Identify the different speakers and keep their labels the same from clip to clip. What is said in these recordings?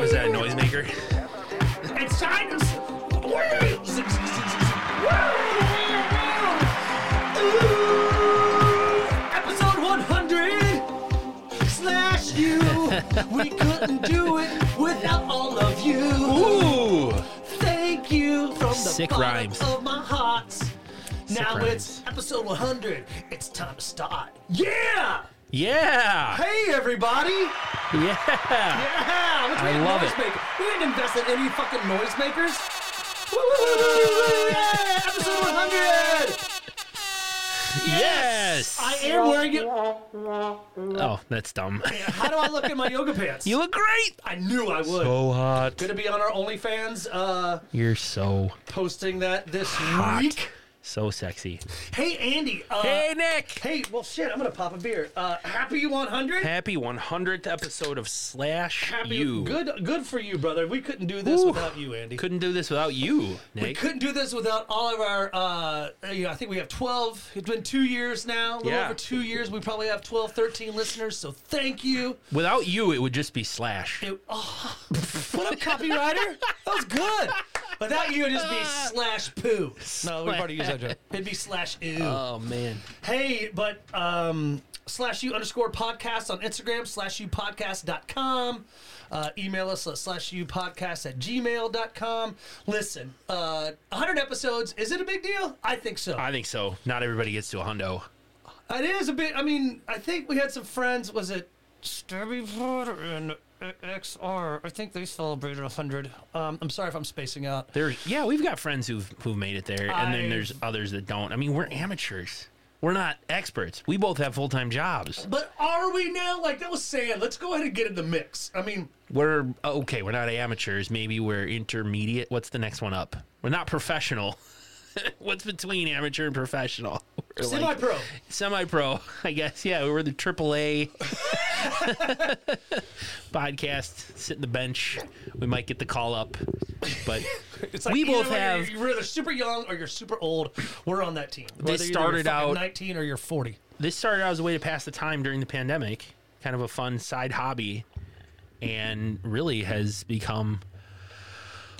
Speaker 1: Was that a noisemaker?
Speaker 2: It's time to s- wheels. Episode 100 slash you. We couldn't do it without all of you.
Speaker 1: Ooh!
Speaker 2: Thank you from the
Speaker 1: Sick
Speaker 2: bottom
Speaker 1: rhymes.
Speaker 2: of my heart. now
Speaker 1: rhymes.
Speaker 2: it's episode 100. It's time to start. Yeah!
Speaker 1: Yeah!
Speaker 2: Hey everybody!
Speaker 1: Yeah!
Speaker 2: Yeah, which we
Speaker 1: I
Speaker 2: had
Speaker 1: love it.
Speaker 2: noisemaker. We didn't invest in any fucking noisemakers. Woo, woo, woo, woo, woo, woo, yeah, episode 100.
Speaker 1: Yes!
Speaker 2: I am wearing it.
Speaker 1: Oh, that's dumb.
Speaker 2: How do I look in my yoga pants?
Speaker 1: You look great!
Speaker 2: I knew I would.
Speaker 1: So hot.
Speaker 2: Gonna be on our OnlyFans, uh,
Speaker 1: You're so,
Speaker 2: posting that this
Speaker 1: Hot.
Speaker 2: week.
Speaker 1: so sexy.
Speaker 2: Hey Andy. Uh,
Speaker 1: Hey, Nick!
Speaker 2: hey, Well, shit. I'm gonna pop a beer. Uh, happy 100.
Speaker 1: Happy 100th episode of Slash
Speaker 2: happy.
Speaker 1: You.
Speaker 2: Good. Good for you, brother. We couldn't do this
Speaker 1: Ooh.
Speaker 2: without you, Andy.
Speaker 1: Couldn't do this without you,
Speaker 2: We
Speaker 1: Nick.
Speaker 2: couldn't do this without all of our. Uh, you know, I think we have 12. It's been two years now, a little
Speaker 1: Yeah.
Speaker 2: over two years. We probably have 12, 13 listeners. So thank you.
Speaker 1: Without you, it would just be Slash.
Speaker 2: It- oh, what up, copywriter? That was good. Without you, it'd just be slash poo. No, we've already used that joke. It'd be slash ooh.
Speaker 1: Oh, man.
Speaker 2: hey, but um, slash you underscore podcast on Instagram, slash you podcast.com. Uh, email us at slash you podcast at gmail.com. Listen, uh, 100 episodes, is it a big deal? I think so.
Speaker 1: I think so. Not everybody gets to a hundo.
Speaker 2: It is a bit. I mean, I think we had some friends. Was it Stabby Porter and XR? I think they celebrated 100. Um, I'm sorry if I'm spacing out.
Speaker 1: There's yeah, we've got friends who've who've made it there, and
Speaker 2: I-
Speaker 1: then there's others that don't. I mean, we're amateurs. We're not experts. We both have full time jobs.
Speaker 2: But are we now? Like that was saying, let's go ahead and get in the mix. I mean,
Speaker 1: We're oh, okay. We're not amateurs. Maybe we're intermediate. What's the next one up? We're not professional. What's between amateur and professional?
Speaker 2: semi pro.
Speaker 1: Semi pro, I guess. Yeah, we're the AAA podcast. Sit in the bench. We might get the call up, but
Speaker 2: It's like
Speaker 1: we
Speaker 2: either
Speaker 1: both
Speaker 2: way, you're-
Speaker 1: have-
Speaker 2: You're either super young or you're super old. We're on that team. Whether you're
Speaker 1: started
Speaker 2: fucking
Speaker 1: out-
Speaker 2: 19 or you're 40.
Speaker 1: this started out as a way to pass the time during the pandemic, kind of a fun side hobby, and really has become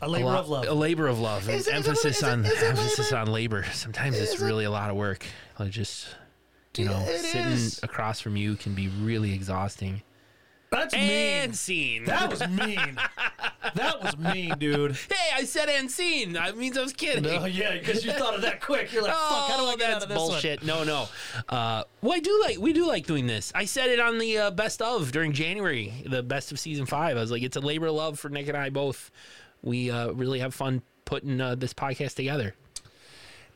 Speaker 2: A
Speaker 1: a,
Speaker 2: labor
Speaker 1: lot-
Speaker 2: of love.
Speaker 1: a labor of
Speaker 2: Is
Speaker 1: love.
Speaker 2: it- is it-
Speaker 1: emphasis
Speaker 2: is it-
Speaker 1: on
Speaker 2: is it
Speaker 1: emphasis
Speaker 2: labor?
Speaker 1: on labor. Sometimes it's
Speaker 2: Is it-
Speaker 1: really a lot of work. Like just you know,
Speaker 2: It
Speaker 1: sitting
Speaker 2: is.
Speaker 1: across from you can be really exhausting.
Speaker 2: That's mean.
Speaker 1: And scene.
Speaker 2: That was mean. that was mean, dude.
Speaker 1: hey, I said and scene. That means I was kidding.
Speaker 2: Oh yeah, because you thought of that quick. You're like, fuck. How do I
Speaker 1: Oh,
Speaker 2: get out
Speaker 1: that's
Speaker 2: of this one?
Speaker 1: bullshit. No, no. Uh, well, I do like we do like doing this. I said it on the uh, best of during January, the best of season five. I was like, it's a labor of love for Nick and I both. We uh, really have fun putting uh, this podcast together.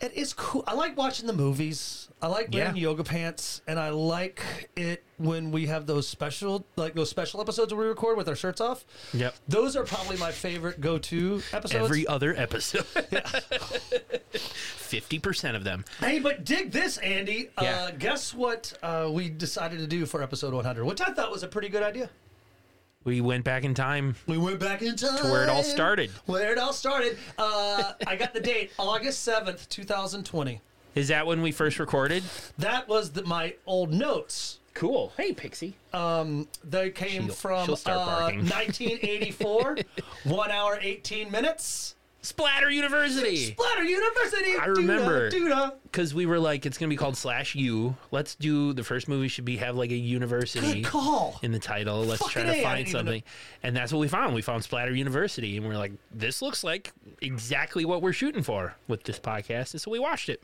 Speaker 2: It is cool. I like watching the movies. I like wearing
Speaker 1: Yeah.
Speaker 2: yoga pants, and I like it when we have those special, like those special episodes where we record with our shirts off.
Speaker 1: Yep.
Speaker 2: Those are probably my favorite go-to episodes.
Speaker 1: Every other episode, fifty percent of them.
Speaker 2: hey, but dig this, Andy. Uh,
Speaker 1: Yeah.
Speaker 2: guess what uh, we decided to do for episode 100, which I thought was a pretty good idea.
Speaker 1: We went back in time.
Speaker 2: We went back in time
Speaker 1: where it all started.
Speaker 2: Where it all started. Uh, I got the date, August seventh, two thousand twenty.
Speaker 1: Is that when we first recorded?
Speaker 2: That was the, my old notes.
Speaker 1: Cool. Hey, Pixie.
Speaker 2: They came
Speaker 1: She'll-
Speaker 2: from
Speaker 1: she'll start
Speaker 2: uh,
Speaker 1: barking.
Speaker 2: 1984, one hour 18 minutes.
Speaker 1: Splatter University.
Speaker 2: Splatter University.
Speaker 1: I remember.
Speaker 2: Duda,
Speaker 1: because we were like, it's gonna be called slash U. Let's do the first movie should be have like a university
Speaker 2: Good call.
Speaker 1: in the title. Let's try
Speaker 2: Fucking
Speaker 1: to
Speaker 2: A, I
Speaker 1: find
Speaker 2: didn't even
Speaker 1: something, and that's what we found. We found Splatter University, and we're like, this looks like exactly what we're shooting for with this podcast, and so we watched it.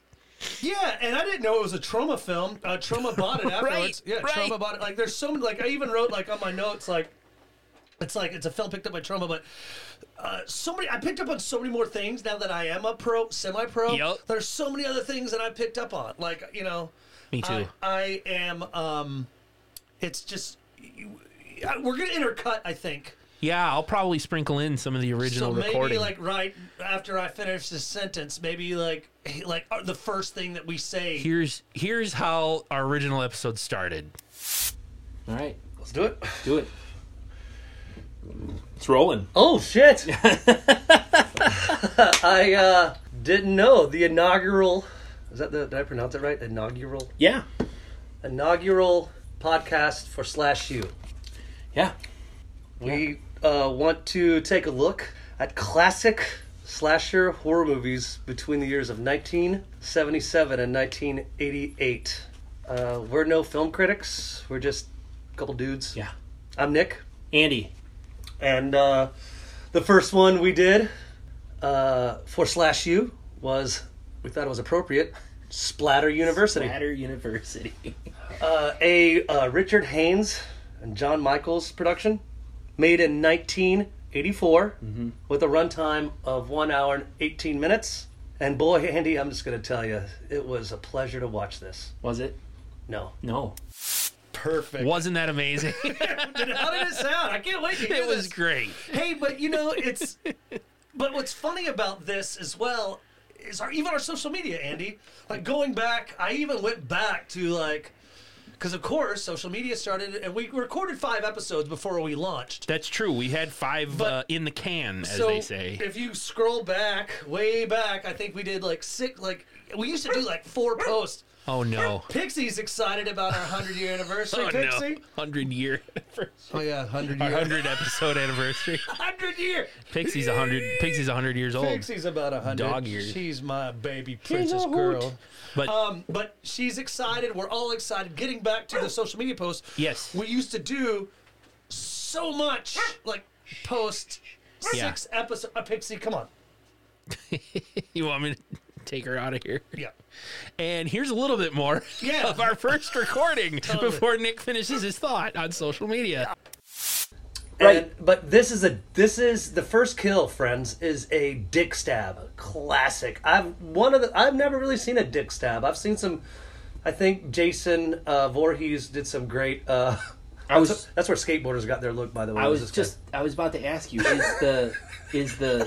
Speaker 2: Yeah, and I didn't know it was a trauma film. Uh, trauma bought it afterwards. yeah,
Speaker 1: right.
Speaker 2: trauma bought it. Like, there's so many. Like, I even wrote like on my notes like. It's like it's a film picked up by trauma, but uh, so many. I picked up on so many more things now that I am a pro, semi-pro.
Speaker 1: Yup.
Speaker 2: There's so many other things that I picked up on. Like you know,
Speaker 1: Me too.
Speaker 2: I, I am. Um, it's just you- I- we're gonna intercut. I think
Speaker 1: yeah, I'll probably sprinkle in some of the original
Speaker 2: so. Maybe
Speaker 1: recording.
Speaker 2: like right after I finish this sentence, maybe like like uh, the first thing that we say.
Speaker 1: here's here's how our original episode started.
Speaker 3: All right,
Speaker 2: Let's do it.
Speaker 3: do it. It's rolling.
Speaker 2: Oh shit! I uh, didn't know the inaugural. Is that the? Did I pronounce it right? Inaugural.
Speaker 3: Yeah,
Speaker 2: Inaugural podcast for slash you.
Speaker 3: yeah.
Speaker 2: We uh, want to take a look at classic slasher horror movies between the years of 1977 and 1988. Uh, we're no film critics. We're just a couple dudes.
Speaker 4: Yeah.
Speaker 2: I'm Nick,
Speaker 4: Andy.
Speaker 2: and uh, the first one we did uh, for slash U was we thought it was appropriate. Splatter University.
Speaker 4: Matter University.
Speaker 2: Uh, a uh, Richard Haynes and John Michaels production, made in 1984, with a runtime of one hour and 18 minutes. And boy, Andy, I'm just going to tell you, it was a pleasure to watch this.
Speaker 4: Was it?
Speaker 2: No,
Speaker 4: No.
Speaker 5: Perfect.
Speaker 1: Wasn't that amazing?
Speaker 5: How did it sound? I can't wait to hear
Speaker 1: it was
Speaker 5: this.
Speaker 1: great.
Speaker 5: Hey, but you know, it's. but what's funny about this as well is our even our social media, Andy. Like going back, I even went back to like, because of course social media started, and we recorded five episodes before we launched.
Speaker 1: That's true. We had five uh, in the can, as
Speaker 5: so
Speaker 1: they say.
Speaker 5: if you scroll back, way back, I think we did like six. Like we used to do like four posts.
Speaker 1: Oh no.
Speaker 5: Pixie's excited about our hundred year anniversary.
Speaker 1: Oh
Speaker 5: Pixie.
Speaker 1: no. Hundred year,
Speaker 5: Oh yeah, hundred year.
Speaker 1: hundred episode anniversary.
Speaker 5: Hundred year.
Speaker 1: Pixie's hundred. Pixie's hundred years old.
Speaker 5: Pixie's about a hundred.
Speaker 1: Dog ears.
Speaker 5: She's my baby princess girl.
Speaker 1: But
Speaker 2: Uh,
Speaker 5: Um, but she's excited. We're all excited. Getting back to the social media posts.
Speaker 1: Yes.
Speaker 5: We used to do so much like post
Speaker 1: Yeah.
Speaker 5: six episode. Uh, Pixie, come on.
Speaker 1: you want me to take her out of here?
Speaker 5: Yeah.
Speaker 1: And here's a little bit more
Speaker 5: Yeah.
Speaker 1: of our first recording before Nick finishes his thought on social media.
Speaker 4: Right.
Speaker 2: And- but this is a this is the first kill, friends, is a dick stab classic. I've one of the I've never really seen a dick stab. I've seen some. I think Jason uh, Voorhees did some great. Uh,
Speaker 4: I was-
Speaker 2: that's where skateboarders got their look, by the way.
Speaker 4: I
Speaker 2: was
Speaker 4: was
Speaker 2: this guy.
Speaker 4: just I was about to ask you is the is the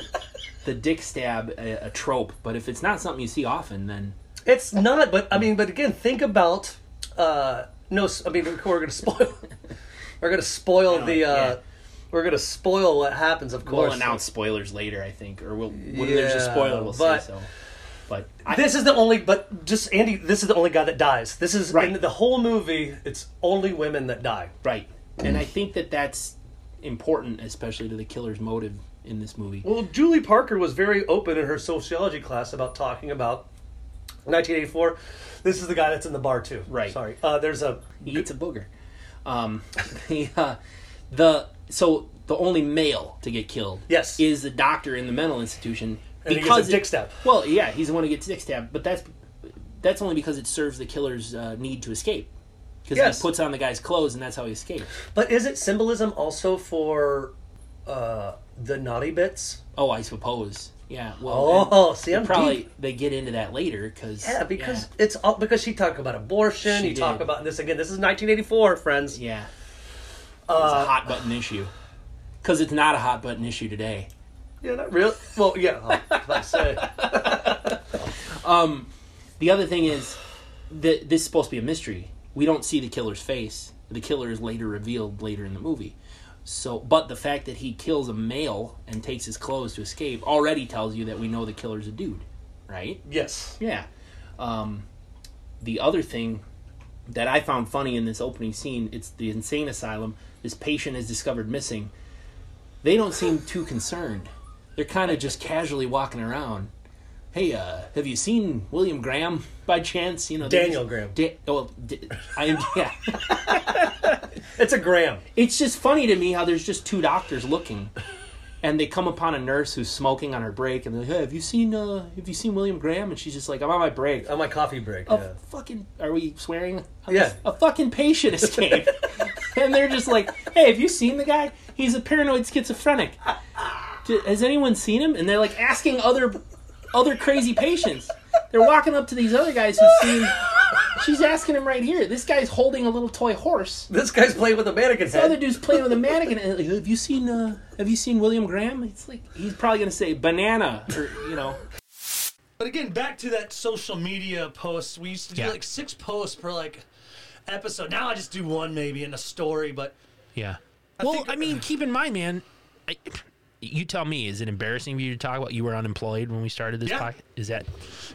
Speaker 4: the dick stab a, a trope? But if it's not something you see often, then
Speaker 2: It's not, but I mean, but again, think about uh no. s- I mean, we're going to spoil. we're going to spoil the. uh
Speaker 4: yeah.
Speaker 2: We're going to spoil what happens, of course.
Speaker 4: we'll announce spoilers later, I think, or we'll when there's a
Speaker 2: Yeah,
Speaker 4: spoiler, we'll
Speaker 2: but-
Speaker 4: say so. But I,
Speaker 2: This is the only, but just Andy. This is the only guy that dies. This is
Speaker 4: Right.
Speaker 2: in the whole movie. It's only women that die.
Speaker 4: right, and I think that that's important, especially to the killer's motive in this movie.
Speaker 2: Well, Julie Parker was very open in her sociology class about talking about 1984. This is the guy that's in the bar too.
Speaker 4: Right.
Speaker 2: Sorry. Uh, there's a
Speaker 4: He eats a booger. Um, the, uh, the so the only male to get killed,
Speaker 2: Yes.
Speaker 4: is the doctor in the mental institution
Speaker 2: And he gets a dick stab.
Speaker 4: Well, yeah, he's the one who gets dick stabbed, but that's that's only because it serves the killer's uh, need to escape. Because
Speaker 2: Yes.
Speaker 4: he puts on the guy's clothes, and that's how he escapes.
Speaker 2: But is it symbolism also for uh, the naughty bits?
Speaker 4: Oh, I suppose. Yeah. Well, and
Speaker 2: Oh, see, I'm
Speaker 4: probably
Speaker 2: deep.
Speaker 4: they get into that later because
Speaker 2: Yeah, because it's all because she talked about abortion.
Speaker 4: She
Speaker 2: you talk
Speaker 4: did.
Speaker 2: about this again. This is 1984, friends.
Speaker 4: yeah, it's
Speaker 2: Uh,
Speaker 4: a hot button issue. Because it's not a hot button issue today.
Speaker 2: Yeah, not real. Well, yeah.
Speaker 5: oh,
Speaker 2: I was about to say.
Speaker 4: The other thing is that this is supposed to be a mystery. We don't see the killer's face. The killer is later revealed later in the movie. So, but the fact that he kills a male and takes his clothes to escape already tells you that we know the killer's a dude, right?
Speaker 2: yes.
Speaker 4: Yeah. Um, the other thing that I found funny in this opening scene, it's the insane asylum. This patient is discovered missing. They don't seem too concerned. They're kind of just casually walking around. Hey, uh, have you seen William Graham by chance? You know, they
Speaker 2: Daniel
Speaker 4: just-
Speaker 2: Graham.
Speaker 4: Da- oh, well, d- I am. Yeah,
Speaker 2: It's a gram.
Speaker 4: it's just funny to me how there's just two doctors looking, and they come upon a nurse who's smoking on her break, and they're like, "Hey, have you seen uh, have you seen William Graham?" And she's just like, "I'm on my break."
Speaker 2: On my coffee break.
Speaker 4: a
Speaker 2: yeah.
Speaker 4: fucking are we swearing A-
Speaker 2: Yeah.
Speaker 4: a fucking patient escape and they're just like hey have you seen the guy he's a paranoid schizophrenic D- has anyone seen him and they're like asking other other crazy patients they're walking up to these other guys who seem she's asking him right here this guy's holding a little toy horse
Speaker 2: This guy's playing with a mannequin
Speaker 4: the other
Speaker 2: head.
Speaker 4: dude's playing with a mannequin and like, have you seen uh, have you seen william graham it's like he's probably gonna say banana or you know
Speaker 5: But again, back to that social media posts. We used to do
Speaker 1: Yeah.
Speaker 5: like six posts per like episode. Now I just do one maybe in a story. But
Speaker 1: Yeah. well,
Speaker 5: think-
Speaker 1: I mean, keep in mind, man. I, you tell me, is it embarrassing for you to talk about? You were unemployed when we started this
Speaker 5: Yeah.
Speaker 1: podcast. Is that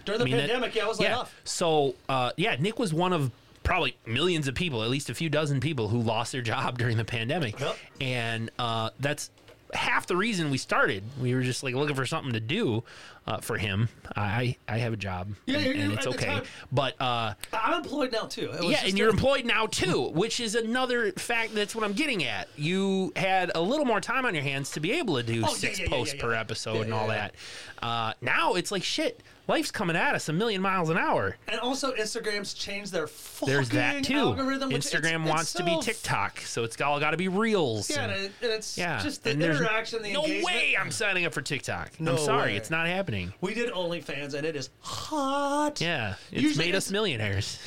Speaker 5: during the
Speaker 1: I mean, that-
Speaker 5: pandemic, yeah, I was like, "Oh,
Speaker 1: yeah?
Speaker 5: off.
Speaker 1: So, uh, yeah, Nick was one of probably millions of people, at least a few dozen people, who lost their job during the pandemic,
Speaker 5: Yep.
Speaker 1: and uh, that's half the reason we started. We were just like looking for something to do uh, for him. I I have a job,
Speaker 2: Yeah,
Speaker 1: and,
Speaker 2: you're-
Speaker 1: and
Speaker 2: you're-
Speaker 1: it's
Speaker 2: at the
Speaker 1: okay.
Speaker 2: time-
Speaker 1: But uh,
Speaker 2: I'm employed now too. It was
Speaker 1: yeah,
Speaker 2: just
Speaker 1: and
Speaker 2: a-
Speaker 1: you're employed now too, which is another fact. That's what I'm getting at. You had a little more time on your hands to be able to do
Speaker 2: Oh,
Speaker 1: six
Speaker 2: yeah, yeah, yeah,
Speaker 1: posts
Speaker 2: yeah,
Speaker 1: per
Speaker 2: yeah.
Speaker 1: episode
Speaker 2: Yeah,
Speaker 1: and
Speaker 2: yeah,
Speaker 1: all
Speaker 2: yeah.
Speaker 1: that. Uh, now it's like shit. Life's coming at us a million miles an hour.
Speaker 2: And also, Instagram's changed their fucking
Speaker 1: There's that too.
Speaker 2: algorithm. which it's-
Speaker 1: Instagram
Speaker 2: it's
Speaker 1: wants to be
Speaker 2: so-
Speaker 1: TikTok, so it's all got to be reels.
Speaker 2: Yeah,
Speaker 1: and-
Speaker 2: and, it, and it's
Speaker 1: yeah,
Speaker 2: just the
Speaker 1: and there's
Speaker 2: interaction, the
Speaker 1: no
Speaker 2: engagement.
Speaker 1: way I'm signing up for TikTok.
Speaker 2: No
Speaker 1: I'm sorry,
Speaker 2: way.
Speaker 1: it's not happening.
Speaker 2: We did OnlyFans, and it is hot.
Speaker 1: Yeah, it's
Speaker 2: Usually
Speaker 1: made
Speaker 2: it's-
Speaker 1: us millionaires.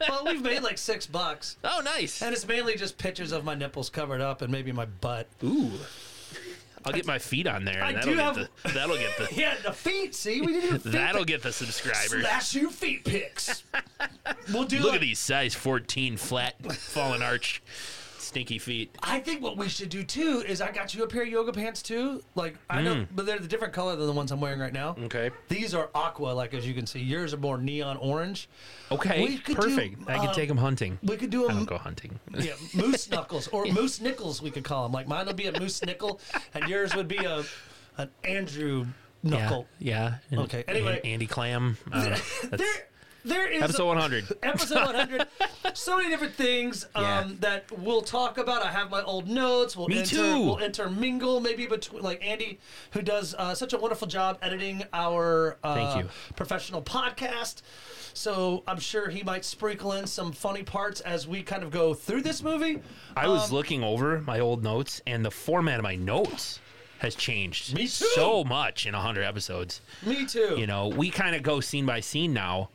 Speaker 2: well, we've made like six bucks,
Speaker 1: oh, nice.
Speaker 2: and it's mainly just pictures of my nipples covered up and maybe my butt.
Speaker 1: Ooh, I'll get my feet on there.
Speaker 2: I
Speaker 1: And that'll
Speaker 2: do
Speaker 1: get
Speaker 2: have-
Speaker 1: the, that'll get the
Speaker 2: Yeah, the feet. See, we didn't even feet
Speaker 1: That'll get the subscribers.
Speaker 2: slash you feet pics. we'll do.
Speaker 1: Look
Speaker 2: like-
Speaker 1: at these size 14 flat fallen arch stinky feet.
Speaker 2: I think what we should do too is I got you a pair of yoga pants too. Like I know,
Speaker 1: Mm.
Speaker 2: but they're the different color than the ones I'm wearing right now.
Speaker 1: Okay.
Speaker 2: These are aqua, like as you can see. Yours are more neon orange. We
Speaker 1: Okay.
Speaker 2: could
Speaker 1: Perfect.
Speaker 2: do,
Speaker 1: I can
Speaker 2: uh,
Speaker 1: take them hunting.
Speaker 2: We could do
Speaker 1: I
Speaker 2: a
Speaker 1: don't
Speaker 2: m-
Speaker 1: go hunting.
Speaker 2: yeah, moose knuckles or moose nickels. We could call them. Like mine will be a moose nickel, and yours would be a an Andrew
Speaker 1: Yeah.
Speaker 2: knuckle.
Speaker 1: Yeah. And-
Speaker 2: Okay, anyway.
Speaker 1: and Andy Clam. I don't know. That's
Speaker 2: There, there is
Speaker 1: episode 100.
Speaker 2: episode 100 so many different things um,
Speaker 1: Yeah.
Speaker 2: that we'll talk about i have my old notes we'll,
Speaker 1: Me
Speaker 2: inter-
Speaker 1: too.
Speaker 2: we'll intermingle maybe between like andy who does uh, such a wonderful job editing our uh,
Speaker 1: Thank you.
Speaker 2: professional podcast so i'm sure he might sprinkle in some funny parts as we kind of go through this movie
Speaker 1: I
Speaker 2: Um,
Speaker 1: was looking over my old notes, and the format of my notes has changed
Speaker 2: Me too.
Speaker 1: so much in 100 episodes.
Speaker 2: me too
Speaker 1: You know, we kind of go scene by scene now,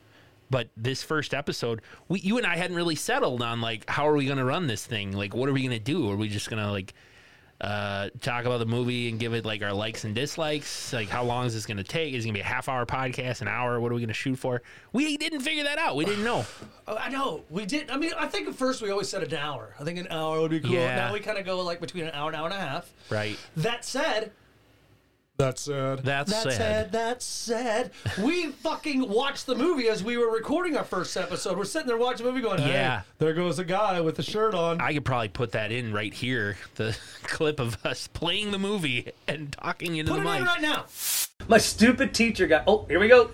Speaker 1: but this first episode, we you and I hadn't really settled on like how are we going to run this thing? Like what are we going to do? Are we just going to like uh talk about the movie and give it like our likes and dislikes? Like how long is this going to take? Is it going to be a half hour podcast, an hour? What are we going to shoot for? We didn't figure that out. We didn't know.
Speaker 2: Oh, I know we did. I mean, I think at first we always said an hour. I think an hour would be cool.
Speaker 1: Yeah.
Speaker 2: Now we kind of go like between an hour, an hour and a half.
Speaker 1: Right.
Speaker 2: That said, that said,
Speaker 1: That
Speaker 2: that
Speaker 1: said.
Speaker 2: said, that said, we fucking watched the movie as we were recording our first episode. We're sitting there watching the movie, going, "Hey,
Speaker 1: Yeah.
Speaker 2: there goes a guy with a shirt on."
Speaker 1: I could probably put that in right here, the clip of us playing the movie and talking into
Speaker 2: Put
Speaker 1: the
Speaker 2: it
Speaker 1: mic.
Speaker 2: in right now.
Speaker 6: My stupid teacher got. Oh, here we go.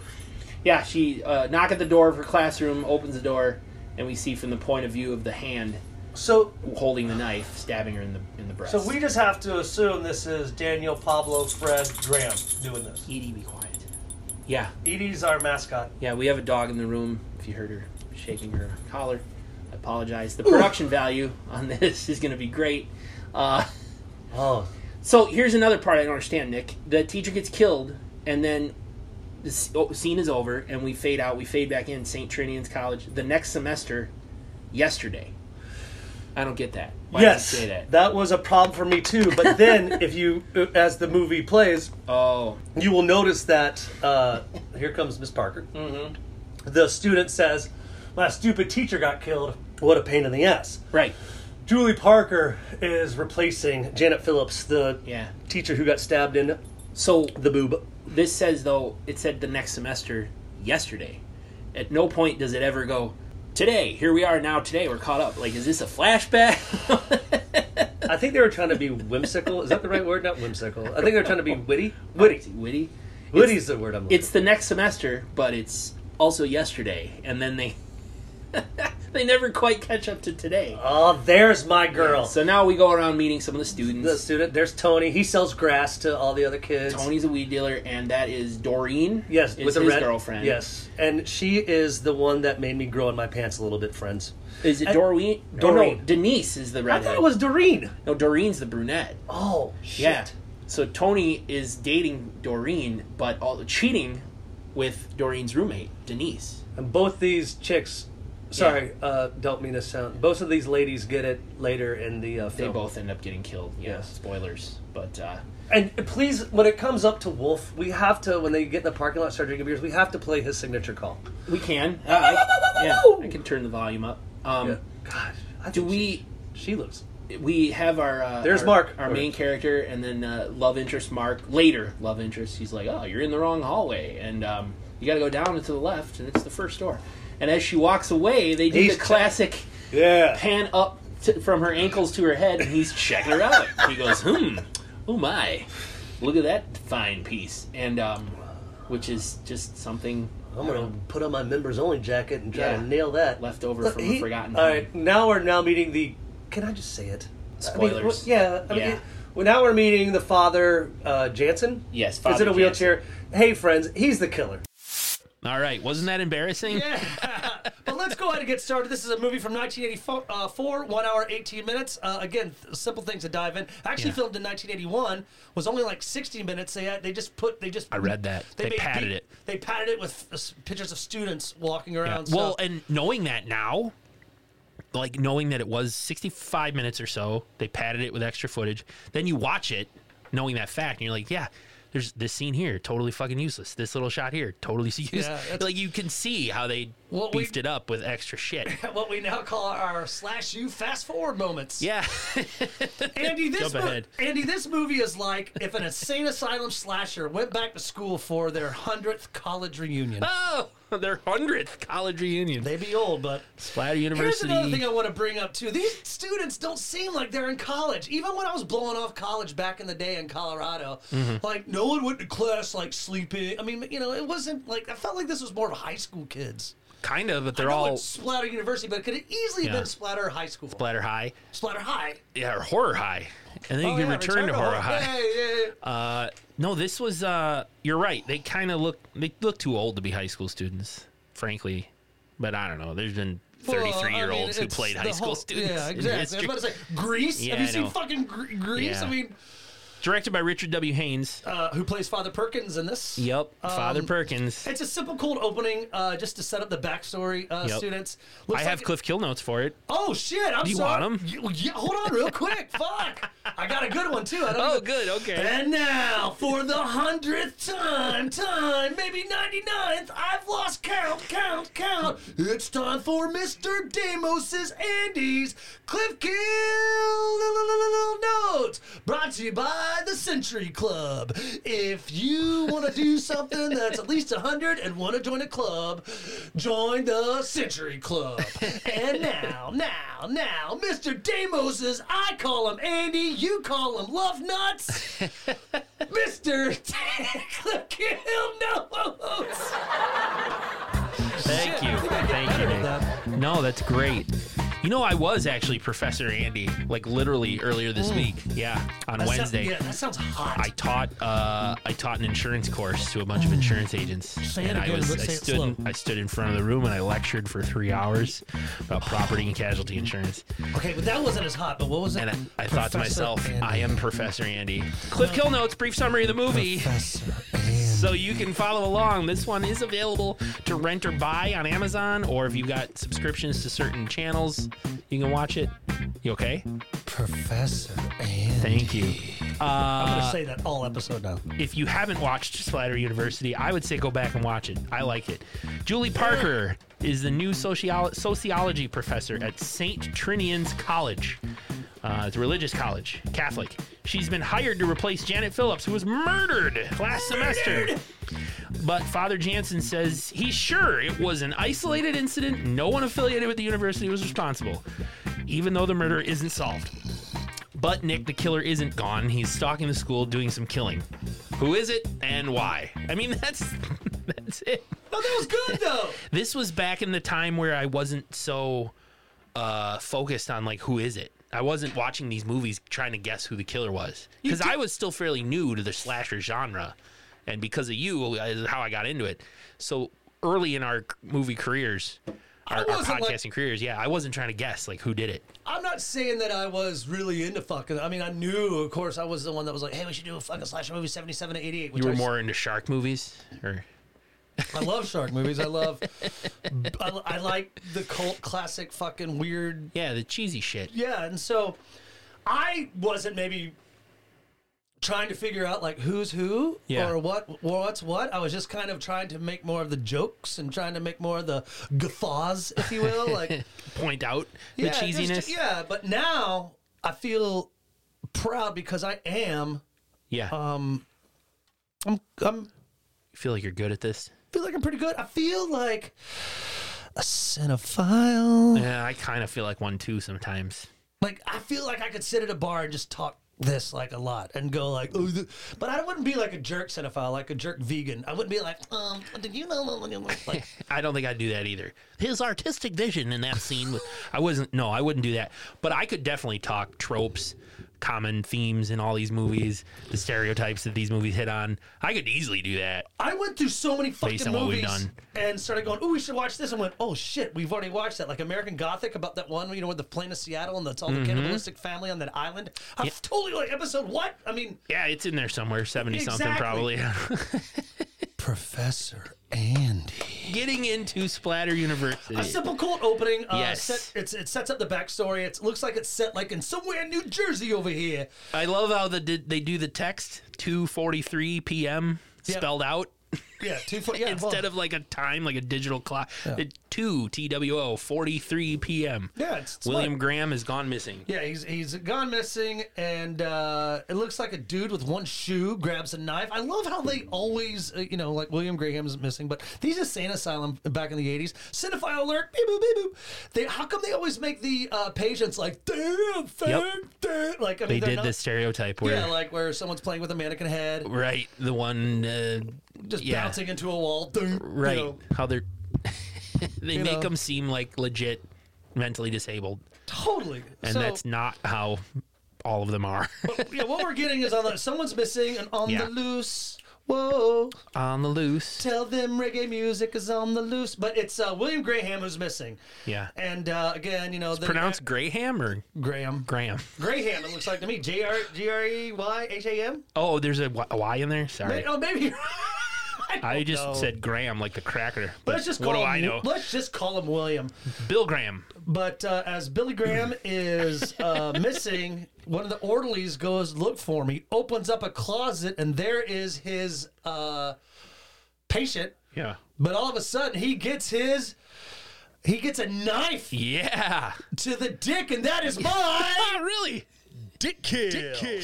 Speaker 4: Yeah, she uh, knock at the door of her classroom, opens the door, and we see from the point of view of the hand
Speaker 6: So,
Speaker 4: holding the knife, stabbing her in the in the breast.
Speaker 6: so we just have to assume this is Daniel, Pablo, Fred, Graham doing this.
Speaker 4: Edie, be quiet. Yeah,
Speaker 6: Edie's our mascot.
Speaker 4: yeah, we have a dog in the room. If you heard her shaking her collar, I apologize. The production value on this is going to be great. Uh,
Speaker 6: Oh,
Speaker 4: So here's another part I don't understand, Nick. The teacher gets killed, and then the s- oh, scene is over, and we fade out. We fade back in St. Trinian's College the next semester, yesterday. I don't get that. Why
Speaker 6: yes,
Speaker 4: does it say
Speaker 6: that.
Speaker 4: that?
Speaker 6: was a problem for me too. But then, if you, uh, as the movie plays,
Speaker 4: oh,
Speaker 6: you will notice that. Uh, here comes Miss Parker. Mm-hmm. The student says, "My stupid teacher got killed. What a pain in the ass."
Speaker 4: right.
Speaker 6: Julie Parker is replacing Janet Phillips, the
Speaker 4: Yeah.
Speaker 6: teacher who got stabbed in
Speaker 4: So
Speaker 6: the boob.
Speaker 4: this says though it said the next semester yesterday. At no point does it ever go today. Here we are now. Today we're caught up. Like, is this a flashback?
Speaker 6: I think they were trying to be whimsical. Is that the right word? Not whimsical. I think they were trying to be witty. Witty.
Speaker 4: Witty.
Speaker 6: Witty's the word I'm looking.
Speaker 4: it's the next semester, but it's also yesterday, and then they they never quite catch up to today.
Speaker 6: Oh, there's my girl.
Speaker 4: So now we go around meeting some of the students.
Speaker 6: the student. There's Tony. He sells grass to all the other kids.
Speaker 4: Tony's a weed dealer, and that is Doreen.
Speaker 6: Yes,
Speaker 4: is
Speaker 6: with a
Speaker 4: his
Speaker 6: red
Speaker 4: girlfriend.
Speaker 6: Yes, and she is the one that made me grow in my pants a little bit, friends.
Speaker 4: is it
Speaker 6: And-
Speaker 4: Doreen? Oh, no,
Speaker 6: Doreen.
Speaker 4: Denise is the
Speaker 6: I
Speaker 4: redhead.
Speaker 6: thought it was Doreen.
Speaker 4: no, Doreen's the brunette.
Speaker 6: Oh, shit.
Speaker 4: Yeah. So Tony is dating Doreen, but all cheating with Doreen's roommate Denise.
Speaker 6: And both these chicks. Sorry, uh, don't mean to sound. Both of these ladies get it later in the uh,
Speaker 4: They
Speaker 6: film.
Speaker 4: both end up getting killed. Yeah,
Speaker 6: Yes.
Speaker 4: spoilers, but uh,
Speaker 6: And please, when it comes up to Wolf, we have to when they get in the parking lot, and start drinking beers. We have to play his signature call.
Speaker 4: we can. Uh, I, yeah, I can turn the volume up. Um,
Speaker 6: Yeah. God, I
Speaker 4: Do
Speaker 6: think she-
Speaker 4: we
Speaker 6: She looks.
Speaker 4: we have our uh,
Speaker 6: There's
Speaker 4: our-
Speaker 6: Mark.
Speaker 4: our main character, and then uh, love interest Mark. Later, love interest. He's like, "Oh, you're in the wrong hallway, and um, you got to go down and to the left, and it's the first door." And as she walks away, they do
Speaker 6: He's
Speaker 4: the classic
Speaker 6: Yeah.
Speaker 4: pan up to, from her ankles to her head, and he's checking her out. He goes, "Hmm, oh my, look at that fine piece, and um, which is just something
Speaker 6: I'm gonna put on my members only jacket and try
Speaker 4: Yeah.
Speaker 6: to nail that.
Speaker 4: left over
Speaker 6: Look,
Speaker 4: from
Speaker 6: he-
Speaker 4: a forgotten.
Speaker 6: All
Speaker 4: time.
Speaker 6: right, now we're now meeting the. Can I just say it? I mean,
Speaker 4: Spoilers.
Speaker 6: wh- yeah. I mean,
Speaker 4: Yeah.
Speaker 6: it- well, now we're meeting the father, uh, Jansen.
Speaker 4: Yes,
Speaker 6: Is
Speaker 4: Father
Speaker 6: in a
Speaker 4: Jansen.
Speaker 6: wheelchair. Hey, friends, he's the killer.
Speaker 1: All right, wasn't that embarrassing?
Speaker 2: Yeah. but let's go ahead and get started. This is a movie from 1984, uh, four, one hour, 18 minutes. Uh, again, th- simple things to dive in. Actually,
Speaker 1: Yeah.
Speaker 2: filmed in 1981, was only like 60 minutes. They had, they just put they just
Speaker 1: I read that. They
Speaker 2: made
Speaker 1: padded
Speaker 2: big-
Speaker 1: it.
Speaker 2: They padded it with uh, s- pictures of students walking
Speaker 1: Yeah.
Speaker 2: around.
Speaker 1: Well,
Speaker 2: so-
Speaker 1: and knowing that now, like knowing that it was 65 minutes or so, they padded it with extra footage. Then you watch it, knowing that fact, and you're like, yeah, there's this scene here, totally fucking useless. This little shot here, totally useless.
Speaker 2: that's-
Speaker 1: like you can see how they
Speaker 2: What we-
Speaker 1: beefed it up with extra shit.
Speaker 2: what we now call our slash you fast forward moments.
Speaker 1: Yeah.
Speaker 2: Andy, this
Speaker 1: Jump
Speaker 2: mo-
Speaker 1: ahead.
Speaker 2: Andy, this movie is like if an insane asylum slasher went back to school for their hundredth college reunion.
Speaker 1: oh, their 100th college reunion.
Speaker 2: They be old, but
Speaker 1: Splatter
Speaker 2: here's
Speaker 1: University.
Speaker 2: another thing I want to bring up too. These students don't seem like they're in college. Even when I was blowing off college back in the day in Colorado,
Speaker 1: Mm-hmm.
Speaker 2: like no one went to class like sleeping. I mean, you know, it wasn't like I felt like this was more of high school kids.
Speaker 1: kind of, but they're
Speaker 2: I know
Speaker 1: all
Speaker 2: it's Splatter University, but it could have easily
Speaker 1: Oh. Yeah.
Speaker 2: been Splatter High School.
Speaker 1: splatter high.
Speaker 2: Splatter High.
Speaker 1: Yeah, or horror high. And then you
Speaker 2: Oh,
Speaker 1: can
Speaker 2: yeah,
Speaker 1: return, to horror high.
Speaker 2: Yeah, yeah, yeah.
Speaker 1: Uh, no, this was. Uh, you're right. They kind of look. They look too old to be high school students, frankly. But I don't know. There's been
Speaker 2: Well,
Speaker 1: 33
Speaker 2: I
Speaker 1: year
Speaker 2: mean,
Speaker 1: olds who
Speaker 2: it's
Speaker 1: played
Speaker 2: the
Speaker 1: high school
Speaker 2: whole-
Speaker 1: students.
Speaker 2: Yeah,
Speaker 1: in
Speaker 2: exactly. I was about to say
Speaker 1: history.
Speaker 2: Greece.
Speaker 1: Yeah,
Speaker 2: Have you
Speaker 1: I
Speaker 2: seen
Speaker 1: know.
Speaker 2: fucking Gre- Greece?
Speaker 1: Yeah.
Speaker 2: I mean,
Speaker 1: Directed by Richard W. Haynes.
Speaker 2: uh, who plays Father Perkins in this?
Speaker 1: yep, Father
Speaker 2: um,
Speaker 1: Perkins.
Speaker 2: It's a simple cold opening, uh, just to set up the backstory. Uh,
Speaker 1: Yep.
Speaker 2: Students,
Speaker 1: I
Speaker 2: Looks
Speaker 1: have
Speaker 2: like-
Speaker 1: Cliff Kill notes for it.
Speaker 2: Oh shit! I'm
Speaker 1: you
Speaker 2: sorry.
Speaker 1: want 'em?
Speaker 2: You- yeah, hold on, real quick. Fuck! I got a good one too. I don't
Speaker 1: Oh,
Speaker 2: even-
Speaker 1: good. Okay.
Speaker 2: And now, for the hundredth time, time, maybe 99th, I've lost count, count, count. It's time for Mr. Deimos's Andy's Cliff Kill Notes, brought to you by the Century Club. If you want to do something that's at least 100 and want to join a club, join the Century Club. And now, now, now, Mr. Deimos's, I call him Andy, you call him Love Nuts. Mr. Cliff Kill Notes.
Speaker 1: Thank you. Thank you. Nick. No, that's great. You know, I was actually Professor Andy, like literally earlier this week. Yeah, on Wednesday.
Speaker 2: Mm. yeah, that sounds hot.
Speaker 1: I taught uh, I taught an insurance course to a bunch of insurance agents,
Speaker 2: Say it
Speaker 1: and I
Speaker 2: again,
Speaker 1: was
Speaker 2: but
Speaker 1: I
Speaker 2: say it
Speaker 1: stood in, I stood in front of the room and I lectured for three hours about property and casualty insurance,
Speaker 2: okay, but that wasn't as hot. But what was it?
Speaker 1: and I, I thought
Speaker 2: Professor
Speaker 1: to myself,
Speaker 2: Andy.
Speaker 1: I am Professor Andy. Cliff Kill notes, brief summary of the movie.
Speaker 2: Professor Andy.
Speaker 1: So you can follow along. This one is available to rent or buy on Amazon, or if you've got subscriptions to certain channels, you can watch it. You okay?
Speaker 2: Professor Andy.
Speaker 1: Thank you.
Speaker 2: I'm gonna say that all episode now.
Speaker 1: if you haven't watched Splatter University, I would say go back and watch it. I like it. Julie Parker is the new sociolo- sociology professor at St. Trinian's College. Uh, it's a religious college, Catholic. She's been hired to replace Janet Phillips, who was murdered last semester. But Father Jansen says he's sure it was an isolated incident. No one affiliated with the university was responsible, even though the murder isn't solved. But Nick, the killer, isn't gone. He's stalking the school, doing some killing. Who is it and why? I mean, that's that's it.
Speaker 2: No, that was good though.
Speaker 1: This was back in the time where I wasn't so uh, focused on like who is it. I wasn't watching these movies trying to guess who the killer was because I was still fairly new to the slasher genre, and because of you uh, is how I got into it. So early in our c- movie careers, our, our
Speaker 2: wasn't, like-
Speaker 1: podcasting careers, yeah, I wasn't trying to guess like who did it.
Speaker 2: I'm not saying that I was really into fucking. I mean, I knew, of course, I was the one that was like, "Hey, we should do a fucking slasher movie, 77 to 88." Which
Speaker 1: You were
Speaker 2: I-
Speaker 1: more into shark movies, or
Speaker 2: I love shark movies. I love. I, I like the cult classic fucking weird
Speaker 1: yeah, the cheesy shit.
Speaker 2: Yeah, and so I wasn't maybe trying to figure out like who's who
Speaker 1: Yeah.
Speaker 2: or what what's what. I was just kind of trying to make more of the jokes and trying to make more of the guffaws, if you will, like
Speaker 1: point out
Speaker 2: yeah,
Speaker 1: the cheesiness.
Speaker 2: just- yeah, but now I feel proud because I am.
Speaker 1: yeah. Um,
Speaker 2: I'm. I'm.
Speaker 1: you feel like you're good at this?
Speaker 2: Feel like I'm pretty good. I feel like a cinephile.
Speaker 1: Uh, Yeah, I kind of feel like one too sometimes.
Speaker 2: Like I feel like I could sit at a bar and just talk this like a lot and go like, "Ooh," th-" but I wouldn't be like a jerk cinephile, like a jerk vegan. I wouldn't be like, um, did you know? Like,
Speaker 1: I don't think I'd do that either. His artistic vision in that scene, was- I wasn't. No, I wouldn't do that. But I could definitely talk tropes, common themes in all these movies, the stereotypes that these movies hit on. I could easily do that.
Speaker 2: I went through so many fucking
Speaker 1: Based on what we've
Speaker 2: movies
Speaker 1: done.
Speaker 2: and started going, "Ooh, we should watch this." And went, "Oh shit, we've already watched that." Like American Gothic about that one, you know, with the plane of Seattle and that's all
Speaker 1: Mm-hmm.
Speaker 2: the cannibalistic family on that island. I totally like episode what? I mean,
Speaker 1: Yeah, it's in there somewhere, seventy something
Speaker 2: Exactly.
Speaker 1: probably.
Speaker 2: Professor Andy.
Speaker 1: Getting into Splatter University.
Speaker 2: A simple cold opening. Uh,
Speaker 1: Yes.
Speaker 2: set, it's, it sets up the backstory. It looks like it's set like in somewhere in New Jersey over here.
Speaker 1: I love how the, they do the text two forty three p.m. spelled out.
Speaker 2: Yeah, two foot. Yeah,
Speaker 1: Instead
Speaker 2: well,
Speaker 1: of like a time, like a digital clock, It- 2 TWO 43 p.m.
Speaker 2: yeah, it's, it's
Speaker 1: William
Speaker 2: like-
Speaker 1: Graham is gone missing.
Speaker 2: Yeah, he's he's gone missing, and uh, it looks like a dude with one shoe grabs a knife. I love how they always, uh, you know, like William Graham's missing, but these insane asylum back in the eighties. Cinephile alert! Beep boop beep boop. They how come they always make the uh, patients like damn, damn, damn? Like I mean,
Speaker 1: They
Speaker 2: they're
Speaker 1: did
Speaker 2: not,
Speaker 1: the stereotype where
Speaker 2: Yeah, like where someone's playing with a mannequin head,
Speaker 1: right the one uh,
Speaker 2: just
Speaker 1: yeah.
Speaker 2: bouncing into a wall. Dun, you
Speaker 1: right
Speaker 2: know.
Speaker 1: how they're they make
Speaker 2: know.
Speaker 1: them seem like legit mentally disabled
Speaker 2: totally.
Speaker 1: and
Speaker 2: so,
Speaker 1: that's not how all of them are
Speaker 2: yeah, what we're getting is on the someone's missing and on
Speaker 1: Yeah.
Speaker 2: the loose. Whoa.
Speaker 1: on the loose
Speaker 2: Tell them reggae music is on the loose, but it's uh, William Graham who's missing.
Speaker 1: Yeah.
Speaker 2: and uh, again, you know, the
Speaker 1: pronounced graham or
Speaker 2: Graham.
Speaker 1: graham
Speaker 2: Graham, it looks like to me. J R G R E Y H A M.
Speaker 1: oh there's a y, a y in there sorry
Speaker 2: Oh, maybe. you're- don't
Speaker 1: i just
Speaker 2: know.
Speaker 1: said graham like the cracker but
Speaker 2: Let's just
Speaker 1: what
Speaker 2: call
Speaker 1: do
Speaker 2: him,
Speaker 1: i know
Speaker 2: Let's just call him William.
Speaker 1: bill graham
Speaker 2: But uh, as Billy Graham is uh, missing, one of the orderlies goes look for him. He opens up a closet, and there is his uh, patient.
Speaker 1: yeah
Speaker 2: But all of a sudden, he gets his he gets a knife
Speaker 1: yeah
Speaker 2: to the dick, and that is mine.
Speaker 1: ah, really
Speaker 2: Dick kill.
Speaker 7: Dick shot.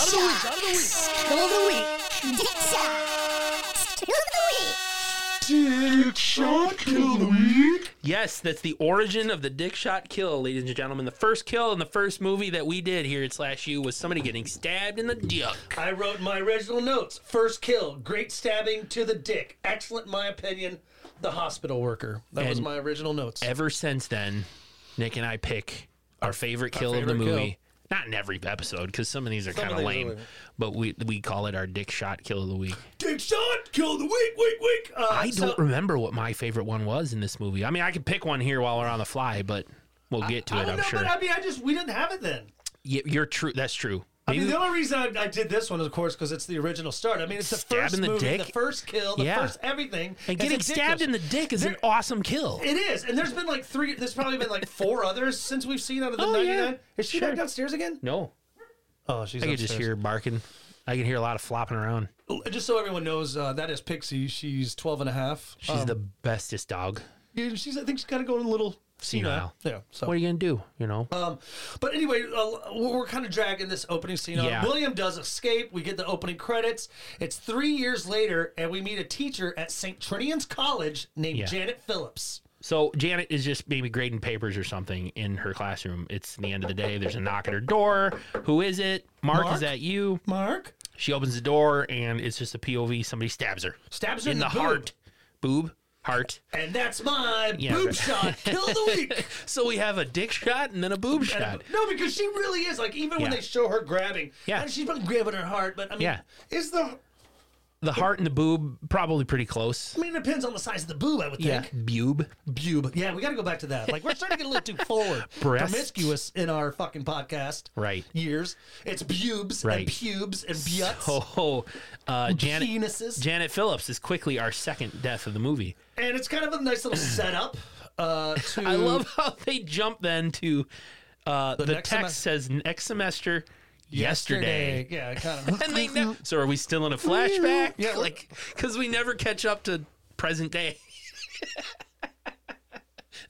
Speaker 7: Shot of the week. Shot of the week. Dick shot. Kill of the week.
Speaker 2: Dick shot kill the week.
Speaker 1: Yes, that's the origin of the dick shot kill, ladies and gentlemen. The first kill in the first movie that we did here at Slash U was somebody getting stabbed in the dick.
Speaker 2: I wrote my original notes. First kill, great stabbing to the dick. Excellent, in my opinion. The hospital worker. That was
Speaker 1: And-
Speaker 2: my original notes.
Speaker 1: Ever since then, Nick and I pick our favorite kill of the
Speaker 2: favorite kill.
Speaker 1: movie. Not in every episode, because some of these are kind of
Speaker 2: these are
Speaker 1: lame,
Speaker 2: lame.
Speaker 1: but we we call it our dick shot kill of the week.
Speaker 2: dick shot kill the week, week, week. Uh,
Speaker 1: I
Speaker 2: so-
Speaker 1: don't remember what my favorite one was in this movie. I mean, I could pick one here while we're on the fly, but we'll get to
Speaker 2: I
Speaker 1: it.
Speaker 2: don't
Speaker 1: I'm
Speaker 2: know,
Speaker 1: sure.
Speaker 2: but I mean, I just we didn't have it then.
Speaker 1: Y- You're true. That's true.
Speaker 2: I mean,
Speaker 1: Maybe-
Speaker 2: the only reason I, I did this one, is, of course, because it's the original start. I mean, it's the
Speaker 1: Stab
Speaker 2: first
Speaker 1: in the
Speaker 2: movie,
Speaker 1: dick?
Speaker 2: the first kill, the
Speaker 1: Yeah.
Speaker 2: first everything.
Speaker 1: and getting stabbed in the dick is an
Speaker 2: There-
Speaker 1: awesome kill.
Speaker 2: It is, and there's been like three. There's probably been like four others since we've seen out of the
Speaker 1: Oh, yeah.
Speaker 2: 99. Is she
Speaker 1: Sure.
Speaker 2: back downstairs again?
Speaker 1: no,
Speaker 2: Oh, she's.
Speaker 1: I could just hear barking. I can hear a lot of flopping around.
Speaker 2: Just so everyone knows, uh, that is Pixie. She's 12 and a half.
Speaker 1: She's the bestest dog.
Speaker 2: Yeah, she's. I think she's kind of going a little senile.
Speaker 1: Senile.
Speaker 2: Yeah. So.
Speaker 1: What are you gonna do? You know,
Speaker 2: Um, but anyway, uh, we're- we're kind of dragging this opening scene
Speaker 1: Yeah.
Speaker 2: on. William does escape. We get the opening credits. It's three years later, and we meet a teacher at St. Trinian's College named
Speaker 1: Yeah.
Speaker 2: Janet Phillips.
Speaker 1: so Janet is just maybe grading papers or something in her classroom. It's the end of the day. There's a knock at her door. Who is it? Mark,
Speaker 2: Mark?
Speaker 1: is that you?
Speaker 2: Mark
Speaker 1: She opens the door and it's just a POV. Somebody stabs her
Speaker 2: stabs her
Speaker 1: in the,
Speaker 2: boob,
Speaker 1: heart, boob, heart.
Speaker 2: and that's my
Speaker 1: Yeah,
Speaker 2: boob
Speaker 1: but-
Speaker 2: shot. Kill the week.
Speaker 1: So we have a dick shot and then a boob shot.
Speaker 2: No, because she really is like even when
Speaker 1: Yeah.
Speaker 2: they show her grabbing,
Speaker 1: Yeah.
Speaker 2: and she's been grabbing her heart. But I mean,
Speaker 1: Yeah.
Speaker 2: is the
Speaker 1: The heart and the boob probably pretty close.
Speaker 2: I mean, it depends on the size of the boob, I would think.
Speaker 1: boob.
Speaker 2: Boob. Yeah, we got to go back to that. Like, we're starting to get a little too forward,
Speaker 1: Breasts.
Speaker 2: promiscuous in our fucking podcast.
Speaker 1: Right.
Speaker 2: Years. It's bubes
Speaker 1: Right.
Speaker 2: and pubes and butts,
Speaker 1: Oh, uh, Janet.
Speaker 2: penises,
Speaker 1: Janet Phillips is quickly our second death of the movie.
Speaker 2: and it's kind of a nice little setup. Uh, to
Speaker 1: I love how they jump then to uh, the,
Speaker 2: next
Speaker 1: text says next semester yesterday.
Speaker 2: yesterday. Yeah, kind of.
Speaker 1: And they ne- so are we still in a flashback?
Speaker 2: Yeah, we're-
Speaker 1: like because we never catch up to present day.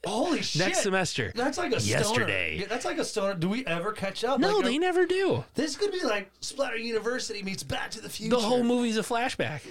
Speaker 2: Holy shit!
Speaker 1: Next semester.
Speaker 2: That's like a
Speaker 1: Yesterday.
Speaker 2: Stoner. Yeah, that's like a stoner. Do we ever catch up?
Speaker 1: No,
Speaker 2: Like,
Speaker 1: they never do.
Speaker 2: This could be like Splatter University meets Back to the Future.
Speaker 1: The whole movie's a flashback.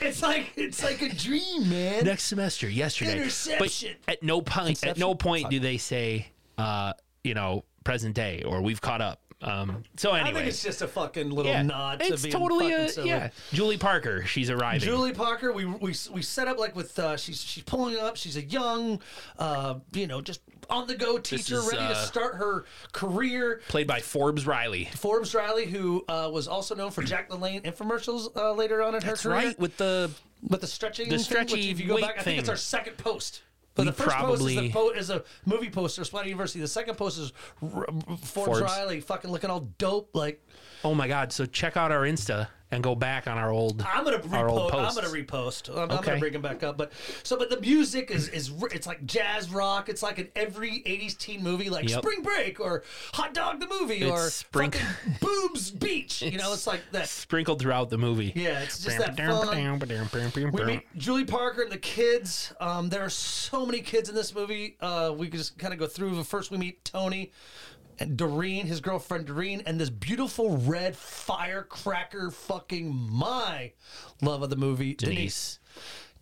Speaker 2: It's like it's like a dream, man.
Speaker 1: Next semester, yesterday.
Speaker 2: Interception.
Speaker 1: But at no point, at no point do they say, uh, you know, present day or we've caught up. Um, so
Speaker 2: I think
Speaker 1: anyway,
Speaker 2: it's just a fucking little
Speaker 1: yeah,
Speaker 2: nod to
Speaker 1: it's
Speaker 2: being
Speaker 1: totally
Speaker 2: fucking
Speaker 1: a
Speaker 2: silly.
Speaker 1: yeah. Julie Parker, she's arriving.
Speaker 2: Julie Parker, we we we set up like with uh, she's she's pulling up. She's a young, uh, you know, just on the go teacher,
Speaker 1: is,
Speaker 2: ready to
Speaker 1: uh,
Speaker 2: start her career.
Speaker 1: played by Forbes Riley.
Speaker 2: Forbes Riley, who uh, was also known for Jack LaLanne infomercials uh, later on in her
Speaker 1: That's
Speaker 2: career,
Speaker 1: right with the
Speaker 2: But the stretching,
Speaker 1: The
Speaker 2: thing,
Speaker 1: stretchy
Speaker 2: which if you go
Speaker 1: weight
Speaker 2: back, I think it's
Speaker 1: thing.
Speaker 2: our second post. But
Speaker 1: We
Speaker 2: the first post is, the
Speaker 1: probably-
Speaker 2: po- is a movie poster, Splat University. The second post is R- Forbes,
Speaker 1: Forbes.
Speaker 2: Riley, fucking looking all dope. Like
Speaker 1: oh my god. So check out our Insta and go back on our old.
Speaker 2: I'm gonna
Speaker 1: Our old
Speaker 2: repost. I'm
Speaker 1: posts.
Speaker 2: gonna repost. I'm, I'm gonna
Speaker 1: Okay.
Speaker 2: bring him back up. But so, but the music is is r- it's like jazz rock. It's like in every '80s teen movie, like
Speaker 1: Yep.
Speaker 2: Spring Break or Hot Dog the movie or
Speaker 1: It's spring-
Speaker 2: fucking Boobs Beach. You know, it's like that.
Speaker 1: sprinkled throughout the movie.
Speaker 2: Yeah, it's just that fun. We meet Julie Parker and the kids. Um, there are so many kids in this movie. Uh, we could just kind of go through. But First, we meet Tony and Doreen, his girlfriend Doreen, and this beautiful red firecracker fucking my love of the movie, Denise.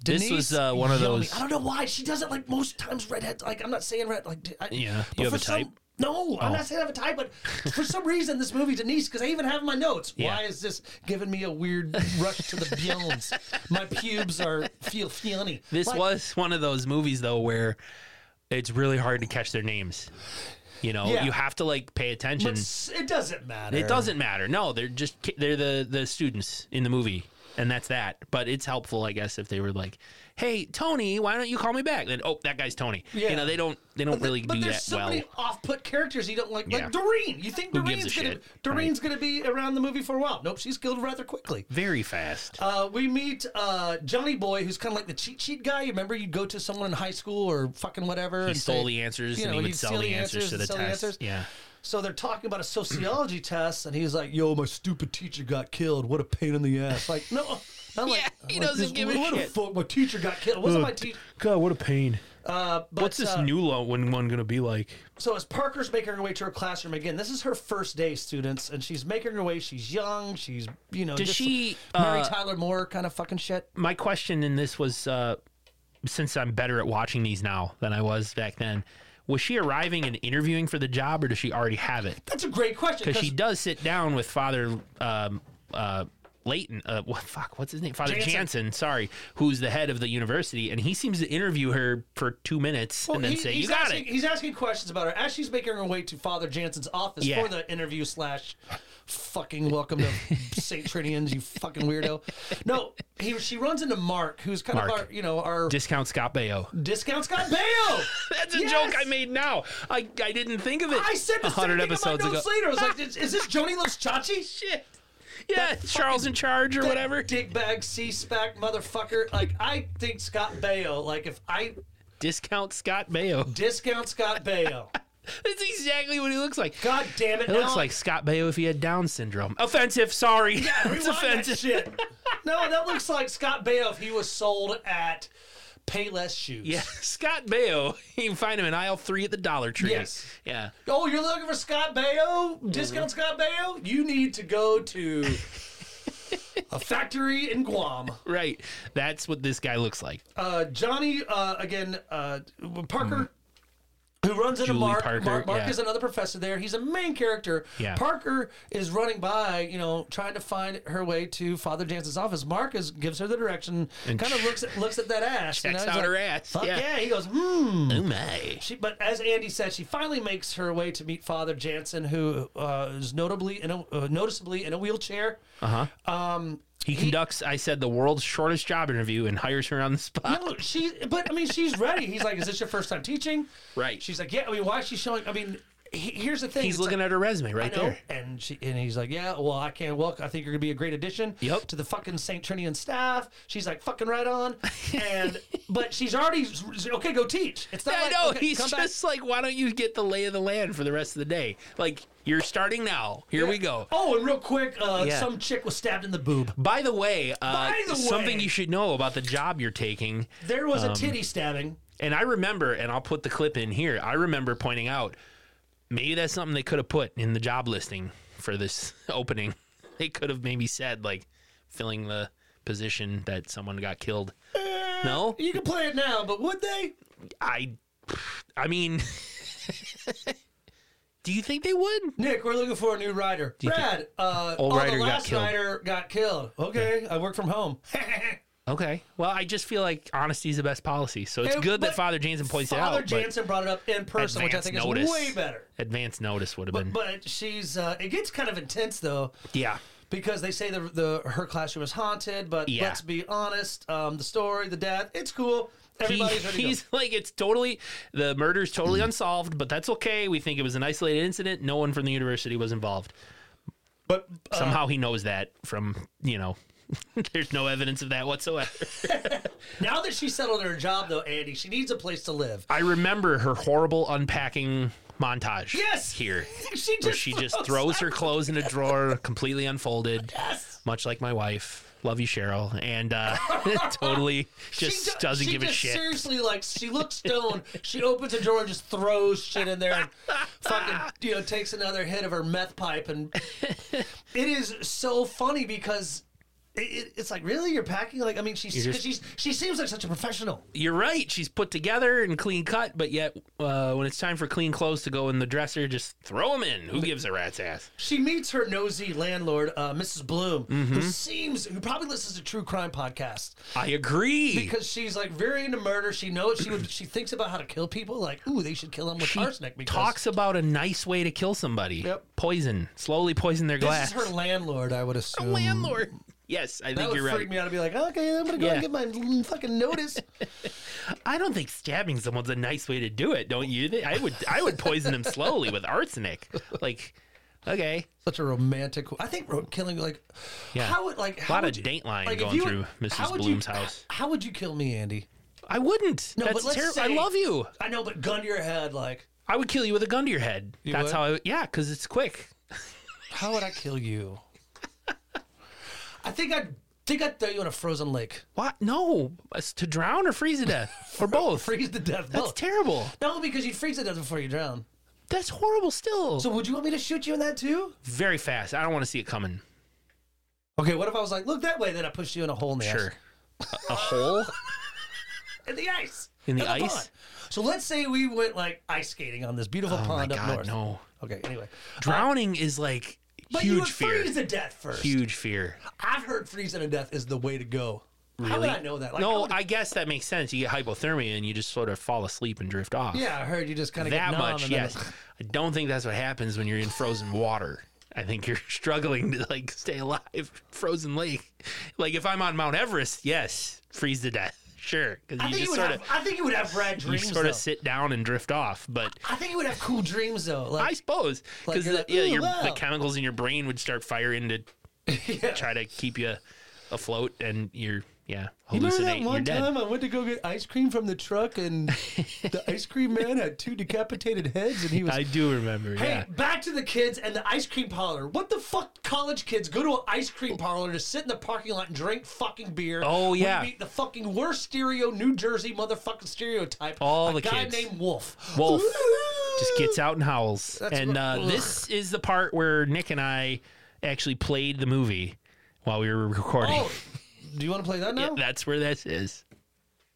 Speaker 1: Denise. This was, uh, one of
Speaker 2: Yoni.
Speaker 1: those-
Speaker 2: I don't know why she does it. Like most times, redheads. Like I'm not saying red. Like I,
Speaker 1: Yeah,
Speaker 2: but
Speaker 1: you have
Speaker 2: for
Speaker 1: a
Speaker 2: some-
Speaker 1: type? Oh.
Speaker 2: no, I'm not saying I have a type, but for some reason, this movie Denise, because I even have in my notes.
Speaker 1: Yeah.
Speaker 2: Why is this giving me a weird rush to the beyonds? my pubes are feel funny.
Speaker 1: This
Speaker 2: Like,
Speaker 1: was one of those movies though where it's really hard to catch their names. You know,
Speaker 2: Yeah.
Speaker 1: you have to like pay attention.
Speaker 2: it's- It doesn't matter.
Speaker 1: It doesn't matter. No, they're just ki- they're the the students in the movie, and that's that. But it's helpful, I guess, if they were like, "Hey, Tony, why don't you call me back?" Then, oh, that guy's Tony.
Speaker 2: Yeah.
Speaker 1: You know, they don't they don't really
Speaker 2: But
Speaker 1: do
Speaker 2: there's
Speaker 1: that
Speaker 2: so
Speaker 1: well.
Speaker 2: many off-put characters you don't like, like
Speaker 1: Yeah.
Speaker 2: Doreen. You think
Speaker 1: Who gives
Speaker 2: Doreen's
Speaker 1: a
Speaker 2: gonna
Speaker 1: shit,
Speaker 2: Doreen's gonna be around the movie for a while? Nope, she's killed rather quickly.
Speaker 1: Very fast.
Speaker 2: Uh, we meet uh, Johnny Boy, who's kind of like the cheat sheet guy. You remember, you'd go to someone in high school or fucking whatever.
Speaker 1: he
Speaker 2: and
Speaker 1: stole
Speaker 2: say-
Speaker 1: the answers,
Speaker 2: you
Speaker 1: and
Speaker 2: know,
Speaker 1: he
Speaker 2: he'd
Speaker 1: would sell
Speaker 2: steal
Speaker 1: the answers to the
Speaker 2: sell
Speaker 1: test.
Speaker 2: answers.
Speaker 1: Yeah.
Speaker 2: So they're talking about a sociology test, and he's like, "Yo, my stupid teacher got killed. What a pain in the ass!" Like, no, I'm like,
Speaker 1: Yeah, he
Speaker 2: I'm like,
Speaker 1: doesn't
Speaker 2: "This-
Speaker 1: give a
Speaker 2: what the
Speaker 1: shit."
Speaker 2: fuck? My teacher got killed. Wasn't my teacher?
Speaker 1: God, what a pain.
Speaker 2: Uh, but,
Speaker 1: What's this
Speaker 2: uh,
Speaker 1: new lo- one, one going to be like?
Speaker 2: So as Parker's making her way to her classroom again, this is her first day, students, and she's making her way. She's young. She's you know,
Speaker 1: Does
Speaker 2: just
Speaker 1: she,
Speaker 2: Mary
Speaker 1: uh,
Speaker 2: Tyler Moore kind of fucking shit?
Speaker 1: my question in this was uh, since I'm better at watching these now than I was back then, was she arriving and interviewing for the job or does she already have it?
Speaker 2: That's a great question
Speaker 1: Because she does sit down with Father um, uh, Leighton, uh, what, fuck, what's his name? Father
Speaker 2: Jansen.
Speaker 1: Jansen. sorry, who's the head of the university, and he seems to interview her for two minutes and then
Speaker 2: He-
Speaker 1: say,
Speaker 2: he's
Speaker 1: You got
Speaker 2: asking,
Speaker 1: it.
Speaker 2: He's asking questions about her as she's making her way to Father Jansen's office
Speaker 1: Yeah.
Speaker 2: for the interview slash fucking welcome to St. Trinian's, you fucking weirdo. No, he, she runs into Mark, who's kind of
Speaker 1: Mark.
Speaker 2: our, you know, our
Speaker 1: Discount Scott Baio.
Speaker 2: discount Scott Baio.
Speaker 1: That's a
Speaker 2: Yes!
Speaker 1: joke I made now. I, I didn't think of it.
Speaker 2: I said the same
Speaker 1: 100
Speaker 2: thing in my notes later. I was like, is, is this Joni Loves Chachi?
Speaker 1: Shit. Yeah, Charles in charge or whatever.
Speaker 2: Dickbag, C-SPAC, motherfucker. Like, I think Scott Baio, like, if I
Speaker 1: Discount Scott Baio.
Speaker 2: discount Scott Baio,
Speaker 1: That's exactly what he looks like.
Speaker 2: God damn it.
Speaker 1: It
Speaker 2: now
Speaker 1: looks
Speaker 2: I'm-
Speaker 1: like Scott Baio if he had Down syndrome. Offensive, sorry. Yeah,
Speaker 2: Rewind that shit. No, that looks like Scott Baio if he was sold at Payless Shoes.
Speaker 1: Yeah, Scott Baio. You can find him in aisle three at the Dollar Tree.
Speaker 2: Yes.
Speaker 1: Yeah.
Speaker 2: Oh, you're looking for Scott Baio? Discount Scott Baio? You need to go to a factory in Guam.
Speaker 1: Right. That's what this guy looks like.
Speaker 2: Uh, Johnny, uh, again, uh, Parker. Who runs into
Speaker 1: Julie
Speaker 2: Mark?
Speaker 1: Parker,
Speaker 2: Mark, Mark
Speaker 1: yeah.
Speaker 2: is another professor there. He's a main character.
Speaker 1: Yeah.
Speaker 2: Parker is running by, you know, trying to find her way to Father Jansen's office. Mark is, gives her the direction,
Speaker 1: And
Speaker 2: kind of looks at, looks at that ass. you
Speaker 1: Checks
Speaker 2: know, he's
Speaker 1: out her
Speaker 2: like,
Speaker 1: ass.
Speaker 2: Fuck yeah.
Speaker 1: yeah.
Speaker 2: He goes, hmm.
Speaker 1: Oh my.
Speaker 2: She, but as Andy said, she finally makes her way to meet Father Jansen, who uh, is notably in a, uh, noticeably in a wheelchair.
Speaker 1: He conducts, I said, the world's shortest job interview and hires her on the spot.
Speaker 2: No, she, but I mean, she's ready. He's like, "Is this your first time teaching?"
Speaker 1: Right.
Speaker 2: She's like, "Yeah." I mean, why is she showing? I mean, he, here's the thing.
Speaker 1: He's
Speaker 2: It's
Speaker 1: looking
Speaker 2: like,
Speaker 1: at her resume
Speaker 2: I
Speaker 1: right
Speaker 2: know,
Speaker 1: there.
Speaker 2: and she and he's like, "Yeah, well, I can't walk. I think you're gonna be a great addition
Speaker 1: Yep.
Speaker 2: to the fucking Saint Trinian staff." She's like, "Fucking right on," and but she's already okay. Go teach. It's not.
Speaker 1: Yeah, I
Speaker 2: like,
Speaker 1: know.
Speaker 2: okay,
Speaker 1: He's
Speaker 2: come
Speaker 1: just
Speaker 2: back.
Speaker 1: like, why don't you get the lay of the land for the rest of the day? Like, you're starting now. Here we go.
Speaker 2: Oh, and real quick, uh,
Speaker 1: Yeah.
Speaker 2: some chick was stabbed in the boob.
Speaker 1: By the way, uh,
Speaker 2: By the
Speaker 1: something
Speaker 2: way.
Speaker 1: you should know about the job you're taking,
Speaker 2: There
Speaker 1: Um,
Speaker 2: was a titty stabbing.
Speaker 1: and I remember, and I'll put the clip in here. I remember pointing out maybe that's something they could have put in the job listing for this opening. They could have maybe said like filling the position that someone got killed.
Speaker 2: Eh,
Speaker 1: No,
Speaker 2: You can play it now, but would they?
Speaker 1: I, I mean, Do you think they would?
Speaker 2: Nick, we're looking for a new rider.
Speaker 1: you think-
Speaker 2: Brad, uh,
Speaker 1: Old
Speaker 2: oh,
Speaker 1: rider
Speaker 2: the
Speaker 1: got
Speaker 2: last
Speaker 1: killed.
Speaker 2: rider got killed. Okay, I work from home.
Speaker 1: Okay. Well, I just feel like honesty is the best policy. So it's
Speaker 2: Hey,
Speaker 1: good that
Speaker 2: but
Speaker 1: Father Jansen points it
Speaker 2: Father
Speaker 1: out. but
Speaker 2: Jansen brought it up in person, which I
Speaker 1: advance
Speaker 2: think is
Speaker 1: notice.
Speaker 2: way better.
Speaker 1: Advance notice would have been.
Speaker 2: But she's uh, it gets kind of intense though
Speaker 1: yeah.
Speaker 2: because they say the, the her classroom is haunted. But
Speaker 1: Yeah.
Speaker 2: let's be honest, um, the story, the death, it's cool.
Speaker 1: He-
Speaker 2: Everybody's ready. to go.
Speaker 1: he's like it's totally the murder's totally unsolved, but that's okay. We think it was an isolated incident. No one from the university was involved.
Speaker 2: But uh,
Speaker 1: Somehow he knows that from you know. There's no evidence of that whatsoever.
Speaker 2: now that she settled her job though, Andy, she needs a place to live.
Speaker 1: I remember her horrible unpacking montage.
Speaker 2: Yes!
Speaker 1: here
Speaker 2: She
Speaker 1: where
Speaker 2: just
Speaker 1: she just throws her clothes in a drawer, completely unfolded.
Speaker 2: Yes.
Speaker 1: much like my wife. Love you, Cheryl. And uh, totally just
Speaker 2: She do-
Speaker 1: doesn't
Speaker 2: she
Speaker 1: give a
Speaker 2: just
Speaker 1: shit.
Speaker 2: Seriously, like she looks stoned. she opens a drawer and just throws shit in there and fucking you know takes another hit of her meth pipe and it is so funny because. It, it, it's like really you're packing like I mean she's
Speaker 1: You're just-
Speaker 2: she's she seems like such a professional.
Speaker 1: You're right. She's put together and clean cut, but yet uh, when it's time for clean clothes to go in the dresser, just throw them in. Who gives a rat's ass?
Speaker 2: She meets her nosy landlord, uh, Mrs. Bloom,
Speaker 1: Mm-hmm.
Speaker 2: who seems who probably listens to true crime podcasts
Speaker 1: I agree.
Speaker 2: because she's like very into murder. She knows she would she thinks about how to kill people. Like ooh, they should kill them with
Speaker 1: she
Speaker 2: arsenic. Because
Speaker 1: talks about a nice way to kill somebody.
Speaker 2: Yep.
Speaker 1: Poison. Slowly poison their
Speaker 2: this
Speaker 1: glass.
Speaker 2: is her landlord, I would assume.
Speaker 1: landlord. Yes, I
Speaker 2: That
Speaker 1: think
Speaker 2: would
Speaker 1: you're
Speaker 2: freak
Speaker 1: right.
Speaker 2: me out to be like, okay, I'm gonna go
Speaker 1: Yeah.
Speaker 2: and get my l- fucking notice.
Speaker 1: I don't think stabbing someone's a nice way to do it, don't you? think? I would I would poison them slowly with arsenic. Like, okay.
Speaker 2: Such a romantic. I think ro- killing like,
Speaker 1: Yeah.
Speaker 2: how would like
Speaker 1: A
Speaker 2: how
Speaker 1: lot of
Speaker 2: would you-
Speaker 1: Dateline
Speaker 2: like, if
Speaker 1: going
Speaker 2: you
Speaker 1: through
Speaker 2: would- how
Speaker 1: Mrs.
Speaker 2: would you-
Speaker 1: Bloom's house.
Speaker 2: How would you kill me, Andy?
Speaker 1: I wouldn't.
Speaker 2: No,
Speaker 1: That's
Speaker 2: but let's
Speaker 1: terrible.
Speaker 2: say-
Speaker 1: I love you.
Speaker 2: I know, but gun to your head, like,
Speaker 1: I would kill you with a gun to your head. That's
Speaker 2: would?
Speaker 1: how. I, yeah, because it's quick.
Speaker 2: how would I kill you? I think I'd think I'd throw you in a frozen lake,
Speaker 1: What? No, it's to drown or freeze to death or both.
Speaker 2: freeze to death.
Speaker 1: That's
Speaker 2: both.
Speaker 1: terrible.
Speaker 2: no, because you'd freeze to death before you drown.
Speaker 1: That's horrible. Still,
Speaker 2: So would you want me to shoot you in that too?
Speaker 1: very fast. I don't want to see it coming.
Speaker 2: Okay, what if I was like, look that way, then I pushed you in a hole in the ice.
Speaker 1: Sure. A, a hole
Speaker 2: In the ice.
Speaker 1: in the
Speaker 2: At
Speaker 1: ice.
Speaker 2: pond. So let's say we went like ice skating on this beautiful
Speaker 1: Oh my
Speaker 2: pond up
Speaker 1: god,
Speaker 2: north.
Speaker 1: no!
Speaker 2: Okay, anyway.
Speaker 1: Drowning is like
Speaker 2: But you would
Speaker 1: huge fear.
Speaker 2: freeze to death first.
Speaker 1: Huge fear.
Speaker 2: I've heard freezing to death is the way to go. How
Speaker 1: Really?
Speaker 2: would I know that? Like, how
Speaker 1: no,
Speaker 2: would-
Speaker 1: I guess that makes sense. You get hypothermia and you just sort of fall asleep and drift off.
Speaker 2: yeah, I heard you just kind of
Speaker 1: that
Speaker 2: get numb
Speaker 1: much
Speaker 2: and then-
Speaker 1: yes i don't think that's what happens when you're in frozen water i think you're struggling to like stay alive frozen lake like if i'm on mount everest yes freeze to death sure
Speaker 2: I
Speaker 1: because you
Speaker 2: think you
Speaker 1: just
Speaker 2: would
Speaker 1: sort
Speaker 2: have.
Speaker 1: of
Speaker 2: I think you would have rad
Speaker 1: you
Speaker 2: dreams.
Speaker 1: sort
Speaker 2: though.
Speaker 1: of sit down and drift off but
Speaker 2: I think you would have cool dreams though.
Speaker 1: i
Speaker 2: Like,
Speaker 1: suppose
Speaker 2: Like,
Speaker 1: because
Speaker 2: you're like,
Speaker 1: yeah,
Speaker 2: "Ooh,
Speaker 1: your, the
Speaker 2: wow."
Speaker 1: chemicals in your brain would start firing to
Speaker 2: yeah.
Speaker 1: try to keep you afloat and you're yeah
Speaker 2: Remember
Speaker 1: hallucinate
Speaker 2: that
Speaker 1: you're
Speaker 2: one
Speaker 1: dead
Speaker 2: time I went to go get ice cream from the truck and the ice cream man had two decapitated heads and he was
Speaker 1: i do remember
Speaker 2: Hey,
Speaker 1: yeah
Speaker 2: back to the kids and the ice cream parlor. What the fuck, college kids go to an ice cream parlor to sit in the parking lot and drink fucking beer?
Speaker 1: Oh,
Speaker 2: We
Speaker 1: yeah.
Speaker 2: meet the fucking worst stereo, New Jersey motherfucking stereotype.
Speaker 1: All
Speaker 2: a
Speaker 1: the
Speaker 2: guy
Speaker 1: kids.
Speaker 2: named Wolf.
Speaker 1: Wolf just gets out and howls. and
Speaker 2: what-
Speaker 1: uh,
Speaker 2: ugh.
Speaker 1: this is the part where Nick and I actually played the movie while we were recording.
Speaker 2: Oh, do you want to play that now?
Speaker 1: That's where this is.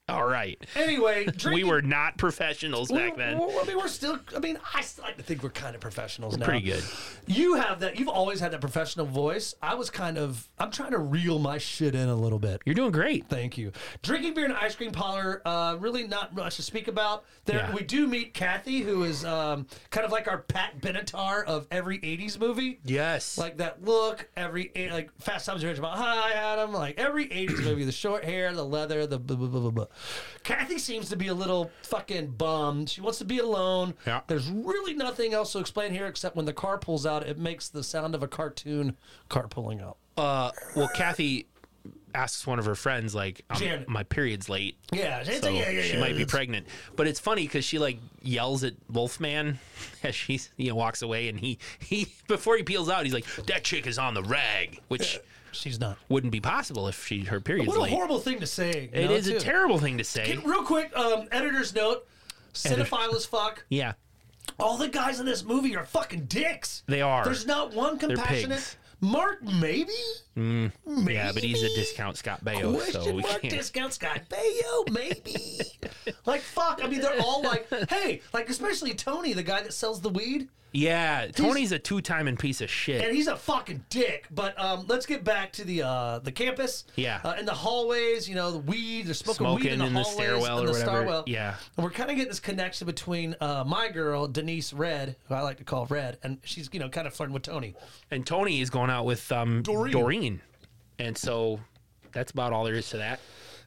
Speaker 1: All right.
Speaker 2: anyway, drinking,
Speaker 1: We were not professionals back then.
Speaker 2: we I mean, we're still. I mean, I still like to think we're kind of professionals now.
Speaker 1: Pretty good.
Speaker 2: You have that. You've always had that professional voice. I was kind of. I'm trying to reel my shit in a little bit.
Speaker 1: You're doing great.
Speaker 2: Thank you. Drinking beer and ice cream parlor, uh, really not much to speak about. There,
Speaker 1: Yeah.
Speaker 2: we do meet Kathy, who is um, kind of like our Pat Benatar of every '80s movie.
Speaker 1: Yes.
Speaker 2: Like that look, every eight- like Fast Times at Ridgemont High, Adam. Like every '80s movie, the short hair, the leather, the blah, blah, blah, blah, blah. Kathy seems to be a little fucking bummed. She wants to be alone.
Speaker 1: Yeah.
Speaker 2: There's really nothing else to explain here except when the car pulls out, it makes the sound of a cartoon car pulling out.
Speaker 1: uh, well, Kathy asks one of her friends, like, "I'm-
Speaker 2: Janet.
Speaker 1: my period's late.
Speaker 2: Yeah, it's-
Speaker 1: So
Speaker 2: yeah, yeah,
Speaker 1: she
Speaker 2: yeah.
Speaker 1: might be pregnant. But it's funny because she like yells at Wolfman as she you know, walks away, and he he before he peels out, he's like, "That chick is on the rag," which
Speaker 2: She's not.
Speaker 1: wouldn't be possible if she her period's
Speaker 2: What a
Speaker 1: late.
Speaker 2: horrible thing to say. you
Speaker 1: It
Speaker 2: know,
Speaker 1: is
Speaker 2: too.
Speaker 1: a terrible thing to say.
Speaker 2: Real quick, um, editor's note. Cinephile as fuck.
Speaker 1: yeah,
Speaker 2: All the guys in this movie are fucking dicks.
Speaker 1: They are.
Speaker 2: There's not one
Speaker 1: pigs.
Speaker 2: compassionate. Mark, maybe? maybe?
Speaker 1: yeah, but he's a discount Scott Baio,
Speaker 2: Question
Speaker 1: so we
Speaker 2: mark
Speaker 1: can't.
Speaker 2: discount Scott Baio, maybe. like, fuck. I mean, they're all like, hey, like, especially Tony, the guy that sells the weed.
Speaker 1: Yeah, Tony's a two-timing piece of
Speaker 2: and
Speaker 1: shit.
Speaker 2: he's a fucking dick. But um, let's get back to the uh, the campus.
Speaker 1: Yeah.
Speaker 2: uh, in the hallways, you know, the weed. They're smoking, weed in
Speaker 1: Smoking
Speaker 2: the,
Speaker 1: in the
Speaker 2: hallways,
Speaker 1: stairwell
Speaker 2: in
Speaker 1: or
Speaker 2: the
Speaker 1: whatever.
Speaker 2: stairwell.
Speaker 1: Yeah.
Speaker 2: and we're kind of getting this connection between uh, my girl Denise Red, who I like to call Red, and she's you know kind of flirting with Tony.
Speaker 1: And Tony is going out with um, Doreen. and so that's about all there is to that.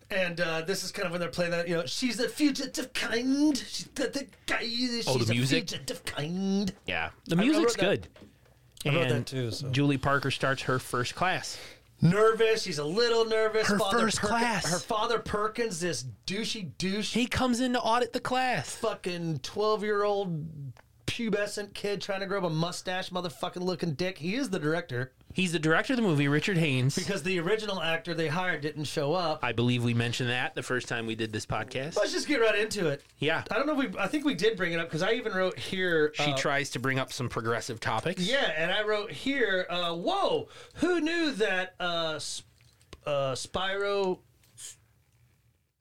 Speaker 2: And uh, this is kind of when they're playing that, you know, she's a fugitive kind. She's the, the guy. She's
Speaker 1: Oh, the music?
Speaker 2: a fugitive kind.
Speaker 1: Yeah, the
Speaker 2: wrote
Speaker 1: music's
Speaker 2: that-
Speaker 1: good. I
Speaker 2: wrote that too, so.
Speaker 1: Julie Parker starts her first class.
Speaker 2: Nervous. She's a little nervous.
Speaker 1: Her first class.
Speaker 2: Her father Perkins, this douchey douche,
Speaker 1: He comes in to audit the class.
Speaker 2: fucking twelve-year-old pubescent kid trying to grow up a mustache, motherfucking looking dick. He is the director
Speaker 1: He's the director of the movie, Richard Haynes.
Speaker 2: because the original actor they hired didn't show up.
Speaker 1: I believe we mentioned that the first time we did this podcast.
Speaker 2: Let's just get right into it.
Speaker 1: Yeah.
Speaker 2: I don't know. if we I think we did bring it up because I even wrote here.
Speaker 1: She
Speaker 2: uh,
Speaker 1: tries to bring up some progressive topics.
Speaker 2: Yeah, and I wrote here, uh, whoa, who knew that uh, sp- uh, Spyro.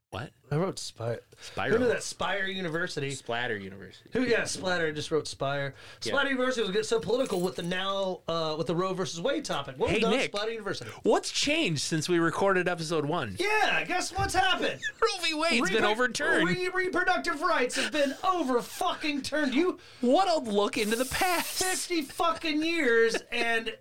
Speaker 1: What?
Speaker 2: I wrote Spyro.
Speaker 1: Spyro.
Speaker 2: Who knew that Spire University?
Speaker 1: Splatter University.
Speaker 2: Who? Yeah, Splatter. I just wrote Spire. Splatter University was getting so political with the now uh, with the Roe versus Wade topic. What
Speaker 1: Hey,
Speaker 2: was done with
Speaker 1: Nick.
Speaker 2: Splatter University?
Speaker 1: What's changed since we recorded episode one?
Speaker 2: Yeah, guess what's happened?
Speaker 1: Roe v. Wade's been
Speaker 2: Repro-
Speaker 1: overturned.
Speaker 2: re- reproductive rights have been over fucking turned. You
Speaker 1: what a look into the past.
Speaker 2: 50 fucking years and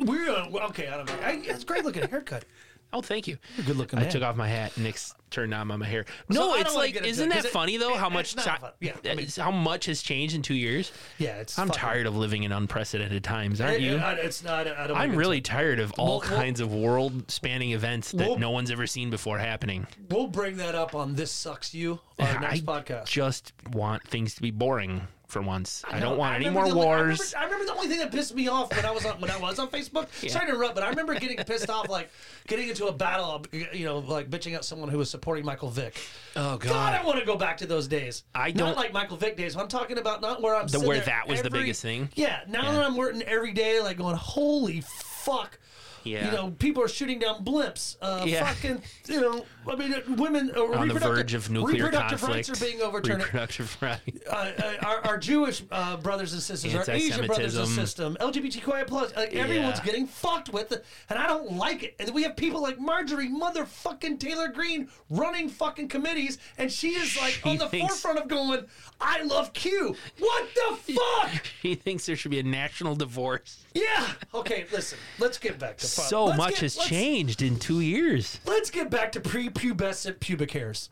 Speaker 2: we're okay. I don't know. I, it's a great looking haircut.
Speaker 1: Oh, thank you.
Speaker 2: Good looking.
Speaker 1: I took off my hat. Nick's turned on my hair. No,
Speaker 2: I don't
Speaker 1: it's
Speaker 2: wanna
Speaker 1: like,
Speaker 2: get into
Speaker 1: isn't
Speaker 2: it, 'cause
Speaker 1: that
Speaker 2: it-
Speaker 1: funny though?
Speaker 2: it-
Speaker 1: how
Speaker 2: it's
Speaker 1: much
Speaker 2: not
Speaker 1: time?
Speaker 2: fun. Yeah, I mean-
Speaker 1: how much has changed in two years?
Speaker 2: Yeah, it's.
Speaker 1: I'm
Speaker 2: fucking-
Speaker 1: tired of living in unprecedented times, aren't
Speaker 2: It-
Speaker 1: you?
Speaker 2: it- I- it's not. I don't
Speaker 1: I'm
Speaker 2: wanna
Speaker 1: really tired of
Speaker 2: Well,
Speaker 1: all
Speaker 2: well-
Speaker 1: kinds of world spanning events that
Speaker 2: Well-
Speaker 1: no one's ever seen before happening.
Speaker 2: get- We'll bring that up on this sucks you on our next
Speaker 1: I
Speaker 2: podcast.
Speaker 1: just want things to be boring for once. I, don't
Speaker 2: No,
Speaker 1: want any
Speaker 2: remember the
Speaker 1: more
Speaker 2: only- I remember-
Speaker 1: wars.
Speaker 2: I remember, the only thing that pissed me off when I was on when I was on Facebook. Sorry to interrupt, but I remember getting pissed off, like getting into a battle, you know, like bitching out someone who was supporting Michael Vick.
Speaker 1: Oh,
Speaker 2: God, I want to go back to those days.
Speaker 1: I
Speaker 2: not
Speaker 1: don't-
Speaker 2: like Michael Vick days. I'm talking about not where I'm sitting
Speaker 1: where
Speaker 2: there
Speaker 1: that was the
Speaker 2: every-
Speaker 1: biggest thing?
Speaker 2: Yeah, now that I'm working every day, like going, holy fuck.
Speaker 1: Yeah.
Speaker 2: You know, people are shooting down blimps. Uh,
Speaker 1: Yeah.
Speaker 2: Fucking, you know, I mean, uh, women uh,
Speaker 1: on the
Speaker 2: reproductive-
Speaker 1: verge of nuclear
Speaker 2: reproductive
Speaker 1: conflict.
Speaker 2: rights are being overturned
Speaker 1: Reproductive rights.
Speaker 2: uh, uh, our, our Jewish uh, brothers and sisters, our Asian brothers and
Speaker 1: Anti-Semitism.
Speaker 2: sisters, LGBTQI plus, like everyone's
Speaker 1: Yeah.
Speaker 2: getting fucked with, and I don't like it. And we have people like Marjorie motherfucking Taylor Green running fucking committees, and she is like on
Speaker 1: She
Speaker 2: the
Speaker 1: thinks-
Speaker 2: forefront of going, "I love Q." What the fuck?
Speaker 1: She thinks there should be a national divorce.
Speaker 2: yeah. Okay, listen. Let's get back to fun.
Speaker 1: So
Speaker 2: Let's
Speaker 1: much
Speaker 2: get-
Speaker 1: has
Speaker 2: let's-
Speaker 1: changed in two years.
Speaker 2: Let's get back to prepubescent pubic hairs.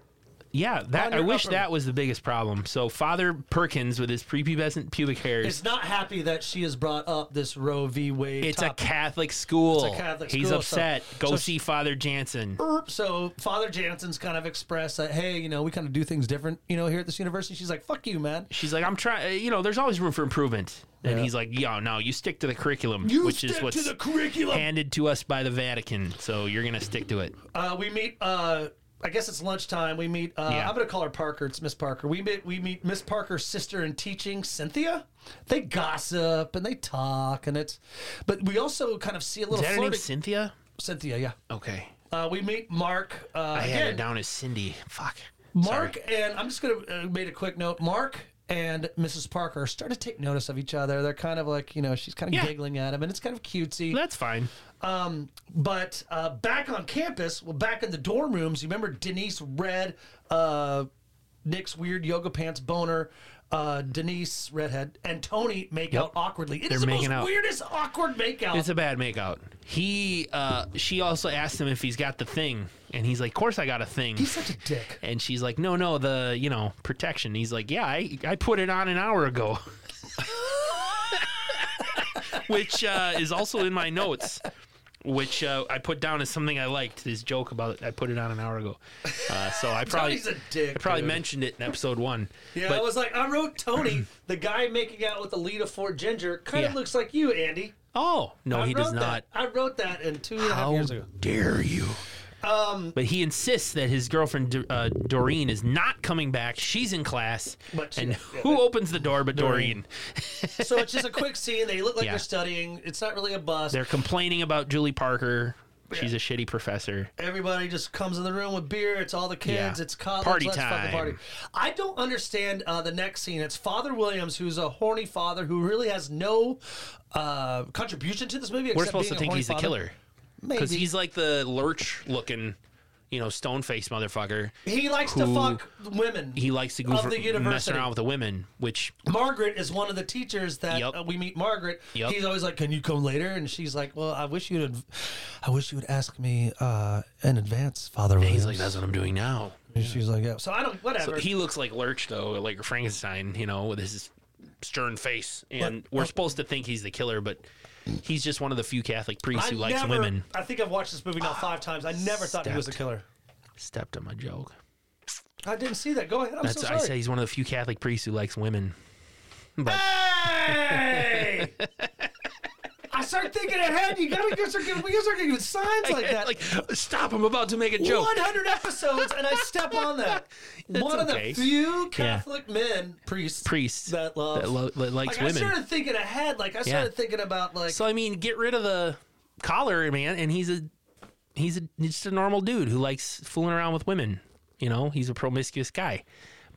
Speaker 1: Yeah,
Speaker 2: On
Speaker 1: that I
Speaker 2: your
Speaker 1: wish
Speaker 2: upper-
Speaker 1: that was the biggest problem. So Father Perkins with his prepubescent pubic hairs.
Speaker 2: Is not happy that she has brought up this Roe v. Wade.
Speaker 1: It's
Speaker 2: topic.
Speaker 1: a Catholic school.
Speaker 2: It's a Catholic
Speaker 1: He's
Speaker 2: school, so-
Speaker 1: upset. Go
Speaker 2: so-
Speaker 1: see Father Jansen.
Speaker 2: Erp. So Father Jansen's kind of expressed that, hey, you know, we kind of do things different, you know, here at this university. She's like, fuck you, man.
Speaker 1: She's like, I'm trying. You know, there's always room for improvement. And
Speaker 2: Yeah.
Speaker 1: he's like, Yo, no, you stick to the curriculum,
Speaker 2: You
Speaker 1: which is
Speaker 2: stick
Speaker 1: what's
Speaker 2: to the curriculum.
Speaker 1: handed to us by the Vatican. So you're gonna stick to it.
Speaker 2: Uh, we meet. Uh, I guess it's lunchtime. We meet. Uh,
Speaker 1: Yeah.
Speaker 2: I'm gonna call her Parker. It's Miss Parker. We meet. We meet Miss Parker's sister in teaching, Cynthia. They gossip and they talk, and it's. But we also kind of see a
Speaker 1: Is
Speaker 2: little
Speaker 1: that her name
Speaker 2: flirting.
Speaker 1: Cynthia?
Speaker 2: Cynthia, yeah.
Speaker 1: Okay,
Speaker 2: Uh, we meet Mark. Uh,
Speaker 1: I had her
Speaker 2: again,
Speaker 1: down as Cindy. Fuck.
Speaker 2: Mark and I'm just gonna uh, made a quick note. Mark and Mrs. Parker start to take notice of each other. They're kind of like you know she's kind of
Speaker 1: Yeah.
Speaker 2: giggling at him, and it's kind of cutesy.
Speaker 1: That's fine.
Speaker 2: But uh, back on campus, well, back in the dorm rooms, you remember Denise Red, uh, Nick's weird yoga pants boner, uh, Denise Redhead, and Tony make out awkwardly. It is
Speaker 1: They're
Speaker 2: the
Speaker 1: making
Speaker 2: most
Speaker 1: out.
Speaker 2: weirdest awkward makeout.
Speaker 1: It's a bad makeout. He, uh, she also asked him if he's got the thing, and he's like, "Of course I got a thing."
Speaker 2: He's such a dick.
Speaker 1: And she's like, "No, no, the you know protection." He's like, "Yeah, I, I put it on an hour ago," which uh, is also in my notes, which uh, I put down as something I liked. This joke about I put it on an hour ago, uh, so I probably
Speaker 2: Tony's a dick.
Speaker 1: I probably
Speaker 2: dude.
Speaker 1: mentioned it in episode one.
Speaker 2: Yeah,
Speaker 1: but
Speaker 2: I was like, I wrote Tony, the guy making out with the lead of Fort Ginger, kind of
Speaker 1: Yeah.
Speaker 2: looks like you, Andy.
Speaker 1: oh no,
Speaker 2: I
Speaker 1: he
Speaker 2: wrote
Speaker 1: does not.
Speaker 2: that. I wrote that in two and a half
Speaker 1: How
Speaker 2: years ago. Um,
Speaker 1: dare you? but he insists that his girlfriend Do- uh, Doreen is not coming back. She's in class,
Speaker 2: But she-
Speaker 1: and
Speaker 2: yeah,
Speaker 1: who opens the door but Doreen?
Speaker 2: So it's just a quick scene. They look like
Speaker 1: Yeah.
Speaker 2: they're studying. It's not really a bus.
Speaker 1: They're complaining about Julie Parker. She's a shitty professor.
Speaker 2: Everybody just comes in the room with beer. It's all the kids.
Speaker 1: Yeah.
Speaker 2: It's college.
Speaker 1: Party
Speaker 2: Let's fucking
Speaker 1: time.
Speaker 2: party. I don't understand uh, the next scene. It's Father Williams, who's a horny father who really has no uh, contribution to this movie.
Speaker 1: We're
Speaker 2: except
Speaker 1: supposed
Speaker 2: being a
Speaker 1: to think
Speaker 2: horny
Speaker 1: he's the
Speaker 2: father.
Speaker 1: killer
Speaker 2: Maybe
Speaker 1: because he's like the lurch looking, you know, stone faced motherfucker.
Speaker 2: he likes to
Speaker 1: who-
Speaker 2: fuck women.
Speaker 1: He likes to go
Speaker 2: Of
Speaker 1: for
Speaker 2: the
Speaker 1: messing
Speaker 2: university.
Speaker 1: around with the women, which
Speaker 2: Margaret is one of the teachers that
Speaker 1: Yep.
Speaker 2: uh, we meet. Margaret,
Speaker 1: Yep.
Speaker 2: he's always like, "Can you come later?" And she's like, "Well, I wish you'd, adv- I wish you would ask me uh, in advance, Father."
Speaker 1: he's
Speaker 2: Williams.
Speaker 1: like, that's what I'm doing now.
Speaker 2: And she's like, "Yeah." So I don't. Whatever.
Speaker 1: So he looks like Lurch though, like Frankenstein, you know, with his stern face. And we're supposed to think he's the killer, but he's just one of the few Catholic priests
Speaker 2: I
Speaker 1: who likes
Speaker 2: never,
Speaker 1: women.
Speaker 2: I think I've watched this movie now five times. I never thought he was a
Speaker 1: Stabbed.
Speaker 2: killer.
Speaker 1: Stepped on my joke.
Speaker 2: I didn't see that. Go ahead. I'm
Speaker 1: That's
Speaker 2: so
Speaker 1: I
Speaker 2: sorry.
Speaker 1: said he's one of the few Catholic priests who likes women.
Speaker 2: Hey! I start thinking ahead. You gotta you guys are giving, you guys are giving signs like that.
Speaker 1: like stop! I'm about to make a joke.
Speaker 2: 100 episodes, and I step on that. One
Speaker 1: okay.
Speaker 2: of the few Catholic men priests
Speaker 1: Priests
Speaker 2: that love.
Speaker 1: that, lo- that likes
Speaker 2: like I
Speaker 1: women.
Speaker 2: started thinking ahead. Like I started thinking about like
Speaker 1: So I mean, get rid of the collar, man, and he's a he's a, just a normal dude who likes fooling around with women. You know, he's a promiscuous guy,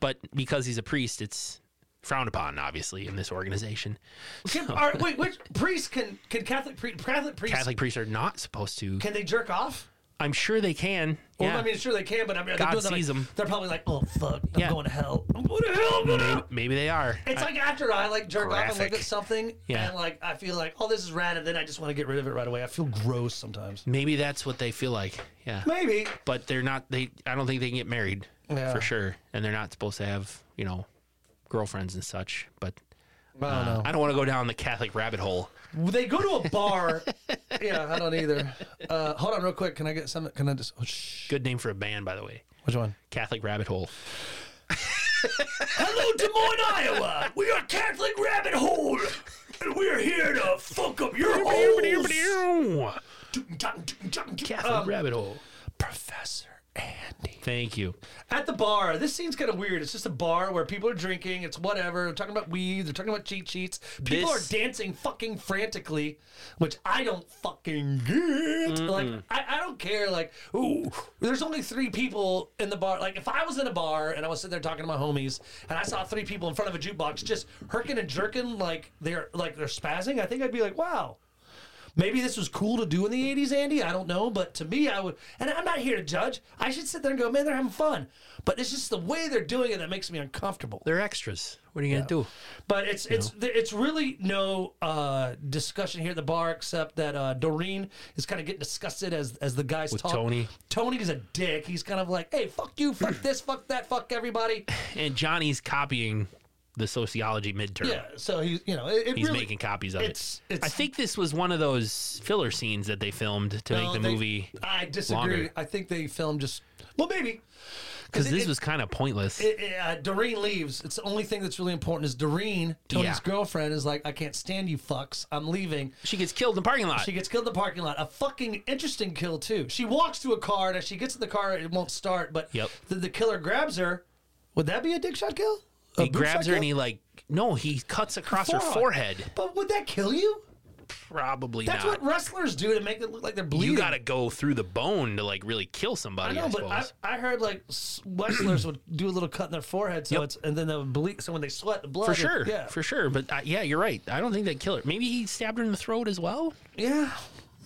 Speaker 1: but because he's a priest, it's frowned upon, obviously, in this organization.
Speaker 2: can, are, wait, which priest can can Catholic pre, Catholic priests
Speaker 1: Catholic priests are not supposed to.
Speaker 2: can they jerk off?
Speaker 1: I'm sure they can.
Speaker 2: Well,
Speaker 1: yeah.
Speaker 2: I mean, sure they can, but I mean, are they
Speaker 1: God
Speaker 2: doing that,
Speaker 1: sees
Speaker 2: like,
Speaker 1: 'em.
Speaker 2: They're probably like, oh fuck, I'm
Speaker 1: Yeah.
Speaker 2: going to hell. I'm going to hell. I'm going to hell.
Speaker 1: Maybe they are.
Speaker 2: It's like after I like jerk off and
Speaker 1: Graphic.
Speaker 2: look at something,
Speaker 1: Yeah.
Speaker 2: and like I feel like, oh, this is rad, and then I just want to get rid of it right away. I feel gross sometimes.
Speaker 1: Maybe that's what they feel like. Yeah.
Speaker 2: Maybe
Speaker 1: But they're not. They. I don't think they can get married
Speaker 2: Yeah.
Speaker 1: for sure, and they're not supposed to have you know girlfriends and such. But
Speaker 2: I don't know.
Speaker 1: I don't want to go down the Catholic rabbit hole.
Speaker 2: They go to a bar. yeah, I don't either. Uh, hold on, real quick. Can I get some? Can I just? Oh, shh.
Speaker 1: Good name for a band, by the way.
Speaker 2: Which one?
Speaker 1: Catholic Rabbit Hole.
Speaker 2: Hello, Des Moines, Iowa. We are Catholic Rabbit Hole, and we're here to fuck up your
Speaker 1: Catholic Rabbit Hole.
Speaker 2: Professor Andy.
Speaker 1: Thank you.
Speaker 2: At the bar, this scene's kind of weird. It's just a bar where people are drinking. It's whatever. They're talking about weed. They're talking about cheat sheets. People
Speaker 1: This-
Speaker 2: are dancing fucking frantically, which I don't fucking get. Like, I, I don't care. Like, ooh, there's only three people in the bar. Like, if I was in a bar and I was sitting there talking to my homies and I saw three people in front of a jukebox just herking and jerking like they're like they're spazzing, I think I'd be like, wow. Maybe this was cool to do in the 80s, Andy. I don't know. But to me, I would, and I'm not here to judge. I should sit there and go, man, they're having fun. But it's just the way they're doing it that makes me uncomfortable.
Speaker 1: They're extras. What are you gonna do?
Speaker 2: But it's it's it's really no uh, discussion here at the bar except that uh, Doreen is kind of getting disgusted as as the guys With talk.
Speaker 1: Tony.
Speaker 2: Tony is a dick. He's kind of like, hey, fuck you, fuck this, fuck that, fuck everybody.
Speaker 1: And Johnny's copying the sociology midterm.
Speaker 2: Yeah. So he's you know it, it
Speaker 1: He's
Speaker 2: really,
Speaker 1: making copies of
Speaker 2: it's-
Speaker 1: it.
Speaker 2: it's-
Speaker 1: I think this was one of those filler scenes that they uh, filmed to
Speaker 2: No,
Speaker 1: make the
Speaker 2: Oh, they-
Speaker 1: movie
Speaker 2: I disagree.
Speaker 1: longer.
Speaker 2: I think they filmed just well maybe
Speaker 1: because this
Speaker 2: it-
Speaker 1: was kind of pointless.
Speaker 2: it- it, uh, Doreen leaves. It's the only thing that's really important is Doreen, Tony's
Speaker 1: Yeah.
Speaker 2: girlfriend, is like, I can't stand you fucks. I'm leaving.
Speaker 1: she gets killed in the parking lot.
Speaker 2: She gets killed in the parking lot. A fucking interesting kill too. She walks to a car and as she gets in the car, it won't start. But
Speaker 1: Yep.
Speaker 2: the, the killer grabs her. Would that be a dick shot kill? A
Speaker 1: he
Speaker 2: boob shot
Speaker 1: grabs her
Speaker 2: kill?
Speaker 1: and he like no, he cuts across her
Speaker 2: Forearm.
Speaker 1: forehead.
Speaker 2: But would that kill you?
Speaker 1: Probably
Speaker 2: That's
Speaker 1: not.
Speaker 2: what wrestlers do to make it look like they're bleeding.
Speaker 1: you got to go through the bone to like really kill
Speaker 2: I
Speaker 1: somebody. I,
Speaker 2: know, but
Speaker 1: suppose.
Speaker 2: I, I heard like s- wrestlers would do a little cut in their forehead, so
Speaker 1: Yep.
Speaker 2: it's and then they would bleed. So when they sweat, the blood.
Speaker 1: For
Speaker 2: would-
Speaker 1: sure.
Speaker 2: yeah,
Speaker 1: For sure. But uh, yeah, you're right. I don't think that killer. Maybe he stabbed her in the throat as well.
Speaker 2: yeah,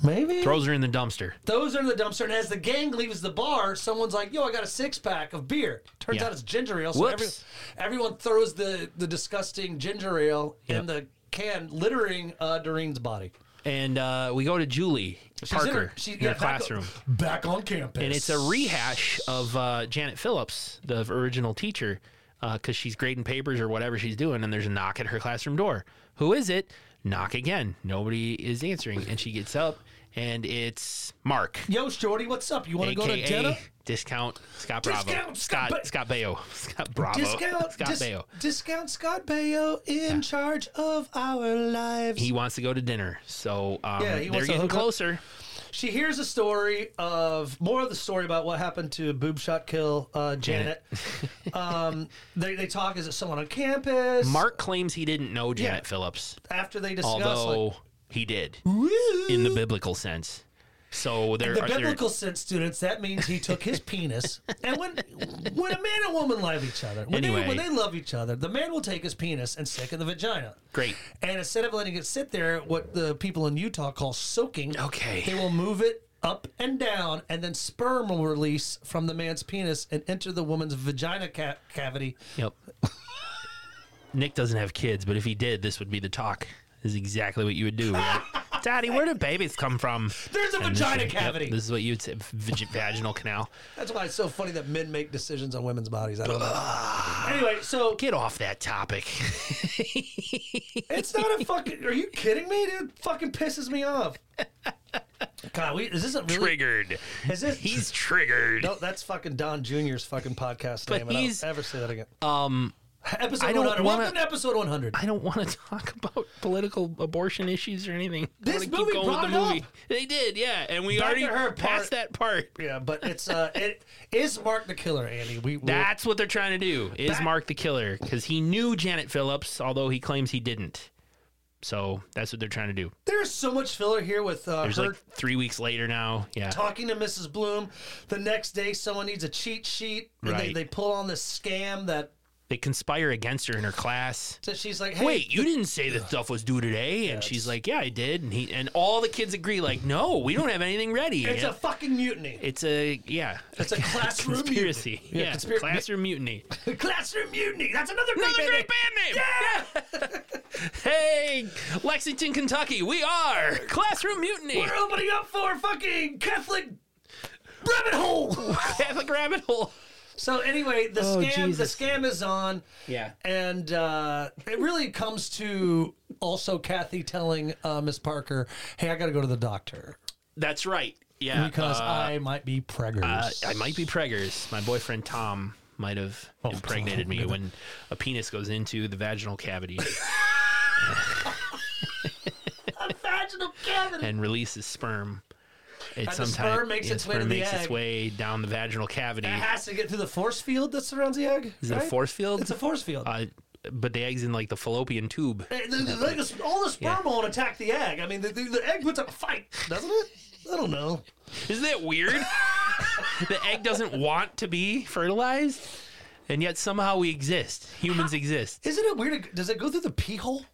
Speaker 2: maybe.
Speaker 1: Throws her in the dumpster.
Speaker 2: Those are in the dumpster, and as the gang leaves the bar, someone's like, "Yo, I got a six pack of beer." Turns
Speaker 1: Yeah.
Speaker 2: out it's ginger ale. So
Speaker 1: Whoops.
Speaker 2: every, everyone throws the the disgusting ginger ale in the can, littering uh, Doreen's body.
Speaker 1: And uh, we go to Julie
Speaker 2: She's
Speaker 1: Parker
Speaker 2: in
Speaker 1: in,
Speaker 2: her, she- yeah,
Speaker 1: her
Speaker 2: back on-
Speaker 1: classroom.
Speaker 2: back on campus,
Speaker 1: And it's a rehash of uh, Janet Phillips, the original teacher, because she's grading papers or whatever she's doing, and there's a knock at her classroom door. Who is it? Knock again. Nobody is answering. And she gets up, and it's Mark.
Speaker 2: Yo, Shorty, what's up? You want to go to
Speaker 1: AKA
Speaker 2: dinner?
Speaker 1: Discount Scott Bravo.
Speaker 2: Discount Scott
Speaker 1: Scott
Speaker 2: Ba-
Speaker 1: Scott Baio. Scott Bravo.
Speaker 2: Discount
Speaker 1: Scott
Speaker 2: dis-
Speaker 1: Baio.
Speaker 2: Discount Scott Baio in charge of our lives.
Speaker 1: he wants to go to dinner. So um,
Speaker 2: Yeah, he wants
Speaker 1: they're
Speaker 2: to
Speaker 1: getting
Speaker 2: hook up.
Speaker 1: closer.
Speaker 2: She hears a story of more of the story about what happened to boob shot kill uh, Janet. um, they, they talk. Is it someone on campus?
Speaker 1: Mark claims he didn't know Janet
Speaker 2: Yeah.
Speaker 1: Phillips,
Speaker 2: After they discuss,
Speaker 1: although
Speaker 2: like,
Speaker 1: he did
Speaker 2: "Woo."
Speaker 1: in the biblical sense. So there
Speaker 2: In the
Speaker 1: are there-
Speaker 2: biblical sense, students, that means he took his penis. And when when a man and woman love each other, when,
Speaker 1: Anyway.
Speaker 2: they, when they love each other, the man will take his penis and stick in the vagina.
Speaker 1: Great.
Speaker 2: And instead of letting it sit there, what the people in Utah call soaking,
Speaker 1: Okay.
Speaker 2: they will move it up and down, and then sperm will release from the man's penis and enter the woman's vagina ca- cavity.
Speaker 1: Yep. Nick doesn't have kids, but if he did, this would be the talk. Is exactly what you would do. right? Daddy, where do babies come from?
Speaker 2: There's a
Speaker 1: And this
Speaker 2: vagina
Speaker 1: is- yep,
Speaker 2: cavity.
Speaker 1: this is what you'd say, vag- vaginal canal.
Speaker 2: That's why it's so funny that men make decisions on women's bodies. I don't know. anyway, so
Speaker 1: Get off that topic.
Speaker 2: It's not a fucking. Are you kidding me, dude? Fucking pisses me off. God, we, is this a really?
Speaker 1: triggered.
Speaker 2: Is this?
Speaker 1: He's triggered.
Speaker 2: no, that's fucking Don Jr.'s fucking podcast name. and
Speaker 1: he's- uh,
Speaker 2: I'll never say that again. Um, episode
Speaker 1: I don't
Speaker 2: 100.
Speaker 1: wanna-
Speaker 2: Welcome to episode 100.
Speaker 1: I don't want to talk about political abortion issues or anything.
Speaker 2: This
Speaker 1: I wanna
Speaker 2: movie brought it up.
Speaker 1: They did, yeah, and we
Speaker 2: Back
Speaker 1: already
Speaker 2: to her part.
Speaker 1: passed that part.
Speaker 2: yeah, but it's uh, it is Mark the Killer, Andy. We we-
Speaker 1: That's what they're trying to do. Is Mark the killer? Because he knew Janet Phillips, although he claims he didn't. So that's what they're trying to do.
Speaker 2: there's so much filler here with uh, her
Speaker 1: There's like three weeks later now. Yeah.
Speaker 2: talking to Mrs. Bloom. The next day, someone needs a cheat sheet, and they,
Speaker 1: Right.
Speaker 2: they pull on this scam that.
Speaker 1: They conspire against her in her class.
Speaker 2: So she's like, hey,
Speaker 1: Wait, you didn't say that stuff was due today, and she's like, "Yeah, I did." And he and all the kids agree, like, "No, we don't have anything ready."
Speaker 2: it's
Speaker 1: Yeah.
Speaker 2: a fucking mutiny.
Speaker 1: it's a yeah,
Speaker 2: It's a classroom mutiny.
Speaker 1: conspiracy. Yeah,
Speaker 2: conspira-
Speaker 1: classroom mutiny.
Speaker 2: Classroom Mutiny. That's another great band
Speaker 1: Another great
Speaker 2: name.
Speaker 1: band name. Yeah. hey, Lexington, Kentucky, we are Classroom Mutiny.
Speaker 2: We're opening up for fucking Catholic rabbit hole.
Speaker 1: Catholic rabbit hole.
Speaker 2: so anyway, the scam
Speaker 1: Jesus.
Speaker 2: the scam is on.
Speaker 4: Yeah.
Speaker 2: And uh, it really comes to also Kathy telling uh, Miss Parker, "Hey, I got to go to the doctor
Speaker 1: That's right. Yeah,
Speaker 2: because
Speaker 1: uh,
Speaker 2: I might be preggers."
Speaker 1: Uh, I might be preggers. My boyfriend Tom might have impregnated me when a penis goes into the vaginal cavity
Speaker 2: vaginal cavity.
Speaker 1: Uh, and releases sperm. It
Speaker 2: the
Speaker 1: sometimes
Speaker 2: sperm makes its way to the
Speaker 1: makes its
Speaker 2: egg. Uh-huh.
Speaker 1: way down the vaginal cavity.
Speaker 2: It has to get through the force field that surrounds the egg.
Speaker 1: Is it a force field?
Speaker 2: It's a force field.
Speaker 1: uh, but the eggs in like the fallopian tube.
Speaker 2: Hey, the- the- like, the- all the sperm won't attack the egg. I mean, the, the, the egg puts up a fight, doesn't it? I don't know.
Speaker 1: Isn't that weird? the egg doesn't want to be fertilized, and yet somehow we exist. Humans exist.
Speaker 2: Isn't it weird? Does it go through the pee hole?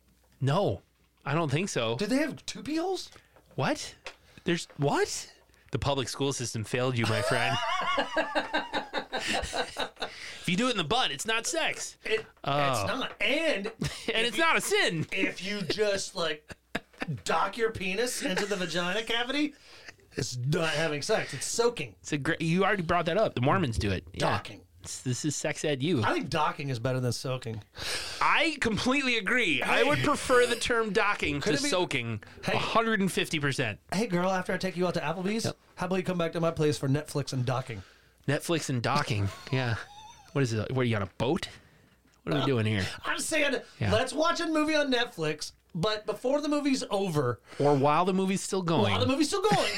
Speaker 1: No, I don't think so.
Speaker 2: Do they have two pee holes?
Speaker 1: What? There's what? The public school system failed you, my friend. if you do it in the butt, it's not sex,
Speaker 2: It,
Speaker 1: Oh.
Speaker 2: It's not. And
Speaker 1: and it's not a sin.
Speaker 2: if you just like dock your penis into the vagina cavity, it's not having sex. It's soaking.
Speaker 1: It's a great. You already brought that up. The Mormons do it. Yeah.
Speaker 2: Docking.
Speaker 1: It's- This is sex ed. You.
Speaker 2: I think docking is better than soaking.
Speaker 1: I completely agree. I would prefer the term docking to
Speaker 2: it be-
Speaker 1: soaking. One hundred and fifty percent.
Speaker 2: Hey, girl, after I take you out to Applebee's, how about you come back to my place for Netflix and docking?
Speaker 1: Netflix and docking. yeah. What is it? What are you on a boat? What are we doing here?
Speaker 2: I'm saying,
Speaker 1: Yeah.
Speaker 2: let's watch a movie on Netflix, but before the movie's over,
Speaker 1: Or while the movie's still going,
Speaker 2: while the movie's still going,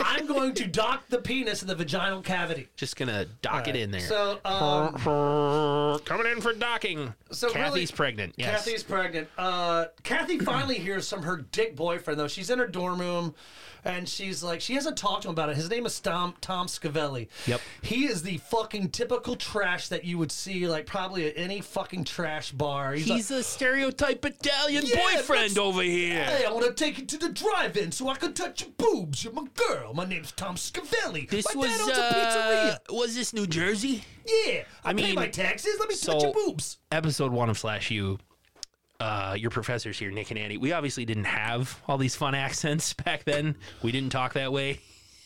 Speaker 2: I'm going to dock the penis in the vaginal cavity.
Speaker 1: just gonna dock it in there.
Speaker 2: So, um,
Speaker 1: Coming in for docking.
Speaker 2: So
Speaker 1: Kathy's
Speaker 2: really-
Speaker 1: pregnant. Yes.
Speaker 2: Kathy's pregnant. Uh, Kathy finally hears from her dick boyfriend though. She's in her dorm room, and she's like, she hasn't talked to him about it. His name is Tom Tom Scavelli.
Speaker 1: Yep.
Speaker 2: He is the fucking typical trash that you would see like probably at any fucking trash bar. He's,
Speaker 1: He's a stereotype Italian
Speaker 2: Yeah,
Speaker 1: boyfriend
Speaker 2: that's-
Speaker 1: over here.
Speaker 2: like, hey, I want to take you to the drive-in so I can touch your boobs. You're my girl. My name's Tom Scavelli.
Speaker 1: This
Speaker 2: my
Speaker 1: was
Speaker 2: dad owns
Speaker 1: uh,
Speaker 2: a
Speaker 1: was this New Jersey?
Speaker 2: pizzeria. Yeah, I,
Speaker 1: I
Speaker 2: pay
Speaker 1: mean,
Speaker 2: my taxes. Let me touch
Speaker 1: so-
Speaker 2: your boobs.
Speaker 1: Episode one of Slash U. Uh, your professors here, Nick and Andy. We obviously didn't have all these fun accents back then. We didn't talk that way,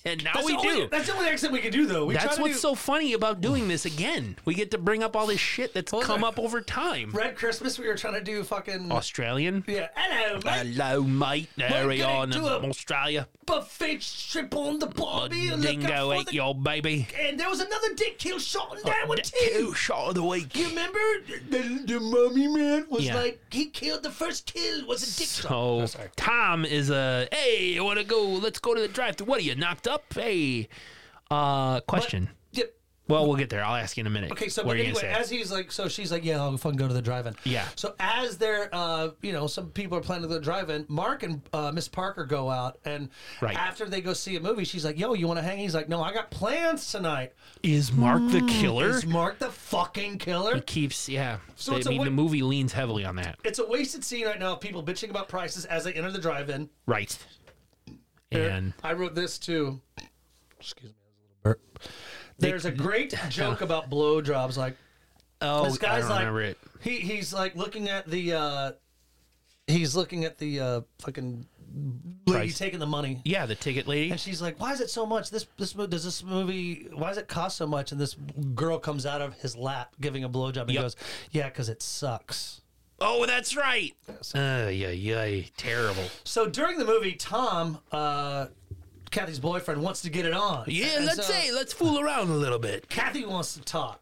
Speaker 1: and now
Speaker 2: That's
Speaker 1: we
Speaker 2: the
Speaker 1: do.
Speaker 2: only- that's the only accent we can do though. We try
Speaker 1: that's
Speaker 2: to
Speaker 1: what's
Speaker 2: do-
Speaker 1: so funny about doing this again. We get to bring up all this shit that's come up over time.
Speaker 2: Red Christmas. We were trying to do fucking.
Speaker 1: Australian.
Speaker 2: Yeah. Hello, mate.
Speaker 1: Hello, mate. There we
Speaker 2: gonna
Speaker 1: are in
Speaker 2: do a-
Speaker 1: Australia.
Speaker 2: buffet strip on the
Speaker 1: A
Speaker 2: barbie and look
Speaker 1: Oh, dingo
Speaker 2: out for
Speaker 1: ate
Speaker 2: the...
Speaker 1: your Oh, baby.
Speaker 2: And there was another dick kill shot and down with
Speaker 1: Two
Speaker 2: too.
Speaker 1: shot of the week.
Speaker 2: You remember the, the mummy man was
Speaker 1: Yeah.
Speaker 2: like he killed the first kill was a dick shot.
Speaker 1: So Tom is a hey, you want to go? Let's go to the drive-thru. What are you knocked up? Hey, uh, question.
Speaker 2: Yep.
Speaker 1: Well, we'll get there. I'll ask you in a minute.
Speaker 2: Okay, so
Speaker 1: what
Speaker 2: but
Speaker 1: are you gonna
Speaker 2: anyway,
Speaker 1: say?
Speaker 2: as he's like, so she's like, yeah, I'll fucking go to the drive-in.
Speaker 1: Yeah.
Speaker 2: So as they're, uh, you know, some people are planning to go to the drive-in. Mark and uh, Miss Parker go out, and
Speaker 1: Right.
Speaker 2: after they go see a movie, she's like, yo, you want to hang? He's like, no, I got plans tonight.
Speaker 1: is Mark the killer?
Speaker 2: Mm, Is Mark the fucking killer?
Speaker 1: Keeps yeah.
Speaker 2: So
Speaker 1: So I
Speaker 2: it's a
Speaker 1: mean,
Speaker 2: wa-
Speaker 1: the movie leans heavily on that.
Speaker 2: It's a wasted scene right now of people bitching about prices as they enter the drive-in.
Speaker 1: Right. And
Speaker 2: I wrote this too. Excuse me, that was a little burp. There's a great joke about blowjobs. Like
Speaker 1: oh,
Speaker 2: this guy's
Speaker 1: I don't
Speaker 2: like,
Speaker 1: remember it.
Speaker 2: he he's like looking at the, uh he's looking at the uh fucking lady
Speaker 1: Price.
Speaker 2: taking the money.
Speaker 1: Yeah, the ticket lady.
Speaker 2: And she's like, "Why is it so much? This this mo- does this movie? Why does it cost so much?" And this girl comes out of his lap giving a blowjob and he
Speaker 1: Yep.
Speaker 2: goes, "Yeah, because it sucks."
Speaker 1: Oh, that's right. Uh, yeah, yeah, terrible.
Speaker 2: So during the movie, Tom, uh, Kathy's boyfriend, wants to get it on.
Speaker 1: Yeah,
Speaker 2: And
Speaker 1: let's
Speaker 2: so
Speaker 1: say let's fool around a little bit.
Speaker 2: Kathy wants to talk.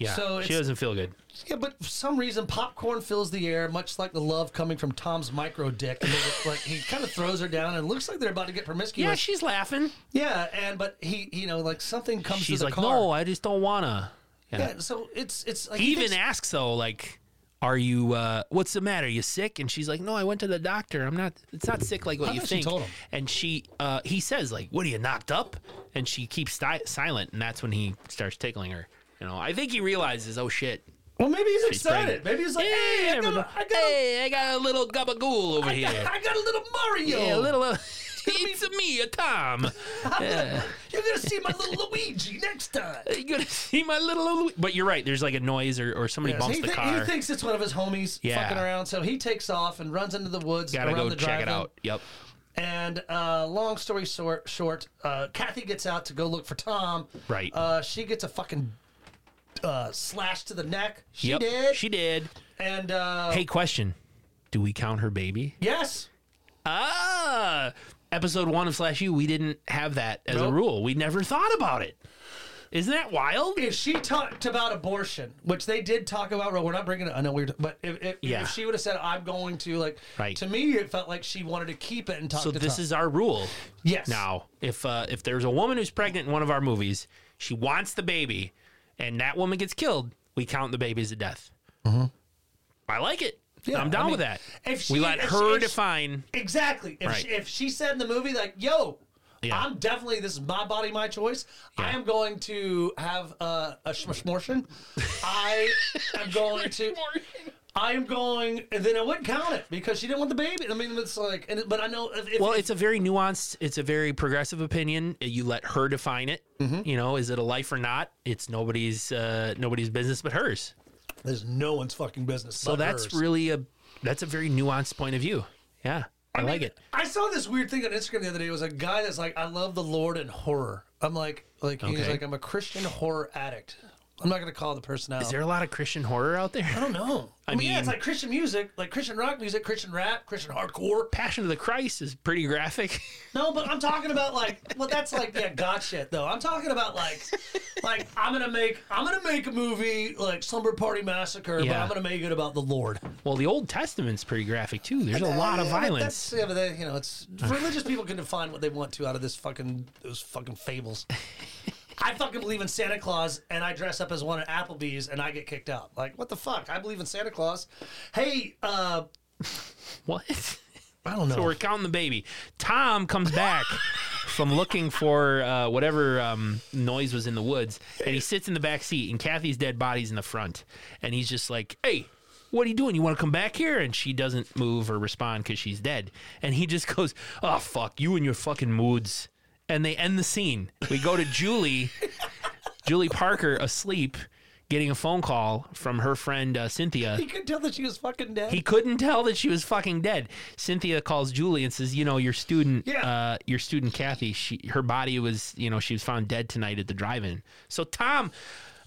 Speaker 1: Yeah,
Speaker 2: So
Speaker 1: she
Speaker 2: it's-
Speaker 1: doesn't feel good.
Speaker 2: Yeah, but for some reason, popcorn fills the air, much like the love coming from Tom's micro dick. And it- like he kind of throws her down, and it looks like they're about to get
Speaker 1: Yeah,
Speaker 2: promiscuous.
Speaker 1: she's laughing.
Speaker 2: Yeah, and but he, you know, like something comes
Speaker 1: She's
Speaker 2: to the
Speaker 1: like,
Speaker 2: car.
Speaker 1: no, I just don't wanna. Yeah.
Speaker 2: Yeah, so it's it's like he
Speaker 1: He even
Speaker 2: thinks-
Speaker 1: asks though, like, are you? uh What's the matter? You sick? And she's like, no, I went to the doctor. I'm not. It's not sick like what
Speaker 2: I
Speaker 1: you
Speaker 2: thought she
Speaker 1: think.
Speaker 2: told him.
Speaker 1: And she, uh he says, like, what are you knocked up? And she keeps sti- silent, and that's when he starts tickling her. You know, I think he realizes, oh shit.
Speaker 2: well, maybe he's
Speaker 1: She's
Speaker 2: excited.
Speaker 1: pregnant.
Speaker 2: Maybe he's like, hey, I got, a, I, got a,
Speaker 1: hey, I got a little gabagool over
Speaker 2: I,
Speaker 1: here.
Speaker 2: got, I got a little Mario.
Speaker 1: yeah, a little. Uh, it's a me, a Tom. Yeah.
Speaker 2: You're gonna see my little Luigi next time.
Speaker 1: you gonna see my little Olu- But you're right. There's like a noise or, or somebody
Speaker 2: Yes,
Speaker 1: bumps
Speaker 2: he,
Speaker 1: the
Speaker 2: thi- he
Speaker 1: car.
Speaker 2: thinks it's one of his homies
Speaker 1: Yeah.
Speaker 2: fucking around, so he takes off and runs into the woods.
Speaker 1: Gotta
Speaker 2: around
Speaker 1: go
Speaker 2: the
Speaker 1: check it
Speaker 2: drive-in.
Speaker 1: out. Yep.
Speaker 2: And uh, long story short, short uh, Kathy gets out to go look for Tom.
Speaker 1: Right.
Speaker 2: Uh, she gets a fucking uh, slash to the neck. She
Speaker 1: yep.
Speaker 2: did.
Speaker 1: She did.
Speaker 2: and uh,
Speaker 1: Hey, question. Do we count her baby?
Speaker 2: yes,
Speaker 1: Ah, episode one of Slash U, we didn't have that as a
Speaker 2: Nope.
Speaker 1: rule. We never thought about it. Isn't that wild?
Speaker 2: if she talked about abortion, which they did talk about, well, we're not bringing it. I know we we're, but if, if,
Speaker 1: Yeah.
Speaker 2: if she would have said, "I'm going to," like,
Speaker 1: Right.
Speaker 2: to me, it felt like she wanted to keep it and talk.
Speaker 1: So
Speaker 2: to
Speaker 1: this
Speaker 2: Tom.
Speaker 1: is our rule
Speaker 2: yes.
Speaker 1: now. If uh, if there's a woman who's pregnant in one of our movies, she wants the baby, and that woman gets killed, we count the baby as a death. Mm-hmm. I like it.
Speaker 2: Yeah,
Speaker 1: I'm down
Speaker 2: I mean,
Speaker 1: with that.
Speaker 2: if she-
Speaker 1: we let
Speaker 2: if she-
Speaker 1: her
Speaker 2: if she-
Speaker 1: define.
Speaker 2: Exactly. If,
Speaker 1: Right.
Speaker 2: she, if she said in the movie, like, yo,
Speaker 1: Yeah.
Speaker 2: I'm definitely, this is my body, my choice. I
Speaker 1: Yeah.
Speaker 2: am going to have uh, a schmortion. I am going to. I am going, and then I wouldn't count it because she didn't want the baby. I mean, it's like, and, but I know if, if
Speaker 1: Well, it's a very nuanced, it's a very progressive opinion. You let her define it.
Speaker 2: Mm-hmm.
Speaker 1: You know, is it a life or not? It's nobody's uh, nobody's business but hers.
Speaker 2: there's no one's fucking business.
Speaker 1: So that's really a that's a very nuanced point of view. Yeah, I, like it.
Speaker 2: I saw this weird thing on Instagram the other day. It was a guy that's like, I love the Lord and horror. I'm like, like he's
Speaker 1: Okay.
Speaker 2: like, I'm a Christian horror addict. I'm not gonna call the person out.
Speaker 1: Is there a lot of Christian horror out there?
Speaker 2: I don't know. I, mean, yeah, it's
Speaker 1: mean-
Speaker 2: like Christian music, like Christian rock music, Christian rap, Christian hardcore.
Speaker 1: Passion of the Christ is pretty graphic.
Speaker 2: No, but I'm talking about like, well, that's like yeah, God shit though. I'm talking about like, like I'm gonna make, I'm gonna make a movie like Slumber Party Massacre, but
Speaker 1: Yeah.
Speaker 2: I'm gonna make it about the Lord.
Speaker 1: well, the Old Testament's pretty graphic too. There's a lot of
Speaker 2: Yeah, but
Speaker 1: violence.
Speaker 2: That's, yeah, but they, you know, it's religious people can define what they want to out of this fucking those fucking fables. I fucking believe in Santa Claus, and I dress up as one at Applebee's, and I get kicked out. Like, what the fuck? I believe in Santa Claus. Hey, uh,
Speaker 1: What?
Speaker 2: I don't know.
Speaker 1: So we're counting the baby. Tom comes back from looking for uh, whatever um, noise was in the woods, and he sits in the back seat, and Kathy's dead body's in the front, and he's just like, "Hey, what are you doing? You want to come back here?" And she doesn't move or respond because she's dead, and he just goes, "Oh fuck, you and your fucking moods." And they end the scene. We go to Julie, Julie Parker asleep, getting a phone call from her friend uh, Cynthia.
Speaker 2: You could tell that she was fucking dead.
Speaker 1: He couldn't tell that she was fucking dead. Cynthia calls Julie and says, "You know, your student,
Speaker 2: Yeah.
Speaker 1: uh, your student Kathy, she, her body was, you know, she was found dead tonight at the drive-in." So Tom,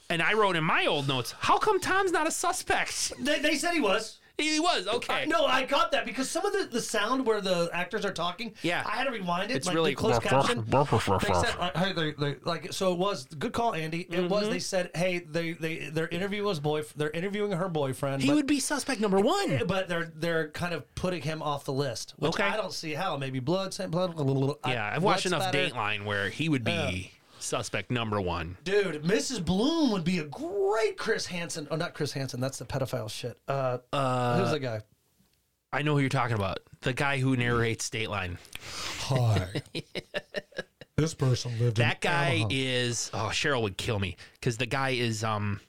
Speaker 1: and I wrote in my old notes, "How come Tom's not a suspect?"
Speaker 2: they, they said he was.
Speaker 1: He was okay.
Speaker 2: No, I got that because some of the, the sound where the actors are talking,
Speaker 1: Yeah.
Speaker 2: I had to rewind it.
Speaker 1: It's
Speaker 2: like
Speaker 1: really-
Speaker 2: the closed caption. they said, like, hey, they, they, like, so it was good call, Andy. It was.
Speaker 1: Mm-hmm.
Speaker 2: They said, hey, they they they're interviewing his boy, they're interviewing her boyfriend.
Speaker 1: he
Speaker 2: but,
Speaker 1: would be suspect number one.
Speaker 2: but they're they're kind of putting him off the list. Which
Speaker 1: Okay.
Speaker 2: I don't see how. Maybe blood, same blood.
Speaker 1: uh, Yeah, I've watched enough Dateline where he would be suspect number one.
Speaker 2: Dude, Mrs. Bloom would be a great Chris Hansen. Oh, not Chris Hansen. That's the pedophile shit. Uh, who's the guy?
Speaker 1: I know who you're talking about. The guy who narrates Dateline.
Speaker 2: Hi. this person lived
Speaker 1: That guy is oh Cheryl would kill me because the guy is um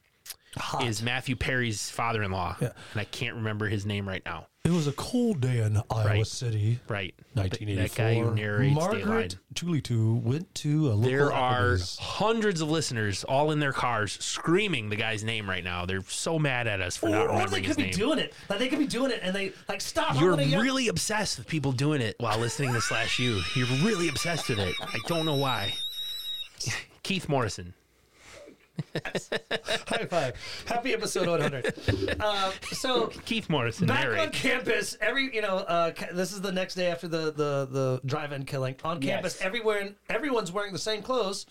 Speaker 2: Hot.
Speaker 1: is Matthew Perry's father-in-law and I can't remember his name right now.
Speaker 2: It was a cold day in Iowa
Speaker 1: Right.
Speaker 2: City.
Speaker 1: Right, Th-
Speaker 2: 1984.
Speaker 1: That guy who narrates
Speaker 2: Margaret
Speaker 1: Dateline.
Speaker 2: Tulitu went to a local
Speaker 1: There are
Speaker 2: Applebee's.
Speaker 1: hundreds of listeners all in their cars screaming the guy's name right now. They're so mad at us for
Speaker 2: or,
Speaker 1: not
Speaker 2: or they
Speaker 1: remembering
Speaker 2: could
Speaker 1: his
Speaker 2: be
Speaker 1: name.
Speaker 2: doing it. Like they could be doing it, and they like stop.
Speaker 1: You're
Speaker 2: I'm gonna yell-
Speaker 1: really obsessed with people doing it while listening to Slash U. You're really obsessed with it. I don't know why. Keith Morrison.
Speaker 2: high five. Happy episode 100. uh, so
Speaker 1: Keith Morrison.
Speaker 2: back on
Speaker 1: narrates.
Speaker 2: campus, every you know, uh, ca- this is the next day after the the the drive-in killing. On campus,
Speaker 4: Yes.
Speaker 2: everywhere, everyone's wearing the same clothes.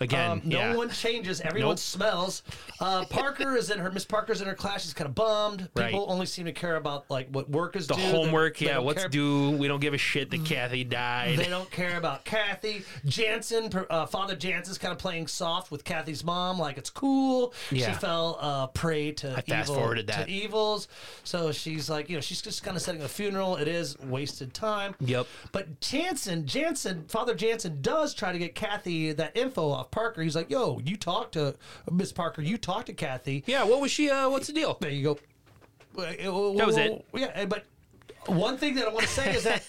Speaker 1: Again,
Speaker 2: Um, no
Speaker 1: yeah.
Speaker 2: one changes. Everyone
Speaker 1: Nope.
Speaker 2: smells. Uh, Parker is in her. Miss Parker's in her class. She's kind of bummed. People
Speaker 1: Right.
Speaker 2: only seem to care about like what workers
Speaker 1: the
Speaker 2: do. They-
Speaker 1: homework.
Speaker 2: they
Speaker 1: yeah,
Speaker 2: don't
Speaker 1: what's
Speaker 2: care-
Speaker 1: due? We don't give a shit that Kathy died.
Speaker 2: They don't care about Kathy. Jansen, per- uh, Father Jansen's kind of playing soft with Kathy's mom, like it's cool. She
Speaker 1: Yeah.
Speaker 2: fell uh, prey to evil,
Speaker 1: fast-forwarded that.
Speaker 2: to evils. So she's like, you know, she's just kind of setting a funeral. It is wasted time.
Speaker 1: Yep.
Speaker 2: But Jansen, Jansen, Father Jansen does try to get Kathy that info off Parker. He's like, yo, you talked to uh, Miss Parker. You talked to Kathy.
Speaker 1: yeah, what was she? Uh, what's the deal?
Speaker 2: There you go. eh, That
Speaker 1: That was it.
Speaker 2: Yeah, eh, but one thing that I want to say is that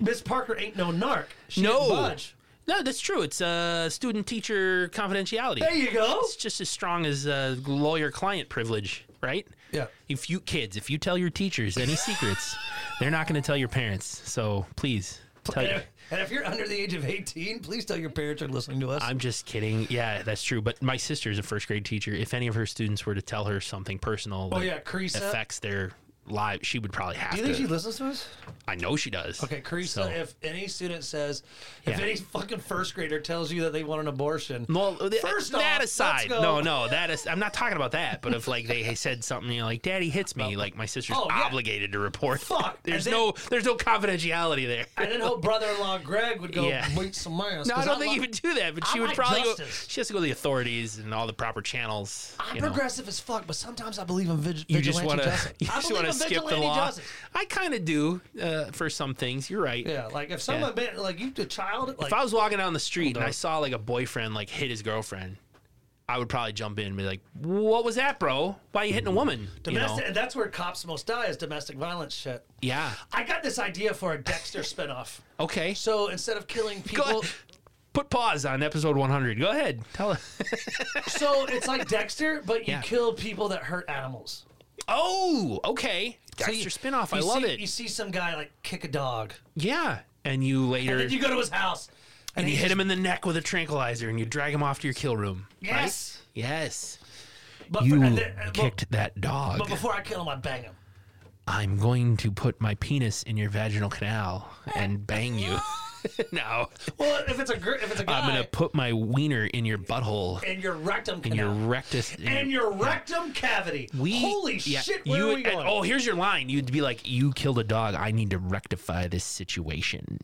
Speaker 2: Miss Parker ain't no narc. She
Speaker 1: No.
Speaker 2: ain't budge.
Speaker 1: No, that's true. It's uh, student teacher confidentiality.
Speaker 2: There you go.
Speaker 1: It's just as strong as uh, lawyer client privilege, right?
Speaker 2: Yeah.
Speaker 1: If you kids, if you tell your teachers any secrets, they're not going to tell your parents. So please tell
Speaker 2: And
Speaker 1: you.
Speaker 2: if, and if you're under the age of 18, please tell your parents you're listening to us.
Speaker 1: I'm just kidding. Yeah, that's true. But my sister's a first grade teacher. If any of her students were to tell her something personal
Speaker 2: oh
Speaker 1: that
Speaker 2: yeah, Carissa.
Speaker 1: affects their life, she would probably have
Speaker 2: Do you think
Speaker 1: to.
Speaker 2: she listens to us?
Speaker 1: I know she does.
Speaker 2: Okay, Carissa.
Speaker 1: So-
Speaker 2: If any student says, if
Speaker 1: Yeah.
Speaker 2: any fucking first grader tells you that they want an abortion,
Speaker 1: Well, uh, th-
Speaker 2: First off,
Speaker 1: that
Speaker 2: let's
Speaker 1: aside,
Speaker 2: go-
Speaker 1: no, no, that is. I'm not talking about that. But if like they said something, you know, like "Daddy hits me," like my sister's
Speaker 2: Oh, yeah.
Speaker 1: obligated to report.
Speaker 2: Fuck, and
Speaker 1: there's
Speaker 2: then-
Speaker 1: no, there's no confidentiality there.
Speaker 2: and then her brother-in-law Greg would go
Speaker 1: Yeah.
Speaker 2: beat some ass.
Speaker 1: No, I
Speaker 2: 'cause
Speaker 1: don't think
Speaker 2: li-
Speaker 1: you would do that. But
Speaker 2: I
Speaker 1: she would
Speaker 2: like
Speaker 1: probably go,
Speaker 2: justice.
Speaker 1: she has to go to the authorities and all the proper channels.
Speaker 2: I'm
Speaker 1: you know.
Speaker 2: progressive as fuck, but sometimes I believe in vig-
Speaker 1: You just
Speaker 2: vigilante
Speaker 1: want to,
Speaker 2: justice.
Speaker 1: you
Speaker 2: I
Speaker 1: just
Speaker 2: believe
Speaker 1: want to
Speaker 2: in
Speaker 1: skip the
Speaker 2: vigilante
Speaker 1: law.
Speaker 2: justice.
Speaker 1: I kind of do uh, for some things. You're right.
Speaker 2: Yeah, like if someone been, like you, a child, like
Speaker 1: If I was walking down the street and I saw like a boyfriend like hit his girlfriend, I would probably jump in and be like, "What was that, bro? Why are you hitting a woman?" You know?
Speaker 2: domestic, and that's where cops most die is domestic violence shit.
Speaker 1: Yeah.
Speaker 2: I got this idea for a Dexter spinoff.
Speaker 1: Okay.
Speaker 2: So instead of killing
Speaker 1: Go
Speaker 2: people,
Speaker 1: ahead. Put pause on episode 100. Go ahead. Tell us.
Speaker 2: so it's like Dexter, but you
Speaker 1: Yeah.
Speaker 2: kill people that hurt animals.
Speaker 1: Oh, okay.
Speaker 2: So
Speaker 1: That's
Speaker 2: you-
Speaker 1: your spinoff. I
Speaker 2: you
Speaker 1: love
Speaker 2: see-
Speaker 1: it.
Speaker 2: You see some guy like kick a dog,
Speaker 1: yeah. And you later,
Speaker 2: and then you go to his house, and, he
Speaker 1: hit him in the neck with a tranquilizer and you drag him off to your kill room.
Speaker 2: Yes,
Speaker 1: Right? Yes.
Speaker 2: but
Speaker 1: You
Speaker 2: and then- and- but-
Speaker 1: kicked that dog.
Speaker 2: But before I kill him, I bang him.
Speaker 1: I'm going to put my penis in your vaginal canal and bang you. no.
Speaker 2: Well, if it's a gir- if it's a guy,
Speaker 1: I'm going to put my wiener in your butthole.
Speaker 2: and your rectum
Speaker 1: In your
Speaker 2: canal,
Speaker 1: rectus. in
Speaker 2: and your rectum cavity.
Speaker 1: We,
Speaker 2: Holy
Speaker 1: yeah,
Speaker 2: shit! Where
Speaker 1: you
Speaker 2: are
Speaker 1: would-
Speaker 2: we
Speaker 1: and-
Speaker 2: going?
Speaker 1: oh, here's your line. You'd be like, "You killed a dog. I need to rectify this situation."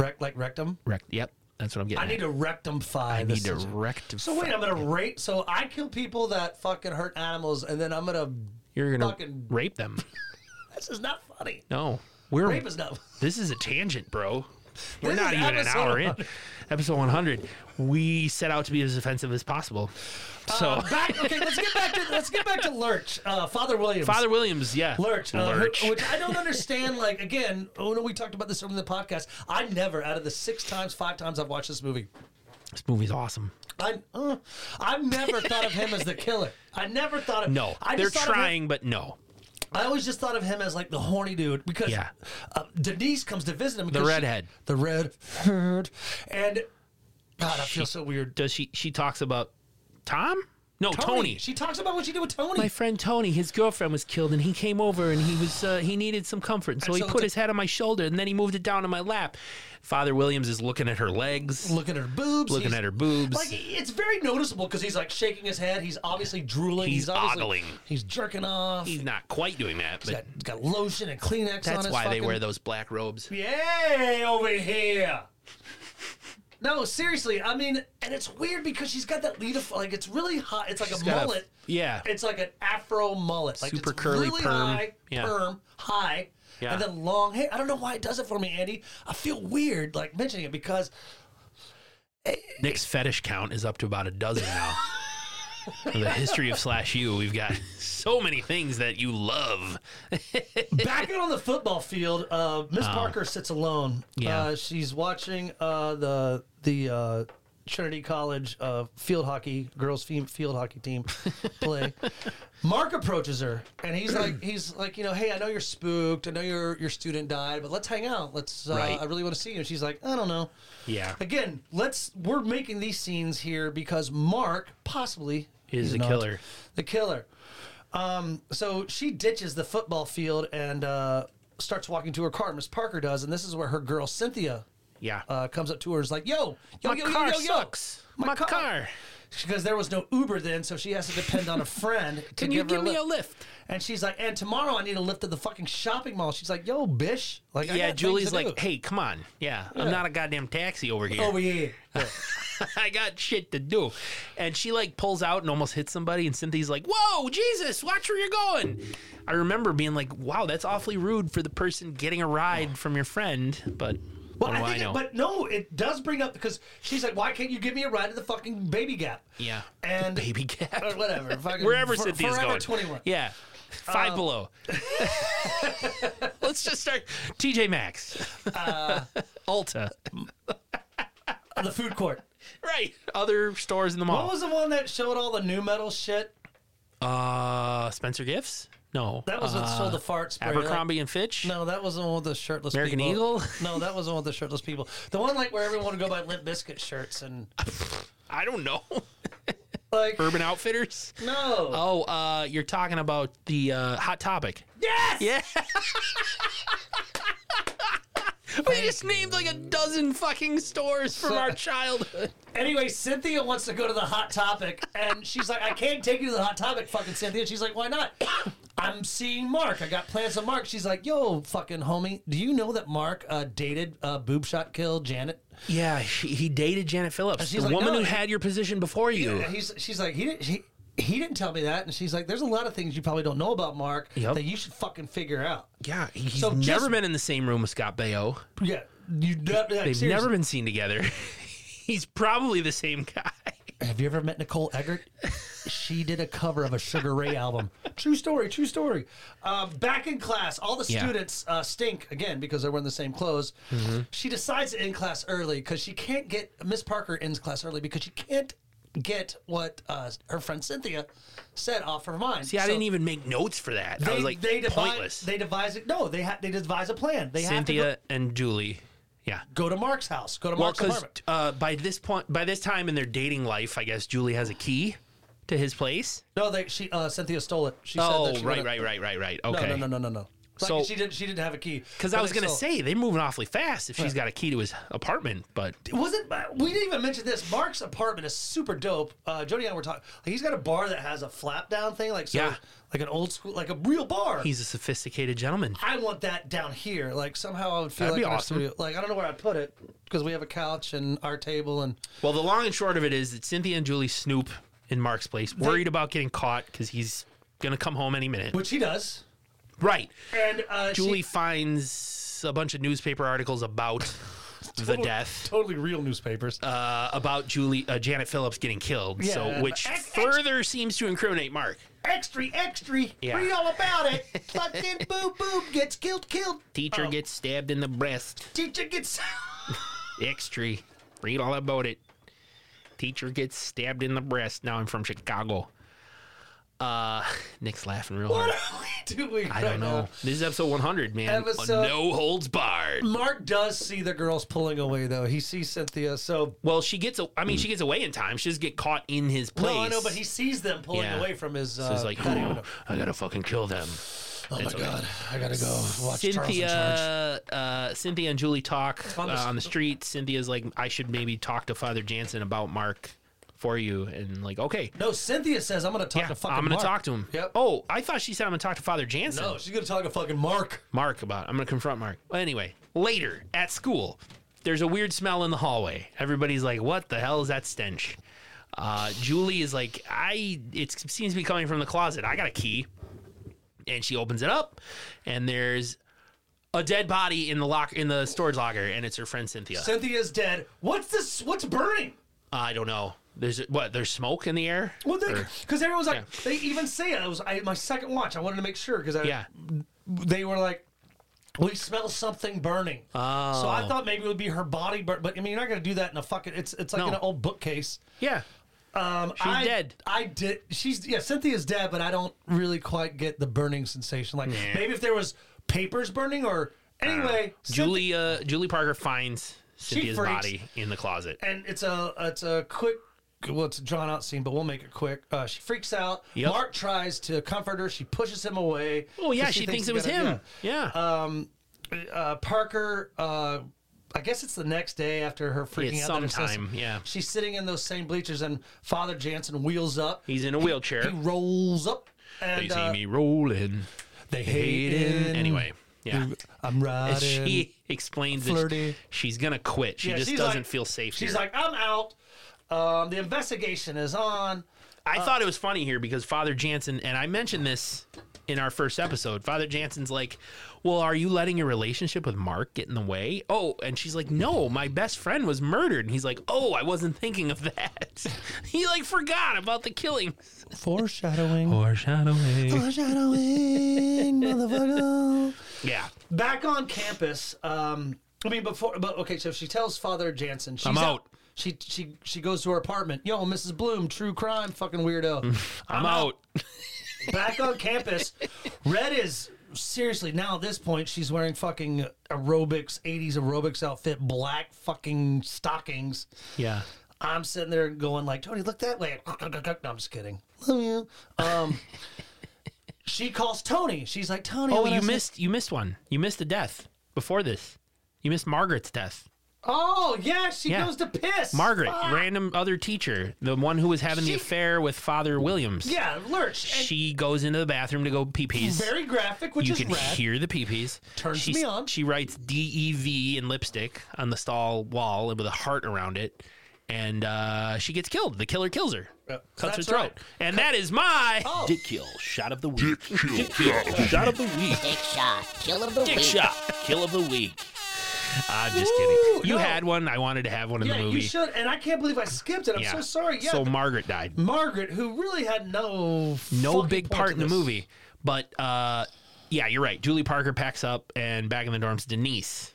Speaker 2: Rec- like rectum.
Speaker 1: Rec- yep, that's what I'm getting.
Speaker 2: I need
Speaker 1: at.
Speaker 2: to rectumfy.
Speaker 1: I
Speaker 2: this
Speaker 1: need to
Speaker 2: situation.
Speaker 1: rectify.
Speaker 2: So wait, I'm gonna rape. So I kill people that fucking hurt animals, and then I'm gonna.
Speaker 1: You're gonna
Speaker 2: fucking-
Speaker 1: rape them.
Speaker 2: This is not funny.
Speaker 1: No, we're
Speaker 2: Rape is not.
Speaker 1: this is a tangent, bro. We're
Speaker 2: This
Speaker 1: not
Speaker 2: is
Speaker 1: even an
Speaker 2: episode
Speaker 1: hour in. Episode 100. We set out to be as offensive as possible. So
Speaker 2: Uh, Back, okay, let's get back to let's get back to Lurch, uh, Father Williams.
Speaker 1: Father Williams, yeah,
Speaker 2: Lurch, uh, who-
Speaker 1: Lurch.
Speaker 2: which I don't understand. Like again, oh no, we talked about this on the podcast. I never, out of the six times, five times I've watched this movie,
Speaker 1: this movie's awesome.
Speaker 2: I uh, I've never thought of him as the killer. I never thought of
Speaker 1: No,
Speaker 2: I
Speaker 1: they're
Speaker 2: just thought of him-
Speaker 1: trying, but no.
Speaker 2: I always just thought of him as like the horny dude because
Speaker 1: Yeah.
Speaker 2: uh, Denise comes to visit him.
Speaker 1: The
Speaker 2: because she-
Speaker 1: redhead.
Speaker 2: the redhead, and God, I feel so weird.
Speaker 1: Does she? She talks about Tom? No, Tony.
Speaker 2: she talks about what she did with Tony.
Speaker 1: my friend Tony, his girlfriend was killed, and he came over and he was uh, he needed some comfort, and so he
Speaker 2: so
Speaker 1: put
Speaker 2: the-
Speaker 1: his head on my shoulder and then he moved it down on my lap. Father Williams is looking at her legs,
Speaker 2: looking at her boobs,
Speaker 1: looking
Speaker 2: he's-
Speaker 1: at her boobs.
Speaker 2: Like it's very noticeable because he's like shaking his head. He's obviously drooling.
Speaker 1: He's
Speaker 2: He's, obviously,
Speaker 1: ogling.
Speaker 2: He's jerking off.
Speaker 1: He's not quite doing that,
Speaker 2: he's got,
Speaker 1: but
Speaker 2: he's got lotion and Kleenex on.
Speaker 1: that's
Speaker 2: his
Speaker 1: why they
Speaker 2: fucking-
Speaker 1: wear those black robes.
Speaker 2: Yay over here. No, seriously. I mean, and it's weird because she's got that lead of like it's really hot. It's like
Speaker 1: She's
Speaker 2: a
Speaker 1: got a-
Speaker 2: mullet.
Speaker 1: yeah.
Speaker 2: It's like an afro mullet. Like
Speaker 1: Super
Speaker 2: it's
Speaker 1: curly
Speaker 2: really
Speaker 1: perm.
Speaker 2: High,
Speaker 1: Yeah.
Speaker 2: Perm high.
Speaker 1: Yeah.
Speaker 2: And then long hair. I don't know why it does it for me, Andy. I feel weird like mentioning it because
Speaker 1: Nick's fetish count is up to about a dozen now. In the history of slash you, we've got so many things that you love.
Speaker 2: back out on the football field, uh, Miss Parker sits alone.
Speaker 1: Oh. Yeah.
Speaker 2: Uh, she's watching uh, the the uh, Trinity College uh, field hockey girls fe- field hockey team play. Mark approaches her, and he's like, he's like, you know, hey, I know you're spooked. I know your your student died, but let's hang out. Let's. Uh,
Speaker 1: Right.
Speaker 2: I really want to see you. And she's like, I don't know.
Speaker 1: Yeah.
Speaker 2: Again, let's. We're making these scenes here because Mark possibly
Speaker 1: Is
Speaker 2: he's
Speaker 1: the
Speaker 2: not
Speaker 1: killer.
Speaker 2: the killer. Um, so she ditches the football field and uh, starts walking to her car. Miss Parker does, and this is where her girl Cynthia
Speaker 1: Yeah.
Speaker 2: uh, comes up to her and is like, "Yo, yo,
Speaker 1: My
Speaker 2: yo,
Speaker 1: car
Speaker 2: yo, yo, yo.
Speaker 1: sucks. My,
Speaker 2: My car.
Speaker 1: car.
Speaker 2: Because there was no Uber then, so she has to depend on a friend to
Speaker 1: Can
Speaker 2: give
Speaker 1: you
Speaker 2: her
Speaker 1: give
Speaker 2: a
Speaker 1: me
Speaker 2: lift.
Speaker 1: a lift?
Speaker 2: And she's like, "And tomorrow I need a lift at the fucking shopping mall." She's like, "Yo, bish." Like, I got
Speaker 1: Yeah,
Speaker 2: things
Speaker 1: Julie's
Speaker 2: to
Speaker 1: like,
Speaker 2: do.
Speaker 1: hey, come on. Yeah, I'm not a goddamn taxi over here.
Speaker 2: "Oh yeah." yeah.
Speaker 1: I got shit to do. And she like pulls out and almost hits somebody. And Cynthia's like, whoa, Jesus, watch where you're going. I remember being like, wow, that's awfully rude for the person getting a ride from your friend. But
Speaker 2: Well,
Speaker 1: what
Speaker 2: I
Speaker 1: do Oh, I,
Speaker 2: think, it-
Speaker 1: know?
Speaker 2: but no, it does bring up because she's like, "Why can't you give me a ride to the fucking baby gap?"
Speaker 1: yeah.
Speaker 2: and
Speaker 1: Baby cat.
Speaker 2: or whatever, fucking
Speaker 1: Wherever
Speaker 2: for-
Speaker 1: Cynthia's
Speaker 2: forever
Speaker 1: going.
Speaker 2: 21.
Speaker 1: Yeah.
Speaker 2: Um,
Speaker 1: Five below. Let's just start. TJ Maxx. Ulta.
Speaker 2: Uh, the food court.
Speaker 1: Right. Other stores in the
Speaker 2: What
Speaker 1: mall.
Speaker 2: was the one that showed all the new metal shit?
Speaker 1: uh, Spencer Gifts? No.
Speaker 2: That was what sold the fart spray.
Speaker 1: Uh, Abercrombie and Fitch?
Speaker 2: Like, no, that was the one with the shirtless
Speaker 1: American
Speaker 2: people.
Speaker 1: Eagle?
Speaker 2: No, that was the one with the shirtless people. The one like where everyone would go buy Limp Biscuit shirts and
Speaker 1: I don't know.
Speaker 2: like
Speaker 1: Urban Outfitters?
Speaker 2: no.
Speaker 1: Oh, uh, you're talking about the uh, Hot Topic.
Speaker 2: yes.
Speaker 1: Yeah. we just named like a dozen fucking stores from our childhood.
Speaker 2: Anyway, Cynthia wants to go to the Hot Topic, and she's like, "I can't take you to the Hot Topic, fucking Cynthia." She's like, "Why not?" I'm seeing Mark. I got plans with Mark. She's like, "Yo, fucking homie, do you know that Mark uh, dated uh, boob shot kill Janet?"
Speaker 1: Yeah, she, he dated Janet Phillips,
Speaker 2: she's
Speaker 1: the
Speaker 2: like,
Speaker 1: woman
Speaker 2: no,
Speaker 1: who
Speaker 2: he-
Speaker 1: had your position before you.
Speaker 2: And he's, she's like, he didn't. He, he didn't tell me that, and she's like, "There's a lot of things you probably don't know about Mark
Speaker 1: Yep.
Speaker 2: that you should fucking figure out."
Speaker 1: Yeah, he's
Speaker 2: So
Speaker 1: never
Speaker 2: just-
Speaker 1: been in the same room with Scott Baio.
Speaker 2: Yeah, you. They've
Speaker 1: They've never been seen together. he's probably the same guy.
Speaker 2: Have you ever met Nicole Eggert? she did a cover of a Sugar Ray album. True story. True story. Um, back in class, all the
Speaker 1: Yeah. Mm-hmm.
Speaker 2: students uh, stink again because they're wearing the same clothes. She decides to end class early because she can't get Miss Parker ends class early because she can't get what uh, her friend Cynthia said off her mind.
Speaker 1: Yeah, I
Speaker 2: So-
Speaker 1: didn't even make notes for that. I was like
Speaker 2: devise,
Speaker 1: pointless.
Speaker 2: They devise it. No, they ha- they devise a plan. They have
Speaker 1: Cynthia and Julie. Yeah.
Speaker 2: to go, go to Mark's house. Go to
Speaker 1: Well,
Speaker 2: Mark's
Speaker 1: because
Speaker 2: apartment.
Speaker 1: uh, by this point, by this time in their dating life, I guess Julie has a key to his place.
Speaker 2: No, they she uh, Cynthia stole it. She said
Speaker 1: Oh,
Speaker 2: that she
Speaker 1: right,
Speaker 2: wanted-
Speaker 1: right, right, right, right.
Speaker 2: Oh, No,
Speaker 1: Okay.
Speaker 2: no, no, no, no, no. Like,
Speaker 1: So-
Speaker 2: she didn't she didn't have a key.
Speaker 1: Because
Speaker 2: But
Speaker 1: I was
Speaker 2: they
Speaker 1: gonna
Speaker 2: stole it.
Speaker 1: say they're moving awfully fast if she's got a key to his apartment, but
Speaker 2: wasn't we didn't even mention this. Mark's apartment is super dope. Uh, Jody and I were talking. Like, he's got a bar that has a flap down thing, like so,
Speaker 1: Yeah.
Speaker 2: like an old school, like a real bar.
Speaker 1: he's a sophisticated gentleman.
Speaker 2: I want that down here. Like somehow I would feel
Speaker 1: That'd
Speaker 2: like
Speaker 1: be
Speaker 2: in our
Speaker 1: awesome.
Speaker 2: studio. Like I don't know where I'd put it because we have a couch and our table and
Speaker 1: Well, the long and short of it is that Cynthia and Julie snoop in Mark's place, worried about getting caught because he's gonna come home any minute.
Speaker 2: which he does.
Speaker 1: Right.
Speaker 2: And uh, she-
Speaker 1: Julie finds a bunch of newspaper articles about the death.
Speaker 2: totally real newspapers.
Speaker 1: uh, about Julie uh, Janet Phillips getting killed,
Speaker 2: Yeah,
Speaker 1: so
Speaker 2: but
Speaker 1: which
Speaker 2: ex- ex-
Speaker 1: further seems to incriminate Mark.
Speaker 2: extra, extra.
Speaker 1: Yeah.
Speaker 2: Read all about it. Fucking boob boob gets killed, killed.
Speaker 1: Teacher gets stabbed in the breast.
Speaker 2: Teacher gets.
Speaker 1: Extra. Read all about it. Teacher gets stabbed in the breast. Now I'm from Chicago. Uh, Nick's laughing real
Speaker 2: what
Speaker 1: hard.
Speaker 2: are we doing?
Speaker 1: I don't
Speaker 2: right
Speaker 1: know.
Speaker 2: now?
Speaker 1: This is episode 100, man.
Speaker 2: Episode-
Speaker 1: No holds barred.
Speaker 2: Mark does see the girls pulling away though. He sees Cynthia. So
Speaker 1: Well, she gets. A, I mean, she gets away in time. She just get caught in his place.
Speaker 2: no, I know, but he sees them pulling
Speaker 1: Yeah.
Speaker 2: away from his. Uh,
Speaker 1: He's like,
Speaker 2: patio
Speaker 1: "Ooh,
Speaker 2: window.
Speaker 1: I gotta fucking kill them.
Speaker 2: oh my god, I gotta go watch Charles in Charge.
Speaker 1: Cynthia, uh, Cynthia and Julie talk uh,
Speaker 2: on the-
Speaker 1: on the street. Cynthia's like, I should maybe talk to Father Jansen about Mark for you, and like, okay,
Speaker 2: No, Cynthia says I'm gonna talk
Speaker 1: yeah,
Speaker 2: to fucking.
Speaker 1: I'm gonna
Speaker 2: Mark. Oh,
Speaker 1: talk to him.
Speaker 2: Yep.
Speaker 1: Oh, I thought she said I'm gonna talk to Father Jansen.
Speaker 2: No, she's gonna talk to fucking Mark.
Speaker 1: Mark about. I'm gonna confront Mark. Well, anyway, later at school, there's a weird smell in the hallway. Everybody's like, "What the hell is that stench?" Uh, Julie is like, "I it seems to be coming from the closet. I got a key." And she opens it up, and there's a dead body in the lock in the storage locker, and it's her friend Cynthia. Uh,
Speaker 2: Cynthia's dead. What's this? What's burning?
Speaker 1: I don't know. There's what? There's smoke in the air.
Speaker 2: Well,
Speaker 1: Or-
Speaker 2: because everyone's like,
Speaker 1: Er. Yeah.
Speaker 2: they even say it. It was I, my second watch. I wanted to make sure because I,
Speaker 1: yeah.
Speaker 2: they were like, we smell something burning. So
Speaker 1: Oh.
Speaker 2: I thought maybe it would be her body, but but I mean, you're not gonna do that in a fucking. It's it's like
Speaker 1: No.
Speaker 2: in an old bookcase.
Speaker 1: Yeah.
Speaker 2: Um, she's I,
Speaker 1: dead.
Speaker 2: I did. She's yeah. Cynthia's dead, but I don't really quite get the burning sensation. Like maybe if there was papers burning or anyway. Cynthia-
Speaker 1: Julie uh, Julie Parker finds Cynthia's
Speaker 2: freaks.
Speaker 1: body in the closet.
Speaker 2: and it's a it's a quick well it's a drawn out scene but we'll make it quick uh, she freaks out
Speaker 1: Yep.
Speaker 2: mark tries to comfort her she pushes him away
Speaker 1: Oh yeah,
Speaker 2: 'cause
Speaker 1: she, thinks,
Speaker 2: he
Speaker 1: it was
Speaker 2: got a-
Speaker 1: him. Yeah.
Speaker 2: Uh, yeah. uh, parker uh, i guess it's the next day after her freaking
Speaker 1: It's
Speaker 2: out that her sister-
Speaker 1: sometime, yeah.
Speaker 2: she's sitting in those same bleachers and father jansen wheels up
Speaker 1: He's in a wheelchair.
Speaker 2: he rolls up and
Speaker 1: They see
Speaker 2: uh,
Speaker 1: me rolling.
Speaker 2: they hate
Speaker 1: Hayden.
Speaker 2: him
Speaker 1: Anyway, yeah.
Speaker 2: i'm
Speaker 1: And
Speaker 2: riding
Speaker 1: she explains
Speaker 2: flirty.
Speaker 1: that she's gonna quit. She
Speaker 2: Yeah,
Speaker 1: just
Speaker 2: she's
Speaker 1: doesn't
Speaker 2: like-
Speaker 1: feel safe
Speaker 2: she's
Speaker 1: here.
Speaker 2: like i'm out um, the investigation is on
Speaker 1: I
Speaker 2: Uh.
Speaker 1: thought it was funny here because Father Jansen and I mentioned this in our first episode. Father Jansen's like, "Well, are you letting your relationship with Mark get in the way?" Oh, and she's like, "No, my best friend was murdered." And he's like, "Oh, I wasn't thinking of that." he like forgot about the killing.
Speaker 2: foreshadowing
Speaker 1: Foreshadowing.
Speaker 2: foreshadowing motherfucker
Speaker 1: Yeah.
Speaker 2: back on campus. Um, I mean, before, but okay. So she tells Father Jansen, she's
Speaker 1: I'm out.
Speaker 2: She she she goes to her apartment. Yo, Mrs. Bloom, true crime, fucking weirdo.
Speaker 1: I'm out.
Speaker 2: Back on campus. Red is seriously now at this point. She's wearing fucking aerobics, '80s aerobics outfit, black fucking stockings.
Speaker 1: Yeah.
Speaker 2: I'm sitting there going like, Tony, look that way. No, I'm just kidding. Love you. Um, she calls Tony. She's like, Tony.
Speaker 1: Oh,
Speaker 2: what
Speaker 1: you
Speaker 2: I said-
Speaker 1: missed you missed one. You missed a death before this. You missed Margaret's death.
Speaker 2: Oh yeah, she
Speaker 1: Yeah.
Speaker 2: goes to piss.
Speaker 1: Margaret, random other teacher, the one who was having the
Speaker 2: She-
Speaker 1: affair with Father Williams.
Speaker 2: Yeah, lurch. And
Speaker 1: She goes into the bathroom to go pee pees.
Speaker 2: very graphic, which
Speaker 1: You
Speaker 2: is
Speaker 1: can
Speaker 2: rad.
Speaker 1: hear the pee pees.
Speaker 2: Turns
Speaker 1: she,
Speaker 2: me on.
Speaker 1: She writes D E V in lipstick on the stall wall with a heart around it. And uh, she gets killed. The killer kills her. Cuts her
Speaker 2: Uh, That's
Speaker 1: throat.
Speaker 2: right. Oh.
Speaker 1: And that is my
Speaker 8: Dick kill shot of the week. Dick kill shot of the week.
Speaker 7: Dick shot. Kill of the
Speaker 8: Dick
Speaker 7: week.
Speaker 8: shot kill of the week.
Speaker 1: I'm just
Speaker 2: Woo,
Speaker 1: kidding. You
Speaker 2: no.
Speaker 1: had one. I wanted to have one in
Speaker 2: Yeah,
Speaker 1: the movie.
Speaker 2: you should. And I can't believe I skipped it. I'm
Speaker 1: Yeah.
Speaker 2: so sorry. Yeah.
Speaker 1: So Margaret died.
Speaker 2: Margaret, who really had no
Speaker 1: no
Speaker 2: fucking
Speaker 1: big
Speaker 2: point
Speaker 1: part
Speaker 2: to
Speaker 1: in the
Speaker 2: this.
Speaker 1: movie. But uh, yeah, you're right. Julie Parker packs up, and back in the dorms, Denise,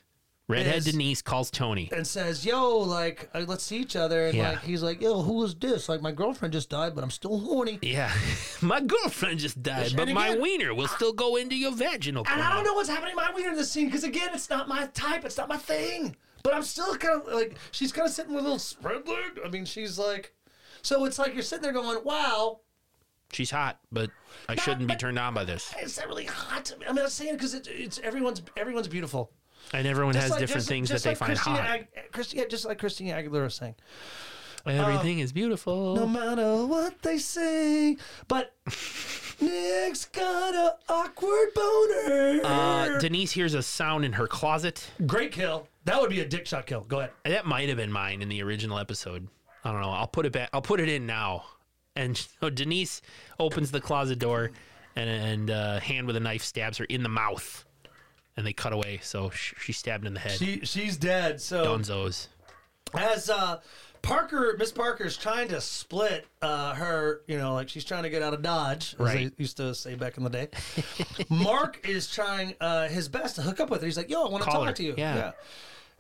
Speaker 1: redhead
Speaker 2: Is-
Speaker 1: Denise, calls Tony.
Speaker 2: and says, "Yo, like, uh, let's see each other." And
Speaker 1: Yeah.
Speaker 2: like, he's like, "Yo, who is this? Like, my girlfriend just died, but I'm still horny."
Speaker 1: Yeah, my girlfriend just died,
Speaker 2: And
Speaker 1: but my
Speaker 2: again-
Speaker 1: wiener will still go into your vaginal.
Speaker 2: And I
Speaker 1: canal."
Speaker 2: don't know what's happening to my wiener in this scene because again, it's not my type. It's not my thing. But I'm still kind of like she's kind of sitting with a little spread leg. I mean, she's like, so it's like you're sitting there going, "Wow,
Speaker 1: She's hot, but I shouldn't be turned on by this.
Speaker 2: is that really hot?" I mean, I'm not saying because it, it's everyone's everyone's beautiful.
Speaker 1: And everyone
Speaker 2: Just
Speaker 1: has
Speaker 2: like-
Speaker 1: different
Speaker 2: just-
Speaker 1: things
Speaker 2: just
Speaker 1: that they
Speaker 2: like
Speaker 1: find
Speaker 2: Christina
Speaker 1: hot.
Speaker 2: Ag- Christi- just like Christina Aguilera was saying,
Speaker 1: Everything is beautiful.
Speaker 2: uh, no matter what they say, but Nick's got a awkward boner.
Speaker 1: uh, Denise hears a sound in her closet.
Speaker 2: Great kill. That would be a dick shot kill. Go ahead.
Speaker 1: That might have been mine in the original episode. I don't know. I'll put it back. I'll put it in now. And so Denise opens the closet door, and and uh, hand with a knife stabs her in the mouth, and they cut away. So sh- she's stabbed in the head.
Speaker 2: She she's dead. So
Speaker 1: Donzos.
Speaker 2: as uh, Parker, Miss Parker's trying to split uh, her, you know, like she's trying to get out of Dodge, as
Speaker 1: Right.
Speaker 2: they used to say back in the day. Mark is trying uh, his best to hook up with her. He's like, "Yo, I want to
Speaker 1: Call
Speaker 2: talk
Speaker 1: her.
Speaker 2: to you."
Speaker 1: Yeah.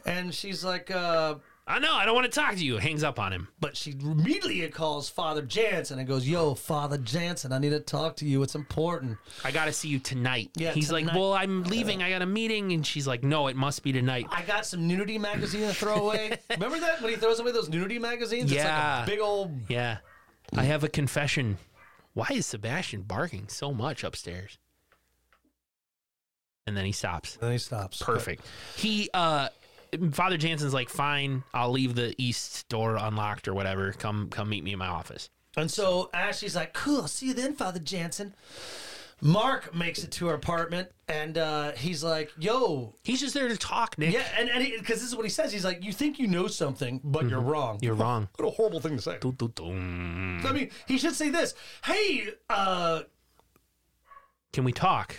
Speaker 2: And she's like, uh,
Speaker 1: I know. I don't want to talk to you. Hangs up on him.
Speaker 2: but she immediately calls Father Jansen and goes, "Yo, Father Jansen, I need to talk to you. It's important."
Speaker 1: I gotta see you tonight.
Speaker 2: Yeah,
Speaker 1: He's like,
Speaker 2: tonight.
Speaker 1: well, I'm leaving. I got a meeting, and she's like, no, it must be tonight.
Speaker 2: I got some nudity magazine to throw away. Remember that when he throws away those nudity magazines? It's
Speaker 1: Yeah.
Speaker 2: like a big old
Speaker 1: Yeah, I have a confession. Why is Sebastian barking so much upstairs? And then he stops.
Speaker 2: And he stops.
Speaker 1: Perfect. He, uh, Father Jansen's like, fine, I'll leave the east door unlocked or whatever. Come, come meet me in my office.
Speaker 2: And so Ashley's like, cool, see you then, Father Jansen. Mark makes it to her apartment and uh, he's like, "Yo,
Speaker 1: He's just there to talk, Nick.
Speaker 2: yeah," and and because this is what he says. He's like, "You think you know something, but you're
Speaker 1: Mm-hmm.
Speaker 2: wrong.
Speaker 1: You're wrong.
Speaker 2: What a horrible thing to say." I mean, he should say this. Hey, uh,
Speaker 1: Can we talk?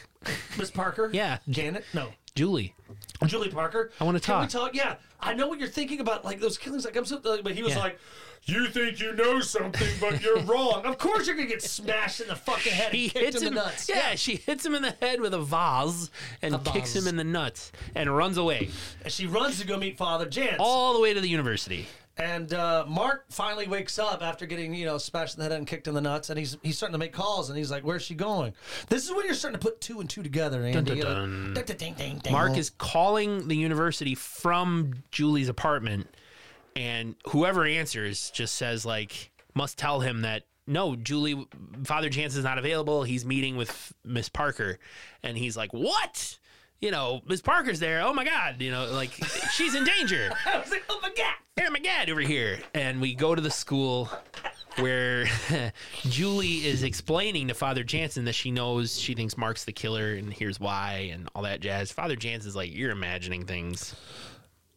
Speaker 2: Miss Parker.
Speaker 1: Yeah.
Speaker 2: Janet. No.
Speaker 1: Julie.
Speaker 2: Julie Parker.
Speaker 1: I wanna
Speaker 2: Can we
Speaker 1: talk.
Speaker 2: talk? Yeah. I know what you're thinking about, like those killings. Like I'm so. Like, but he was
Speaker 1: Yeah.
Speaker 2: like, "You think you know something, but you're wrong." Of course, you're gonna get smashed in the fucking head.
Speaker 1: He
Speaker 2: and kicked
Speaker 1: hits
Speaker 2: in
Speaker 1: him.
Speaker 2: the nuts.
Speaker 1: Yeah, she hits him in the head with a vase and
Speaker 2: A
Speaker 1: kicks
Speaker 2: vase.
Speaker 1: him in the nuts and runs away
Speaker 2: And she runs to go meet Father Jance.
Speaker 1: all the way to the university.
Speaker 2: And uh, Mark finally wakes up after getting, you know, smashed in the head and kicked in the nuts, and he's he's starting to make calls, and he's like, "Where's she going?" This is when you're starting to put two and two together, Andy.
Speaker 1: dun,
Speaker 2: You're like,
Speaker 1: dun.
Speaker 2: dun, dun, dun, dun, dun.
Speaker 1: Mark is calling the university from Julie's apartment, and whoever answers just says like must tell him that no, Julie, Father Chance is not available. He's meeting with Miss Parker, and he's like, what? You know, Miss Parker's there. Oh my God! You know, like she's in danger.
Speaker 2: I was like, "Oh my god!"
Speaker 1: Here, my dad over here. And we go to the school where Julie is explaining to Father Jansen that she knows she thinks Mark's the killer and here's why and all that jazz. Father Jansen's like, You're imagining things.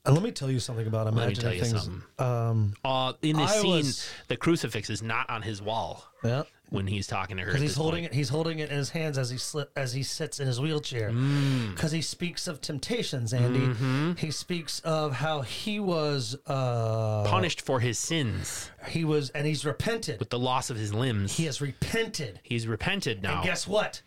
Speaker 2: And let me tell you something about
Speaker 1: Let me
Speaker 2: imagining
Speaker 1: tell you
Speaker 2: things.
Speaker 1: something. Um, uh, in this
Speaker 2: I
Speaker 1: scene,
Speaker 2: was-
Speaker 1: the crucifix is not on his wall
Speaker 2: Yeah.
Speaker 1: when he's talking to her.
Speaker 2: Because he's holding it. He's holding it in his hands as he slip, as he sits in his wheelchair.
Speaker 1: Mm.
Speaker 2: Because he speaks of temptations, Andy.
Speaker 1: Mm-hmm.
Speaker 2: He speaks of how he was uh,
Speaker 1: Punished for his sins
Speaker 2: he was, and he's repented.
Speaker 1: with the loss of his limbs.
Speaker 2: He has repented.
Speaker 1: he's repented now.
Speaker 2: And guess what?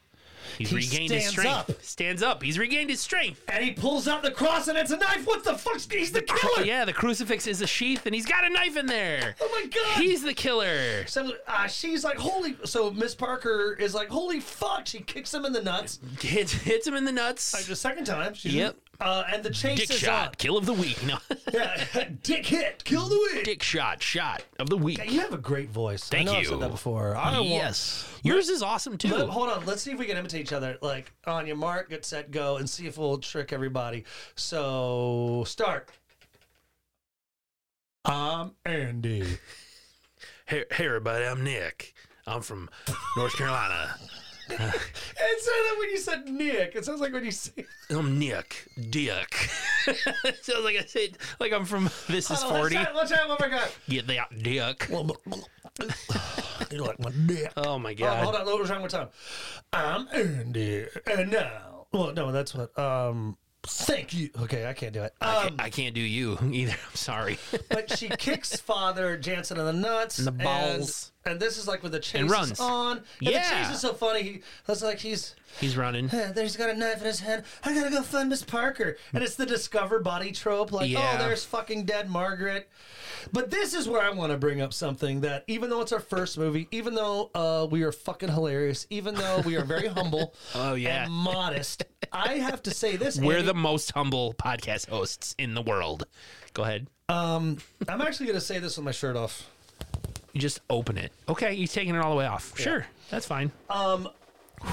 Speaker 1: he's
Speaker 2: he
Speaker 1: regained his
Speaker 2: stands
Speaker 1: strength.
Speaker 2: up.
Speaker 1: Stands up. He's regained his strength.
Speaker 2: And he pulls out the cross, and it's a knife. What the fuck? He's the killer.
Speaker 1: Yeah, the crucifix is a sheath, and he's got a knife in there.
Speaker 2: Oh my god.
Speaker 1: He's the killer.
Speaker 2: so uh, she's like, holy. So Miss Parker is like, holy fuck. She kicks him in the nuts.
Speaker 1: Hits, hits him in the nuts.
Speaker 2: The second time. She's
Speaker 1: Yep.
Speaker 2: Uh, and the chase
Speaker 1: Dick
Speaker 2: is
Speaker 1: shot,
Speaker 2: on.
Speaker 1: kill of the week. No,
Speaker 2: Yeah. Dick hit. Kill the witch.
Speaker 1: dick shot, shot of the week.
Speaker 2: You have a great voice.
Speaker 1: Thank
Speaker 2: I know I've
Speaker 1: you.
Speaker 2: said that before. I don't want-
Speaker 1: Yes, yours is awesome too.
Speaker 2: Let- hold on. Let's see if we can imitate each other. Like on your mark, get set, go, and see if we'll trick everybody. So start. I'm Andy.
Speaker 1: Hey, hey, everybody, I'm Nick. I'm from North Carolina.
Speaker 2: It sounded when you said Nick. It sounds like when you say
Speaker 1: I'm Nick Dick. Sounds like I said, like I'm from This Is Forty.
Speaker 2: Let's try, let's try one more time.
Speaker 1: Get that Dick.
Speaker 2: You like my dick?
Speaker 1: Oh my
Speaker 2: Hold on,
Speaker 1: god.
Speaker 2: hold on. Let's try one more time. I'm Andy, and now. Well, no, that's what. Um, thank you. Okay, I can't do it.
Speaker 1: I,
Speaker 2: Um,
Speaker 1: can't, I can't do you either. I'm sorry.
Speaker 2: but she kicks Father Jansen in the nuts and
Speaker 1: the balls.
Speaker 2: and, this is like with the chase
Speaker 1: And runs.
Speaker 2: is on. And the
Speaker 1: Yeah.
Speaker 2: chase is so funny. He looks like he's
Speaker 1: He's running.
Speaker 2: "Eh, there's got a knife in his hand. I gotta go find Miss Parker. And it's the discover body trope. Like,
Speaker 1: Yeah.
Speaker 2: oh, there's fucking dead Margaret. But this is where I want to bring up something that even though it's our first movie, even though uh, we are fucking hilarious, even though we are very humble
Speaker 1: Oh, yeah.
Speaker 2: and modest, I have to say this.
Speaker 1: We're
Speaker 2: Andy.
Speaker 1: the most humble podcast hosts in the world. Go ahead.
Speaker 2: I'm actually gonna say this with my shirt off.
Speaker 1: You just open it. Okay, you're taking it all the way off. Sure, that's fine.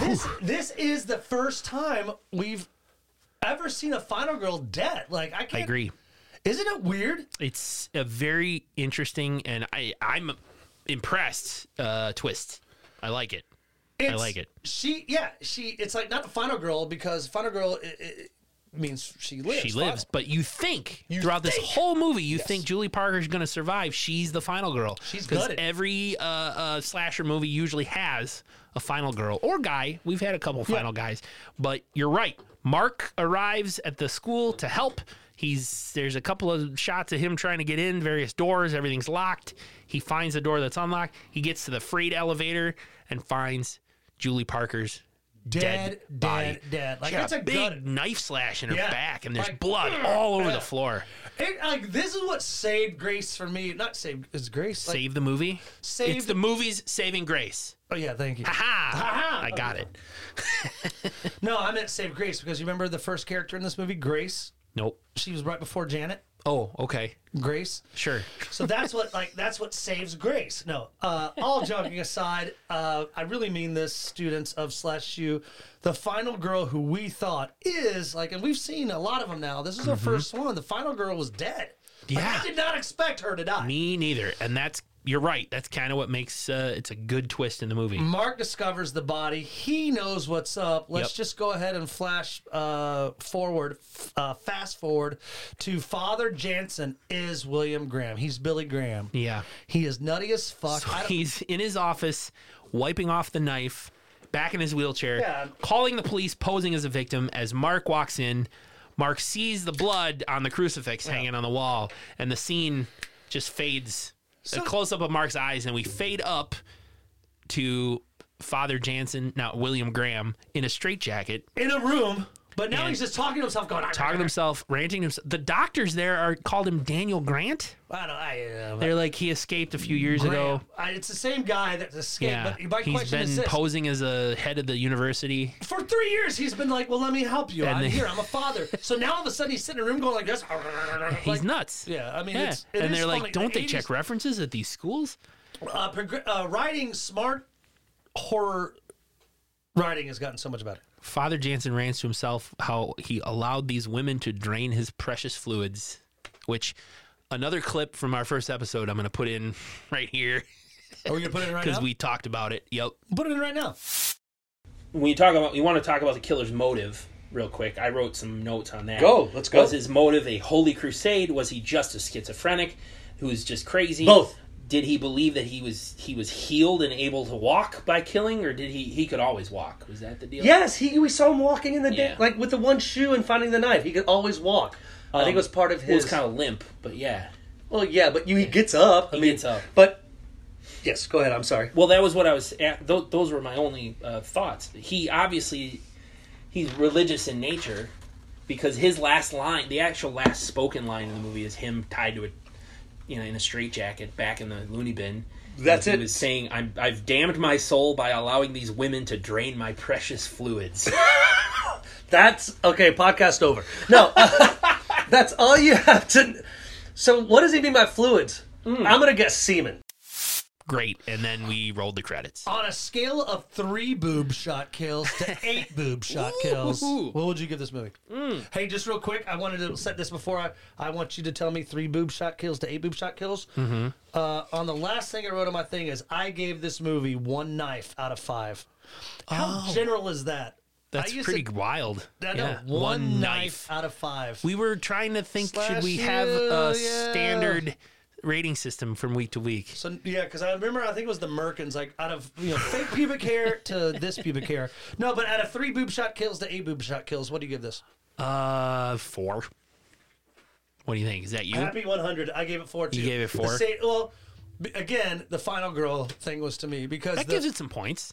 Speaker 2: this this is the first time we've ever seen a final girl dead. Like I
Speaker 1: I
Speaker 2: can't.
Speaker 1: agree.
Speaker 2: Isn't it weird?
Speaker 1: It's a very interesting and I I'm impressed uh, twist. I like it.
Speaker 2: It's,
Speaker 1: like it.
Speaker 2: She yeah she. It's like not the final girl because final girl i i means she lives.
Speaker 1: She lives,
Speaker 2: final.
Speaker 1: but you think throughout this whole movie, you think Julie Parker's going to survive. She's the final girl.
Speaker 2: She's
Speaker 1: because
Speaker 2: gutted.
Speaker 1: every uh, uh, slasher movie usually has a final girl or guy. We've had a couple final guys, but you're right. Mark arrives at the school to help. He's there's a couple of shots of him trying to get in various doors. Everything's locked. He finds a door that's unlocked. He gets to the freight elevator and finds Julie Parker's
Speaker 2: Dead, dead,
Speaker 1: dead, body.
Speaker 2: dead. Like
Speaker 1: She got
Speaker 2: it's a
Speaker 1: big
Speaker 2: gutted.
Speaker 1: knife slash in her
Speaker 2: Yeah.
Speaker 1: back, and there's
Speaker 2: Like,
Speaker 1: blood
Speaker 2: "Ugh."
Speaker 1: all over
Speaker 2: Yeah.
Speaker 1: the floor.
Speaker 2: It, like this is what saved Grace for me. Not saved is Grace. Like,
Speaker 1: Save the movie.
Speaker 2: Save
Speaker 1: it's
Speaker 2: the-
Speaker 1: the movie's saving grace.
Speaker 2: oh yeah, thank you.
Speaker 1: Ha! I got it.
Speaker 2: No, I meant save Grace because you remember the first character in this movie, Grace.
Speaker 1: Nope.
Speaker 2: She was right before Janet.
Speaker 1: Oh, okay.
Speaker 2: Grace.
Speaker 1: Sure.
Speaker 2: So that's what like that's what saves grace. No, uh, all joking aside, uh, I really mean this, students of slash you, the final girl who we thought is like, and we've seen a lot of them now. This is our first one. The final girl was dead. Like,
Speaker 1: Mm-hmm. Yeah.
Speaker 2: I did not expect her to die.
Speaker 1: Me neither. And that's you're right. That's kind of what makes uh, it's a good twist in the movie.
Speaker 2: Mark discovers the body. He knows what's up. Let's
Speaker 1: Yep.
Speaker 2: just go ahead and flash uh, forward, f- uh, fast forward to Father Jansen is William Graham. He's Billy Graham.
Speaker 1: Yeah.
Speaker 2: He is nutty as fuck. I don't-
Speaker 1: He's in his office, wiping off the knife, back in his wheelchair,
Speaker 2: Yeah.
Speaker 1: calling the police, posing as a victim. As Mark walks in, Mark sees the blood on the crucifix hanging on the wall, and the scene just fades. a close up of Mark's eyes, and we fade up to Father Jansen, not William Graham, in a straitjacket,
Speaker 2: in a room, but now
Speaker 1: And-
Speaker 2: he's just talking to himself, going,
Speaker 1: talking to himself, ranting to himself. The doctors there are called him Daniel Grant.
Speaker 2: I don't, I, uh,
Speaker 1: They're like he escaped a few years ago.
Speaker 2: Graham. I, it's the same guy that's escaped.
Speaker 1: Yeah,
Speaker 2: But my
Speaker 1: he's
Speaker 2: question
Speaker 1: been
Speaker 2: is this:
Speaker 1: posing as a head of the university.
Speaker 2: for three years, he's been like, "Well, let me help you.
Speaker 1: And
Speaker 2: I'm
Speaker 1: they-
Speaker 2: here. I'm a father." so now all of a sudden, he's sitting in a room going like this.
Speaker 1: He's nuts.
Speaker 2: Yeah, I mean,
Speaker 1: Yeah.
Speaker 2: it's, it
Speaker 1: and
Speaker 2: is
Speaker 1: they're like,
Speaker 2: funny.
Speaker 1: don't
Speaker 2: The
Speaker 1: they check
Speaker 2: 80s
Speaker 1: references at these schools?
Speaker 2: uh, prog- uh, writing smart horror writing has gotten so much better.
Speaker 1: Father Jansen rants to himself how he allowed these women to drain his precious fluids, which another clip from our first episode I'm going to put in right here
Speaker 2: Are we gonna put it in right
Speaker 1: because
Speaker 2: now?
Speaker 1: we talked about it. Yep.
Speaker 2: put it in right now.
Speaker 4: when you talk about you want to talk about the killer's motive real quick i wrote some notes on that
Speaker 6: Go, let's go.
Speaker 4: was his motive a holy crusade was he just a schizophrenic who's just crazy
Speaker 6: Both.
Speaker 4: did he believe that he was he was healed and able to walk by killing or did he he could always walk was that the deal
Speaker 6: Yes, he. We saw him walking in the day,
Speaker 4: Yeah.
Speaker 6: like with the one shoe and finding the knife. He could always walk. I
Speaker 1: Um,
Speaker 6: think it was part of
Speaker 4: Well,
Speaker 6: his.
Speaker 4: it's kind of limp but yeah
Speaker 6: well, yeah, but you, he gets up. I
Speaker 4: He
Speaker 6: mean,
Speaker 4: gets up.
Speaker 6: But yes, go ahead. I'm sorry.
Speaker 4: well that was what i was at th- those were my only uh, thoughts he obviously he's religious in nature because his last line the actual last spoken line in the movie is him tied to a you know in a straitjacket back in the loony bin
Speaker 6: That's
Speaker 4: he
Speaker 6: it.
Speaker 4: was saying I'm, i've damned my soul by allowing these women to drain my precious fluids
Speaker 6: That's okay. Podcast over. No, uh, that's all you have to. So, what does he mean by fluids?
Speaker 2: Hmm.
Speaker 6: I'm gonna guess semen.
Speaker 1: Great. And then we rolled the credits.
Speaker 2: On a scale of three boob shot kills to eight boob shot kills,
Speaker 1: Ooh.
Speaker 2: what would you give this movie?
Speaker 6: Hmm.
Speaker 2: Hey, just real quick, I wanted to set this before I. I want you to tell me three boob shot kills to eight boob shot kills.
Speaker 6: Mm-hmm.
Speaker 2: Uh, on the last thing I wrote on my thing is I gave this movie one knife out of five. How
Speaker 6: Oh.
Speaker 2: general is that?
Speaker 1: That's
Speaker 2: I used
Speaker 1: pretty
Speaker 2: To,
Speaker 1: wild.
Speaker 2: I know,
Speaker 1: Yeah.
Speaker 2: One, knife. out of five.
Speaker 1: We were trying to think should
Speaker 2: Slash
Speaker 1: we have
Speaker 2: you,
Speaker 1: a
Speaker 2: yeah.
Speaker 1: standard rating system from week to week?
Speaker 2: So yeah, because I remember I think it was the Merkins, like out of you know fake pubic hair to this pubic hair. No, but out of three boob shot kills to eight boob shot kills, what do you give this?
Speaker 1: Uh, four. What do you think? Is that you?
Speaker 2: Happy one hundred, I gave it four. Too.
Speaker 1: gave it four?
Speaker 2: The same- well, b- again, the final girl thing was to me because
Speaker 1: that
Speaker 2: the-
Speaker 1: gives it some points.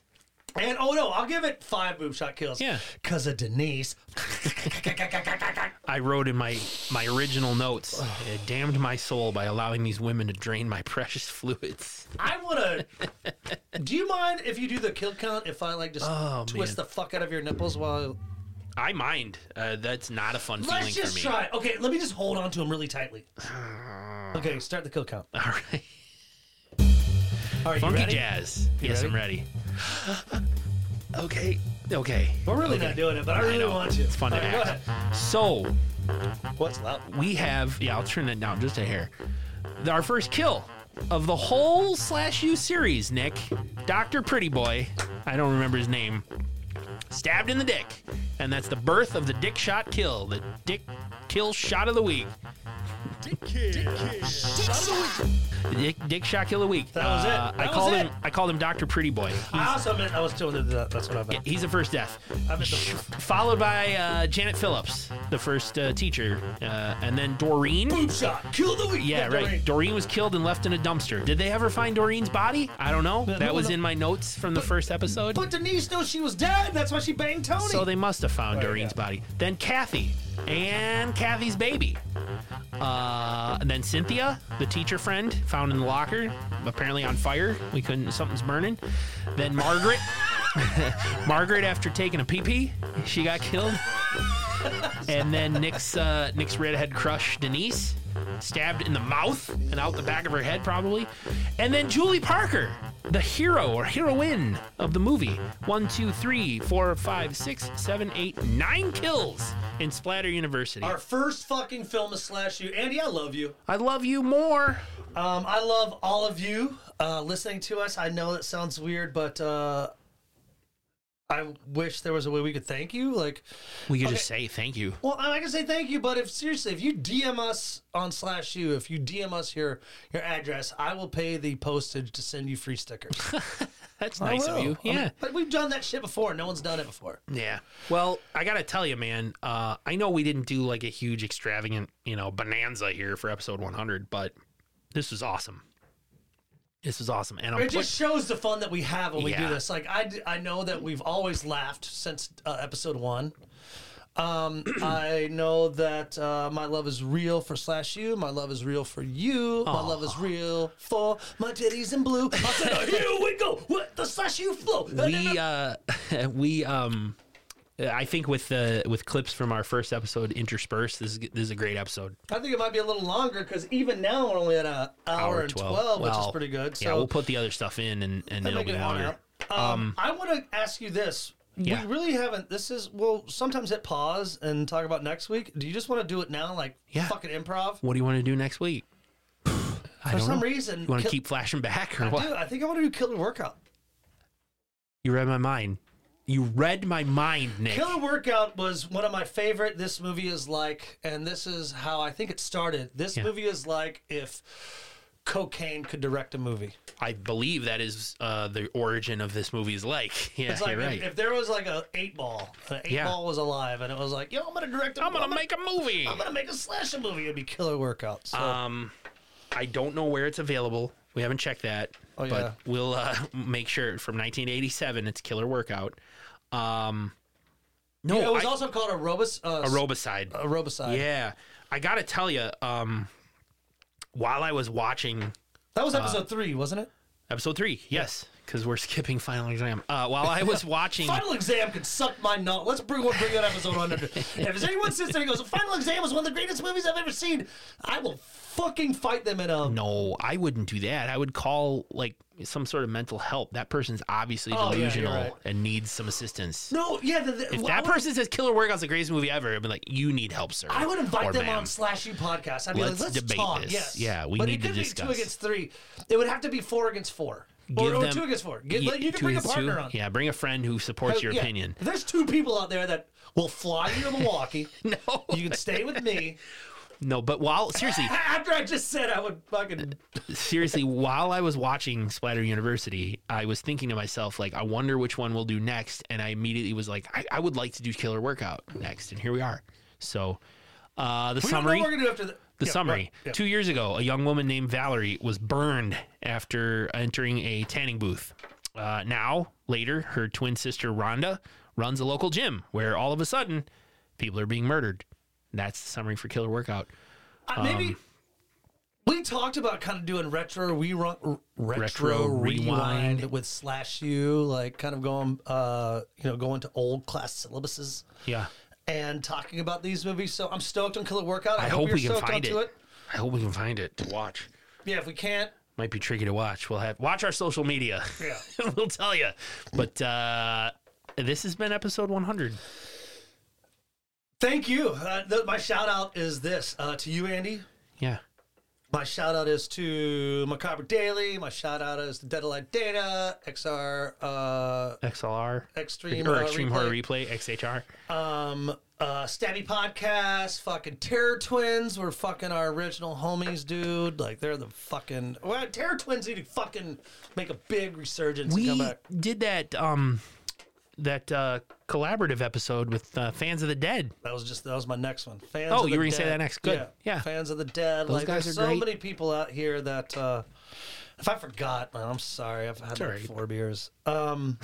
Speaker 2: and oh no, I'll give it five boob shot kills.
Speaker 1: Yeah.
Speaker 2: because of Denise.
Speaker 1: I wrote in my my original notes, it damned my soul by allowing these women to drain my precious fluids.
Speaker 2: I want to. do you mind if you do the kill count? If I like just
Speaker 1: Oh,
Speaker 2: twist
Speaker 1: man.
Speaker 2: the fuck out of your nipples while
Speaker 1: I mind. Uh, that's not a fun
Speaker 2: Let's
Speaker 1: feeling
Speaker 2: just
Speaker 1: for me.
Speaker 2: try. Okay, let me just hold on to him really tightly. Okay, start the kill count.
Speaker 1: All right,
Speaker 2: All right,
Speaker 1: funky
Speaker 2: you ready?
Speaker 1: jazz. yes, I'm ready. okay, okay.
Speaker 2: We're really not doing it, but I really
Speaker 1: know.
Speaker 2: want to.
Speaker 1: It's fun to
Speaker 2: All right, go
Speaker 1: act.
Speaker 2: ahead.
Speaker 1: So
Speaker 2: What's loud?
Speaker 1: we have yeah i'll turn it down just a hair our first kill of the whole slash you series nick dr pretty boy i don't remember his name stabbed in the dick and that's the birth of the dick shot kill the dick kill shot of the week The dick, dick shot kill of the week
Speaker 2: That was it.
Speaker 1: Uh, i
Speaker 2: That was
Speaker 1: called
Speaker 2: it.
Speaker 1: him i called him dr pretty boy
Speaker 2: I also meant I was doing that. That's what I meant.
Speaker 1: he's the first death
Speaker 2: I meant the
Speaker 1: followed by uh, janet phillips the first uh, teacher uh, and then doreen
Speaker 2: boom shot. Kill the week.
Speaker 1: Yeah, right. Doreen. was killed and left in a dumpster. Did they ever find Doreen's body? I don't know.
Speaker 2: no
Speaker 1: that was
Speaker 2: one-
Speaker 1: in my notes from the first episode.
Speaker 2: But Denise knows she was dead. That's why she banged Tony.
Speaker 1: so they must have found
Speaker 2: Right,
Speaker 1: Doreen's
Speaker 2: yeah.
Speaker 1: body. Then Kathy and Kathy's baby. Uh, and then Cynthia, the teacher friend, found in the locker, apparently on fire. We couldn't, something's burning. Then Margaret. Margaret, after taking a pee pee, she got killed. and then Nick's uh, Nick's redhead crush Denise stabbed in the mouth and out the back of her head probably, and then Julie Parker, the hero or heroine of the movie. One, two, three, four, five, six, seven, eight, nine kills in Splatter University.
Speaker 2: our first fucking film is slash you, Andy. I love you.
Speaker 1: I love you more.
Speaker 2: Um, I love all of you uh, listening to us. I know that sounds weird, but uh, I wish there was a way we could thank you. Like,
Speaker 1: We could just say thank you.
Speaker 2: well, I can say thank you, but if seriously, if you DM us on slash you, if you DM us your your address, I will pay the postage to send you free stickers.
Speaker 1: That's
Speaker 2: I
Speaker 1: nice of
Speaker 2: will.
Speaker 1: you.
Speaker 2: I mean,
Speaker 1: Yeah. Mm.
Speaker 2: but we've done that shit before. No one's done it before.
Speaker 1: Yeah. Well, I gotta tell you, man. Uh, I know we didn't do like a huge extravagant, you know, bonanza here for episode 100, but this was awesome. This was awesome, and I'm
Speaker 2: It just shows the fun that we have when we do
Speaker 1: Yeah.
Speaker 2: this. Like I, d- I know that we've always laughed since uh, episode one. Um, I know that uh, my love is real for slash you. My love is real for you. My love is real for my titties in blue. I said, "Oh, here we go with the slash you flow.
Speaker 1: we uh we um I think with the with clips from our first episode interspersed, this is this is a great episode.
Speaker 2: I think it might be a little longer because even now we're only at an hour, and twelve, which is
Speaker 1: Well,
Speaker 2: pretty good. So
Speaker 1: yeah, we'll put the other stuff in and, and
Speaker 2: That
Speaker 1: it'll
Speaker 2: make
Speaker 1: be
Speaker 2: it on
Speaker 1: longer.
Speaker 2: out. Um, I want to ask you this.
Speaker 1: Yeah.
Speaker 2: We really haven't. This is we'll sometimes hit pause and talk about next week. Do you just want to do it now, like
Speaker 1: Yeah.
Speaker 2: fucking improv?
Speaker 1: What do you want to do next week? I
Speaker 2: For
Speaker 1: don't
Speaker 2: some
Speaker 1: know.
Speaker 2: reason,
Speaker 1: You want to
Speaker 2: Kill-
Speaker 1: keep flashing back or
Speaker 2: I
Speaker 1: what?
Speaker 2: do. I think I want to do killer workout.
Speaker 1: You read my mind. You read my mind, Nick.
Speaker 2: Killer workout was one of my favorite. This movie is like, and this is how I think it started. This
Speaker 1: Yeah.
Speaker 2: movie is like if cocaine could direct a movie.
Speaker 1: I believe that is uh, the origin of this movie's like. Yeah,
Speaker 2: It's like
Speaker 1: you're
Speaker 2: if,
Speaker 1: right.
Speaker 2: if there was like a eight ball, an eight
Speaker 1: Yeah.
Speaker 2: ball was alive, and it was like, yo, I'm gonna direct. A,
Speaker 1: I'm gonna make a movie.
Speaker 2: I'm gonna make a slasher movie. It'd be killer workout. So.
Speaker 1: Um, I don't know where it's available. We haven't checked that,
Speaker 2: Oh, yeah.
Speaker 1: but we'll uh, make sure. From 1987, it's Killer Workout. Um, no,
Speaker 2: Yeah, it was
Speaker 1: I-
Speaker 2: also called a robus, uh, a
Speaker 1: Robicide.
Speaker 2: robicide.
Speaker 1: yeah, I gotta tell you. Um, while I was watching
Speaker 2: That
Speaker 1: Uh,
Speaker 2: was episode three, wasn't it?
Speaker 1: episode three, yes, because we're skipping final exam. Uh, while I was watching,
Speaker 2: Final exam could suck my nut. Let's bring one, bring that episode 100. if there's anyone sits there and goes, "Final exam was one of the greatest movies I've ever seen," I will fucking fight them in a.
Speaker 1: no, I wouldn't do that. I would call like some sort of mental help. That person's obviously
Speaker 2: Oh, yeah, you're
Speaker 1: delusional
Speaker 2: right.
Speaker 1: and needs some assistance.
Speaker 2: No, yeah, the, the,
Speaker 1: If
Speaker 2: well, I
Speaker 1: that
Speaker 2: would-
Speaker 1: person says Killer Workout's the greatest movie ever, I'd be like, you need help, sir.
Speaker 2: I would invite
Speaker 1: or
Speaker 2: them
Speaker 1: ma'am."
Speaker 2: on Slash You podcast. I'd be
Speaker 1: Let's
Speaker 2: like, "Let's
Speaker 1: debate
Speaker 2: talk."
Speaker 1: this.
Speaker 2: Yes,
Speaker 1: Yeah, we
Speaker 2: but
Speaker 1: need
Speaker 2: it
Speaker 1: to
Speaker 2: could be two
Speaker 1: discuss.
Speaker 2: against three. It would have to be four against four, or,
Speaker 1: Give
Speaker 2: or
Speaker 1: them-
Speaker 2: two against four. Get,
Speaker 1: Yeah,
Speaker 2: you can
Speaker 1: two
Speaker 2: bring a
Speaker 1: is two.
Speaker 2: partner on. Uh,
Speaker 1: Yeah, bring a friend who supports your
Speaker 2: Yeah.
Speaker 1: opinion.
Speaker 2: If There's two people out there that will fly you to Milwaukee.
Speaker 1: No,
Speaker 2: You can stay with me.
Speaker 1: no, but while seriously,
Speaker 2: After I just said I would fucking.
Speaker 1: seriously, while I was watching Splatter University, I was thinking to myself, like, I wonder which one we'll do next. And I immediately was like, I, I would like to do Killer Workout next, and here we are. So, uh,
Speaker 2: We
Speaker 1: the
Speaker 2: don't know
Speaker 1: summary.
Speaker 2: what we're gonna do after the,
Speaker 1: The
Speaker 2: Yeah,
Speaker 1: summary.
Speaker 2: right, yeah.
Speaker 1: Two years ago, a young woman named Valerie was burned after entering a tanning booth. Uh, now, later, her twin sister Rhonda runs a local gym where all of a sudden people are being murdered. That's the summary for Killer Workout.
Speaker 2: Uh, maybe
Speaker 1: Um,
Speaker 2: we talked about kind of doing retro we run, retro,
Speaker 1: Retro
Speaker 2: rewind,
Speaker 1: rewind.
Speaker 2: with slash you, like kind of going, uh, you know, going to old class syllabuses
Speaker 1: Yeah.
Speaker 2: and talking about these movies. So I'm stoked on Killer Workout. I,
Speaker 1: I hope
Speaker 2: you're
Speaker 1: we can
Speaker 2: stoked
Speaker 1: find it.
Speaker 2: onto
Speaker 1: I hope we can find it to watch.
Speaker 2: Yeah, if we can't,
Speaker 1: Might be tricky to watch. We'll have watch our social media.
Speaker 2: yeah.
Speaker 1: we'll tell you. But uh, this has been episode 100.
Speaker 2: Thank you. Uh, th- my shout out is this uh, to you, Andy.
Speaker 1: Yeah.
Speaker 2: My shout out is to Macabre Daily. My shout out is to Deadline Data, XR, uh,
Speaker 1: XLR
Speaker 2: Extreme,
Speaker 1: or
Speaker 2: uh,
Speaker 1: Extreme
Speaker 2: Replay.
Speaker 1: Horror Replay XHR.
Speaker 2: um, uh, Stabby Podcast, fucking Terror Twins were fucking our original homies, dude. Like, they're the fucking. Well, Terror Twins need to fucking make a big resurgence
Speaker 1: we
Speaker 2: and come back.
Speaker 1: did that um that uh collaborative episode with uh, fans of the dead
Speaker 2: That was just, that was my next one. Fans
Speaker 1: Oh,
Speaker 2: of
Speaker 1: you
Speaker 2: the
Speaker 1: were gonna say
Speaker 2: Dead.
Speaker 1: that next. Good. Yeah.
Speaker 2: Fans of the Dead. like,
Speaker 1: guys
Speaker 2: there's
Speaker 1: are
Speaker 2: so
Speaker 1: great.
Speaker 2: many people out here that, uh, if I forgot, man, I'm sorry. I've had like
Speaker 1: right.
Speaker 2: four beers. Um,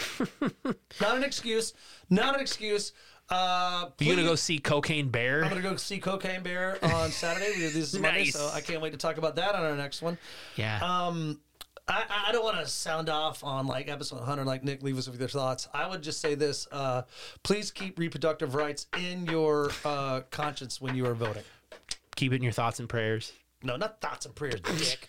Speaker 2: not an excuse. Not an excuse. Uh,
Speaker 1: you gonna
Speaker 2: please-
Speaker 1: go see cocaine bear
Speaker 2: I'm gonna go see Cocaine Bear on Saturday. We- This is Monday,
Speaker 1: Nice.
Speaker 2: so I can't wait to talk about that on our next one.
Speaker 1: yeah
Speaker 2: Um, I, I- I don't want to sound off on like episode 100, like Nick, leave us with your thoughts. I would just say this: uh, please keep reproductive rights in your uh, conscience when you are voting.
Speaker 1: keep it in your thoughts and prayers
Speaker 2: No, not thoughts and prayers, dick.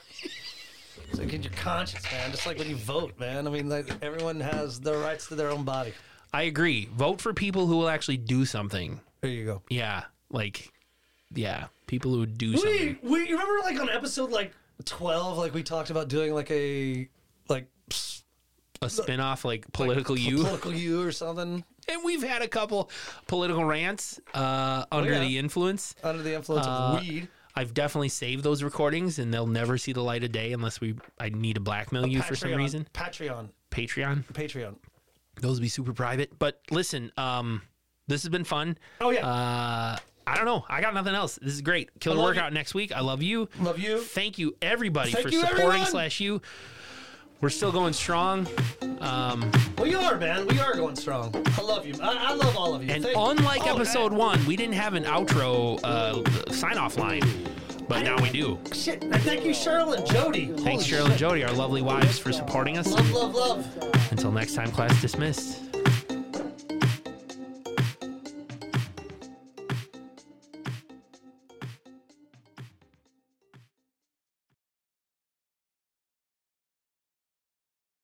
Speaker 2: It's like in your conscience, man. Just like when you vote, man. I mean, like everyone has their rights to their own body.
Speaker 1: i agree vote for people who will actually do something
Speaker 2: There you go.
Speaker 1: yeah like yeah people who do
Speaker 2: We,
Speaker 1: something
Speaker 2: we you remember like on episode like twelve, like we talked about doing like a like psst,
Speaker 1: A spin-off like political you.
Speaker 2: political you or something
Speaker 1: and we've had a couple political rants uh, under
Speaker 2: yeah.
Speaker 1: the influence.
Speaker 2: under the influence
Speaker 1: Uh,
Speaker 2: of weed.
Speaker 1: I've definitely saved those recordings, and they'll never see the light of day unless we I need to blackmail you for some
Speaker 2: Patreon-
Speaker 1: reason.
Speaker 2: Patreon.
Speaker 1: Patreon,
Speaker 2: Patreon.
Speaker 1: those will be super private. But listen, um, this has been fun.
Speaker 2: Oh yeah.
Speaker 1: Uh, I don't know. I got nothing else. This is great. Killer
Speaker 2: love
Speaker 1: workout next week. I love you.
Speaker 2: Love you.
Speaker 1: Thank you everybody
Speaker 2: Thank
Speaker 1: for
Speaker 2: you,
Speaker 1: supporting
Speaker 2: everyone.
Speaker 1: slash you. We're still going strong. Um,
Speaker 2: we are, man. We are going strong. I love you. I, I love all of you.
Speaker 1: and
Speaker 2: Thank-
Speaker 1: unlike
Speaker 2: Oh,
Speaker 1: episode
Speaker 2: and I-
Speaker 1: one, we didn't have an outro uh, sign off line, but now we do.
Speaker 2: Shit. And thank you, Cheryl and Jody.
Speaker 1: Thanks, Cheryl and Jody, our lovely wives, for supporting us.
Speaker 2: Love, love, love.
Speaker 1: Until next time, class dismissed.